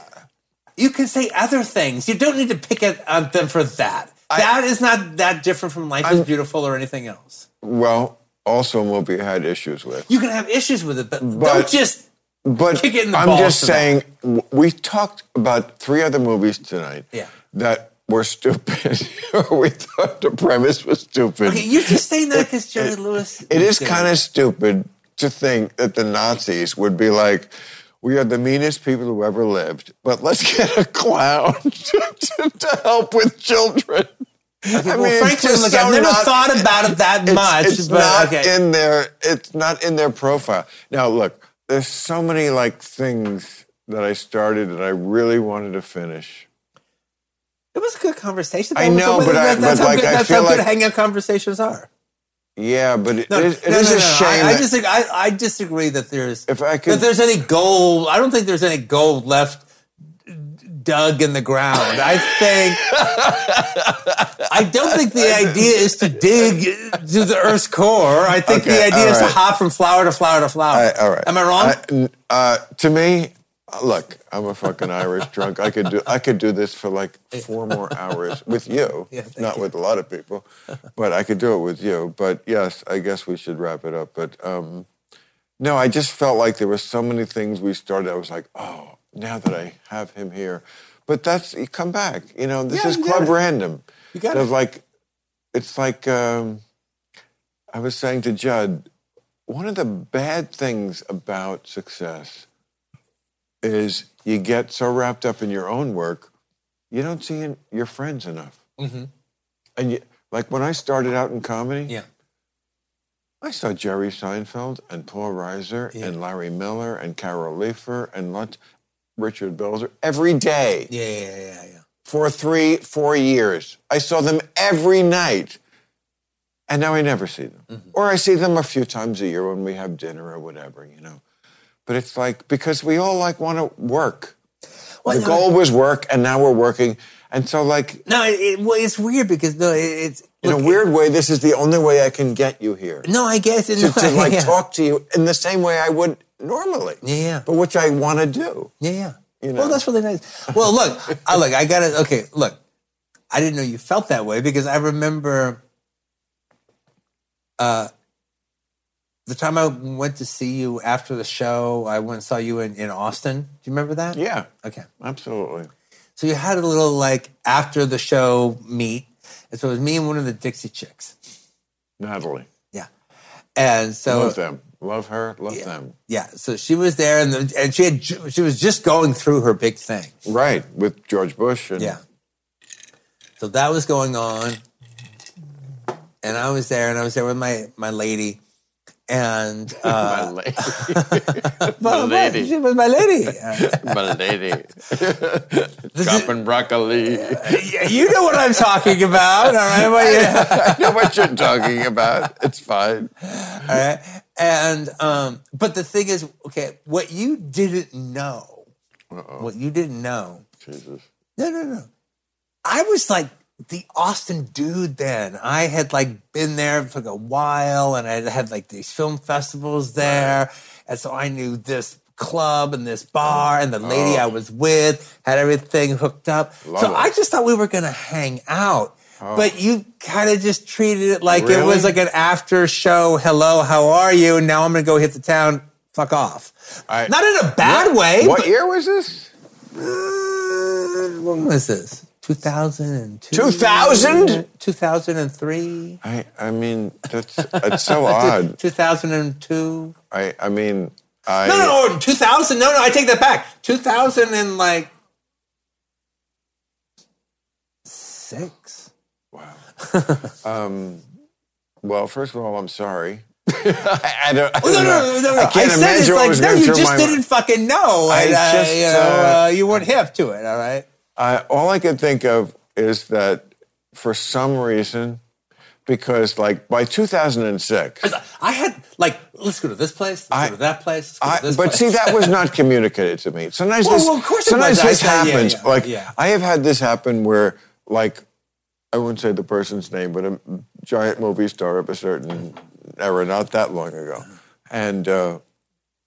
S2: you can say other things. You don't need to pick at on them for that. that is not that different from Life is Beautiful or anything else.
S1: well, also a movie I had issues with.
S2: You can have issues with it, but,
S1: But-
S2: don't just.
S1: But
S2: Kick it in the
S1: I'm
S2: balls
S1: just
S2: for that.
S1: saying, w we talked about three other movies tonight
S2: Yeah.
S1: that were stupid, or we thought the premise was stupid.
S2: Okay, you're just saying that because Jerry Lewis.
S1: It is kind of stupid to think that the Nazis would be like, we are the meanest people who ever lived, but let's get a clown to, to, to help with children. I
S2: well, frankly, look, I've never thought about it that
S1: it's,
S2: much.
S1: It's
S2: but,
S1: not
S2: okay.
S1: in their. It's not in their profile. Now, look, there's so many like things that I started that I really wanted to finish.
S2: It was a good conversation.
S1: I
S2: That was-
S1: know,
S2: that-
S1: but I-
S2: that- that's
S1: but
S2: how
S1: like,
S2: good,
S1: I
S2: that's
S1: feel
S2: how
S1: like-
S2: good hangout conversations are.
S1: Yeah, but it is
S2: No,
S1: it is
S2: no, no,
S1: a
S2: no, no.
S1: shame.
S2: I, I
S1: that-
S2: disagree. I, I disagree that there's
S1: If I could-
S2: that there's any gold. I don't think there's any gold left dug in the ground. I think I don't think the idea is to dig to the Earth's core. I think
S1: Okay,
S2: the idea is to
S1: all right.
S2: hop from flower to flower to flower.
S1: I- all right.
S2: Am I wrong?
S1: I- uh, to me, look, I'm a fucking Irish drunk. I could do I could do this for like four more hours with you,
S2: Yeah, thank
S1: not with a lot of people, but I could do it with you. But yes, I guess we should wrap it up. But um, no, I just felt like there were so many things we started. I was like, oh, now that I have him here, but that's you come back. You know, this
S2: Yeah,
S1: is
S2: you got
S1: club
S2: it.
S1: random.
S2: You got
S1: There's
S2: it.
S1: like, it's like. Um, I was saying to Judd, one of the bad things about success is you get so wrapped up in your own work, you don't see in- your friends enough. And you, like when I started out in comedy,
S2: Mm-hmm. yeah.
S1: I saw Jerry Seinfeld and Paul Reiser and Larry Miller and Carol Leifer and lot, Richard Belzer every day
S2: Yeah, yeah, yeah, yeah, yeah.
S1: for three, four years. I saw them every night. And now I never see them.
S2: Mm-hmm.
S1: Or I see them a few times a year when we have dinner or whatever, you know. But it's like, because we all like want to work.
S2: Well,
S1: the
S2: no,
S1: goal was work, and now we're working. And so, like,
S2: No, it, it, well, it's weird because no, it, it's
S1: in a
S2: look,
S1: weird way, this is the only way I can get you here.
S2: No, I guess it,
S1: To, to, like
S2: yeah.
S1: talk to you in the same way I would normally.
S2: Yeah, yeah.
S1: But which I want to do.
S2: Yeah, yeah.
S1: You know.
S2: Well, that's really nice. Well, look, I look, I got to Okay, look, I didn't know you felt that way because I remember uh, the time I went to see you after the show. I went and saw you in, in Austin. Do you remember that?
S1: Yeah,
S2: Okay.
S1: absolutely.
S2: So you had a little like after the show meet, and so it was me and one of the Dixie Chicks.
S1: Natalie.
S2: Yeah. And so
S1: Love them. Love her. Love them.
S2: Yeah, so she was there, and the, and she had ju- she was just going through her big thing.
S1: Right. With George Bush and
S2: Yeah. So that was going on, and I was there, and I was there with my my lady, and
S1: my
S2: uh,
S1: lady.
S2: my
S1: lady.
S2: she was my lady. Uh,
S1: my lady.
S2: this is-
S1: Chopping broccoli.
S2: yeah, you know what I'm talking about, all right? Well, yeah.
S1: I know what you're talking about. It's fine.
S2: All right. And um, but the thing is, okay, what you didn't know, what you didn't know
S1: Jesus.
S2: No, no, no. I was like the Austin dude then. I had like been there for a while and I had like these film festivals there. And so I knew this club and this bar, and the lady I was with had everything hooked up. so
S1: Oh. it. Oh.
S2: I just thought we were going to hang out. But you kind of just treated it like it
S1: Really?
S2: was like an after show. Hello, how are you? Now I'm going to go hit the town. Fuck off.
S1: I-
S2: Not in a bad way.
S1: What
S2: but-
S1: year was this?
S2: Uh, when was this? 2002.
S1: 2000?
S2: 2003.
S1: I, I mean, that's it's so odd.
S2: 2002.
S1: I, I mean, I
S2: No, no, no, 2000. No, no, I take that back. 2000 and like six.
S1: well, first of all, I'm sorry. I, I don't. I,
S2: Oh, No,
S1: don't
S2: no,
S1: know.
S2: no, no.
S1: I can't
S2: said it's
S1: imagine what
S2: like,
S1: was
S2: no,
S1: going
S2: you
S1: through
S2: just
S1: my
S2: didn't fucking know.
S1: I
S2: And, uh,
S1: just,
S2: you,
S1: uh,
S2: know, uh, you weren't hip to it, all right?
S1: I, all I could think of is that for some reason, because like by 2006,
S2: I had, like, let's go to this place, let's
S1: I-
S2: go to that place, let's go
S1: I,
S2: to this
S1: but
S2: place.
S1: see, that was not communicated to me. Sometimes
S2: Well,
S1: this,
S2: well, of course it
S1: sometimes
S2: wasn't. I
S1: this
S2: said, yeah,
S1: happens.
S2: yeah,
S1: like
S2: yeah.
S1: I have had this happen where, like, I wouldn't say the person's name, but a giant movie star of a certain era, not that long ago, and uh,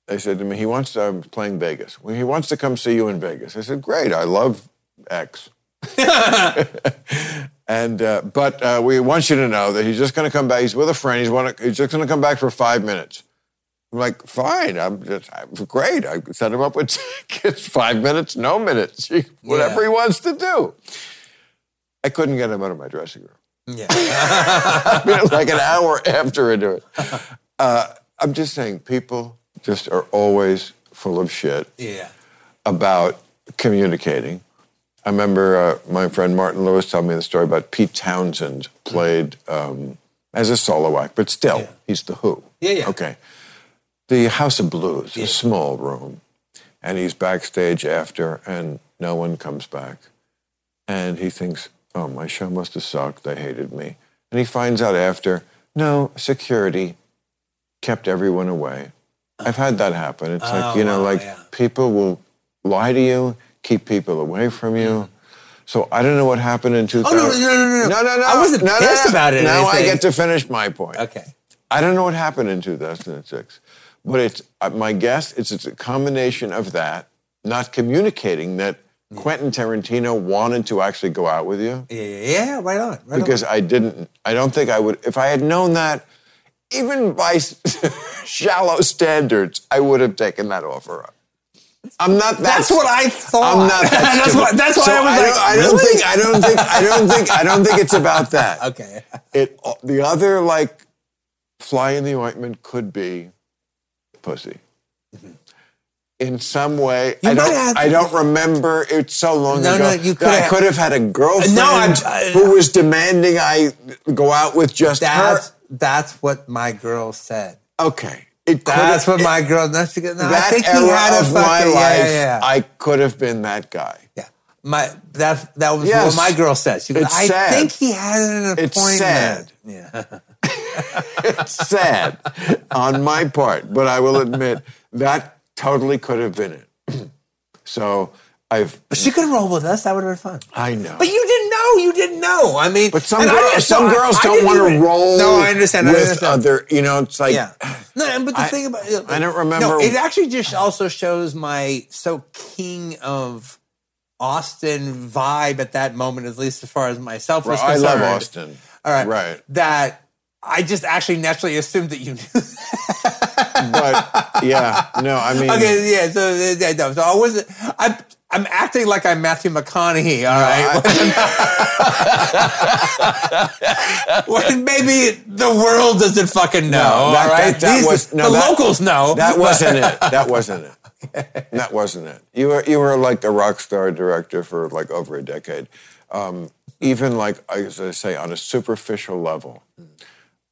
S1: they said to me, "He wants to." I'm playing Vegas. Well, he wants to come see you in Vegas. I said, "Great, I love X." And uh, but uh, we want you to know that he's just going to come back. He's with a friend. He's, wanna, he's just going to come back for five minutes. I'm like, fine. I'm just I'm great. I set him up with tickets. Five minutes, no minutes, whatever
S2: Yeah.
S1: he wants to do. I couldn't get him out of my dressing room.
S2: yeah.
S1: I mean, it was like an hour after I do it. Uh, I'm just saying, people just are always full of shit
S2: yeah.
S1: about communicating. I remember uh, my friend Martin Lewis telling me the story about Pete Townsend played um, as a solo act, but still, he's the Who.
S2: Yeah, yeah.
S1: Okay. The House of Blues, a small room, and he's backstage after, and no one comes back. And he thinks, oh, my show must have sucked. They hated me. And he finds out after, no, security kept everyone away. I've had that happen. It's like, you know, like
S2: Oh, yeah.
S1: people will lie to you, keep people away from you. So I don't know what happened in 2000.
S2: Oh, no, no, no, no, no.
S1: No, no, no.
S2: I wasn't
S1: no, no,
S2: pissed
S1: no.
S2: about it or
S1: Now I
S2: anything.
S1: get to finish my point.
S2: Okay.
S1: I don't know what happened in 2006, but it's uh, my guess is it's a combination of that, not communicating that Quentin Tarantino wanted to actually go out with you
S2: Yeah, yeah, yeah, right on. Right on.
S1: because I didn't. I don't think I would. If I had known that, even by shallow standards, I would have taken that offer up. I'm not. That
S2: That's what I thought.
S1: I'm not. That
S2: That's
S1: stupid.
S2: why- that's why
S1: So
S2: I was
S1: don't-
S2: like,
S1: I don't
S2: really?
S1: think. I don't think. I don't think. I don't think it's about that.
S2: Okay.
S1: It. The other like fly in the ointment could be pussy. In some way,
S2: Mm-hmm. You
S1: I
S2: might
S1: don't.
S2: have-
S1: I don't remember. It's so long
S2: No,
S1: ago.
S2: no, you
S1: that
S2: could
S1: I
S2: have-
S1: could have had a girlfriend
S2: I-
S1: who was demanding I go out with just
S2: That's
S1: her.
S2: that's what my girl said.
S1: Okay, it could
S2: That's
S1: have-
S2: what my girl. That's she goes, no, I
S1: that
S2: think
S1: era
S2: you had a
S1: of my
S2: fucking
S1: life.
S2: yeah, yeah, yeah.
S1: I could have been that guy.
S2: yeah. My that that was
S1: Yes.
S2: what my girl said. She goes,
S1: It's
S2: I
S1: sad.
S2: think he had an appointment.
S1: It's sad.
S2: Yeah.
S1: sad on my part, but I will admit that totally could have been it. so I've,
S2: But she could roll with us. That would have been fun.
S1: I know.
S2: But you didn't know. You didn't know. I mean,
S1: But some,
S2: and I
S1: girl,
S2: didn't
S1: some
S2: know.
S1: girls
S2: I
S1: don't
S2: didn't
S1: want to
S2: even-
S1: roll
S2: No, I understand. I
S1: with
S2: understand.
S1: other, you know, it's like,
S2: yeah. No, and- but the
S1: I-
S2: thing about
S1: I don't remember-
S2: No, it actually just also shows my so king of Austin vibe at that moment, at least as far as myself was
S1: I
S2: concerned.
S1: love Austin.
S2: All right,
S1: Right.
S2: That I just actually naturally assumed that you knew.
S1: But yeah, no, I mean,
S2: okay, yeah. So, yeah, no, so I wasn't. I'm I'm acting like I'm Matthew McConaughey. All right. when maybe the world doesn't fucking know.
S1: No, that-
S2: all right,
S1: that- that
S2: These-
S1: was- no,
S2: the
S1: that-
S2: locals know.
S1: that wasn't it. That wasn't it. That wasn't it. You were you were like a rock star director for like over a decade. Um, even like as I say, on a superficial level,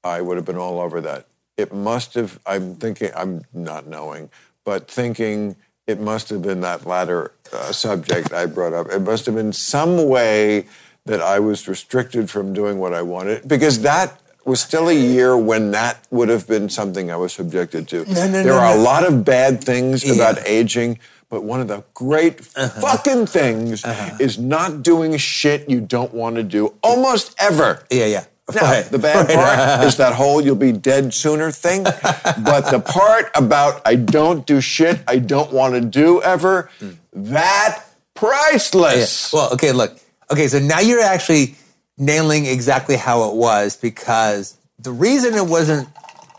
S1: I would have been all over that. It must have. I'm thinking. I'm not knowing, but thinking it must have been that latter uh, subject I brought up. It must have been some way that I was restricted from doing what I wanted because that. Was still a year when that would have been something I was subjected to.
S2: No, no,
S1: there
S2: no,
S1: are a
S2: no.
S1: lot of bad things about aging, but one of the great
S2: Uh-huh.
S1: fucking things is not doing shit you don't want to do almost ever.
S2: Yeah, yeah. Right.
S1: The bad part is that whole "you'll be dead sooner" thing. but the part about "I don't do shit I don't want to do ever," that
S2: Yeah.
S1: priceless.
S2: Well, okay, look. Okay, so now you're actually nailing exactly how it was because the reason it wasn't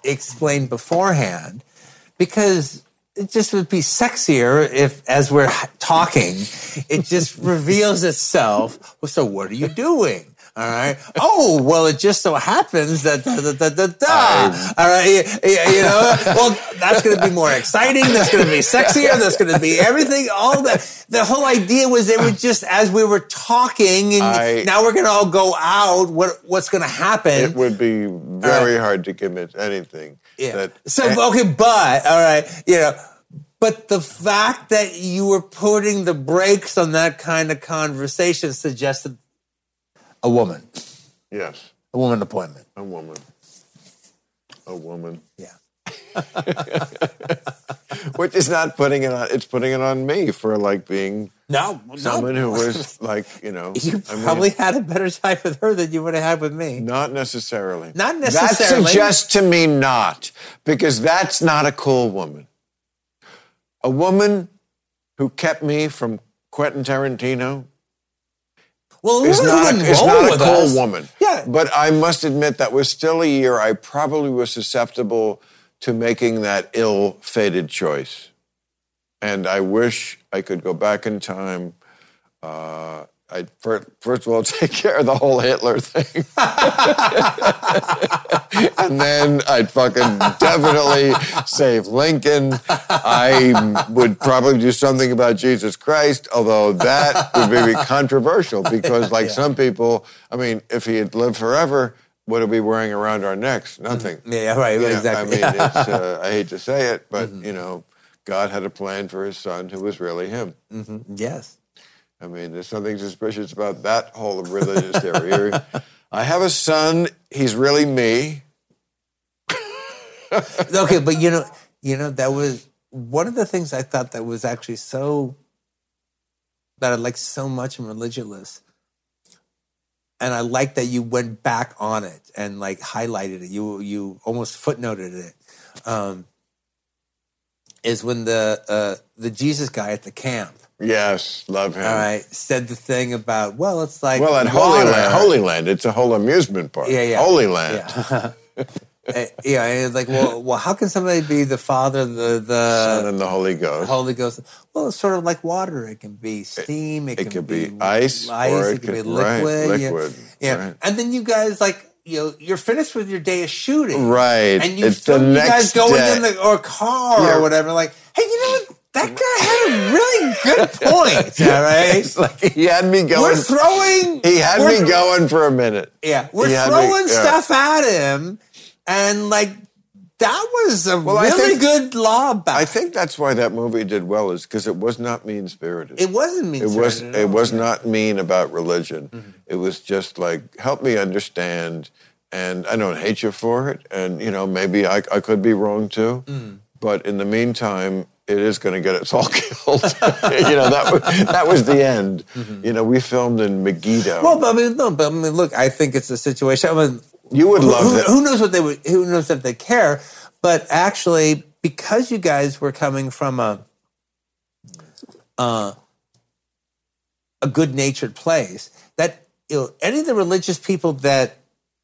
S2: explained beforehand, because it just would be sexier if, as we're talking, it just reveals itself. Well, so what are you doing? All right. Oh, well, it just so happens that da da da da da. All right. You, you know, well, that's going to be more exciting. That's going to be sexier. That's going to be everything. All that. The whole idea was it was just as we were talking, and
S1: I-
S2: now we're going to all go out. What What's going to happen?
S1: It would be very hard to commit anything.
S2: uh, Yeah.
S1: That,
S2: so okay, but all right, you know, but the fact that you were putting the brakes on that kind of conversation suggested a woman,
S1: yes,
S2: a woman appointment.
S1: a woman. A woman.
S2: Yeah.
S1: Which is not putting it on. It's putting it on me for like being
S2: No, no.
S1: someone who was like you know.
S2: you
S1: I mean,
S2: probably had a better time with her than you would have had with me.
S1: Not necessarily.
S2: Not necessarily.
S1: That suggests to me not, because that's not a cool woman. A woman who kept me from Quentin Tarantino
S2: Well,
S1: is
S2: women
S1: not, a,
S2: wouldn't
S1: is
S2: roll
S1: not a
S2: with
S1: cool
S2: us.
S1: woman.
S2: Yeah.
S1: But I must admit that was still a year I probably was susceptible to making that ill fated choice. And I wish I could go back in time. Uh, I'd first, first of all take care of the whole Hitler thing. and then I'd fucking definitely save Lincoln. I would probably do something about Jesus Christ, although that would be controversial because, like some people, I mean, if he had lived forever, what are we wearing around our necks? Nothing.
S2: Mm-hmm. Yeah, right,
S1: You know,
S2: exactly. Mm-hmm.
S1: I mean, it's, uh, I hate to say it, but you know, God had a plan for His Son, who was really Him.
S2: Yes.
S1: I mean, there's something suspicious about that whole religious theory. I have a son; he's really me.
S2: okay, but you know, you know, that was one of the things I thought that was actually so that I liked so much in religious. And I like that you went back on it and like highlighted it. You you almost footnoted it. Um, is when the uh, the Jesus guy at the camp,
S1: Yes, love him.
S2: all right, said the thing about well, it's like
S1: Well, at Holy
S2: water.
S1: Land, Holy Land, it's a whole amusement park.
S2: uh, Yeah, yeah.
S1: Holy Land.
S2: yeah. Uh, yeah, and it's like, well, well, how can somebody be the father, the the
S1: Son and the Holy Ghost.
S2: Holy Ghost. Well, it's sort of like water. It can be steam. It,
S1: it
S2: can,
S1: could
S2: be,
S1: be ice, or it
S2: it can be
S1: could- right,
S2: liquid. yeah.
S1: liquid,
S2: Yeah.
S1: right.
S2: And then you guys like you know you're finished with your day of shooting,
S1: Right.
S2: And you,
S1: It's
S2: film,
S1: the
S2: you
S1: next
S2: guys going
S1: day.
S2: in the or car
S1: Yeah.
S2: or whatever. Like, hey, you know what? That guy had a really good point. All right.
S1: It's like he had me going.
S2: We're throwing.
S1: he had
S2: we're-
S1: me going for a minute.
S2: Yeah, we're
S1: He had me-
S2: throwing
S1: yeah.
S2: stuff at him, and like that was a
S1: I
S2: really
S1: think-
S2: good law back.
S1: I think that's why that movie did well, is because it was not mean spirited.
S2: it wasn't mean.
S1: It was.
S2: spirited at
S1: It
S2: all.
S1: was not mean about religion.
S2: Mm-hmm.
S1: It was just like help me understand, and I don't hate you for it. And you know, maybe I, I could be wrong too.
S2: Mm.
S1: But in the meantime, it is going to get us all killed. you know, that was, that was the end. You know, we filmed in Megiddo.
S2: Mm-hmm. Well, but I mean, no, but I mean, look, I think it's a situation. I mean,
S1: you would
S2: who,
S1: love
S2: who,
S1: that.
S2: who knows what they would? Who knows if they care? But actually, because you guys were coming from a uh, a good-natured place, that you know, any of the religious people that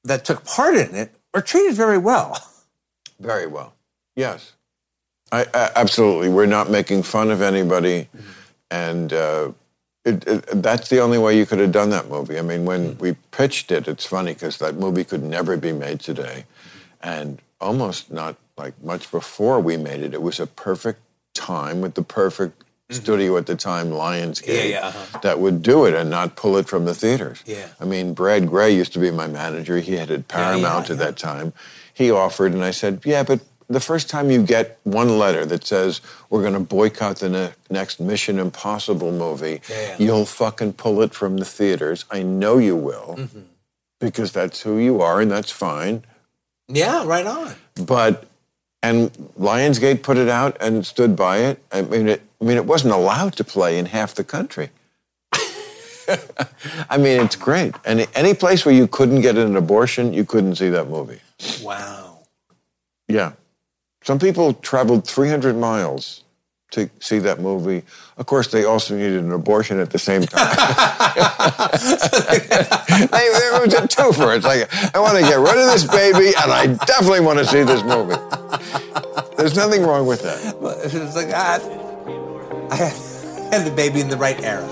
S2: that took part in it were treated very well.
S1: Very well. Yes. I, I, absolutely. We're not making fun of anybody. And uh, it, it, that's the only way you could have done that movie. I mean, when we pitched it, it's funny because that movie could never be made today. And almost not like much before we made it, it was a perfect time with the perfect studio at the time, Lionsgate,
S2: Mm-hmm. yeah, uh-huh.
S1: that would do it and not pull it from the theaters.
S2: Yeah.
S1: I mean, Brad Gray used to be my manager. He headed Paramount at that time. He offered, and I said, "Yeah, but the first time you get one letter that says we're going to boycott the ne- next Mission Impossible movie,
S2: yeah.
S1: you'll fucking pull it from the theaters. I know you will, because that's who you are, and that's fine.
S2: Yeah, right on.
S1: But and Lionsgate put it out and stood by it. I mean, it. I mean, it wasn't allowed to play in half the country." I mean, it's great. Any any place where you couldn't get an abortion, you couldn't see that movie.
S2: Wow.
S1: Yeah. Some people traveled 300 miles to see that movie. Of course, they also needed an abortion at the same time. I, it was a twofer. It's like, I want to get rid of this baby, and I definitely want to see this movie. There's nothing wrong with that.
S2: Well, It was like, ah, I had the baby in the right era.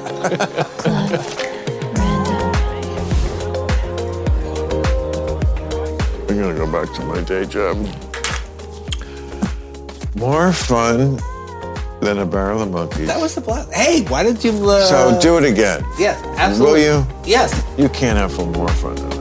S1: I'm going to go back to my day job. More fun than a barrel of monkeys.
S2: That was the plot. Hey, why did you? Uh,
S1: So do it again.
S2: Yes, absolutely.
S1: Will you?
S2: Yes.
S1: You can't have more fun than that.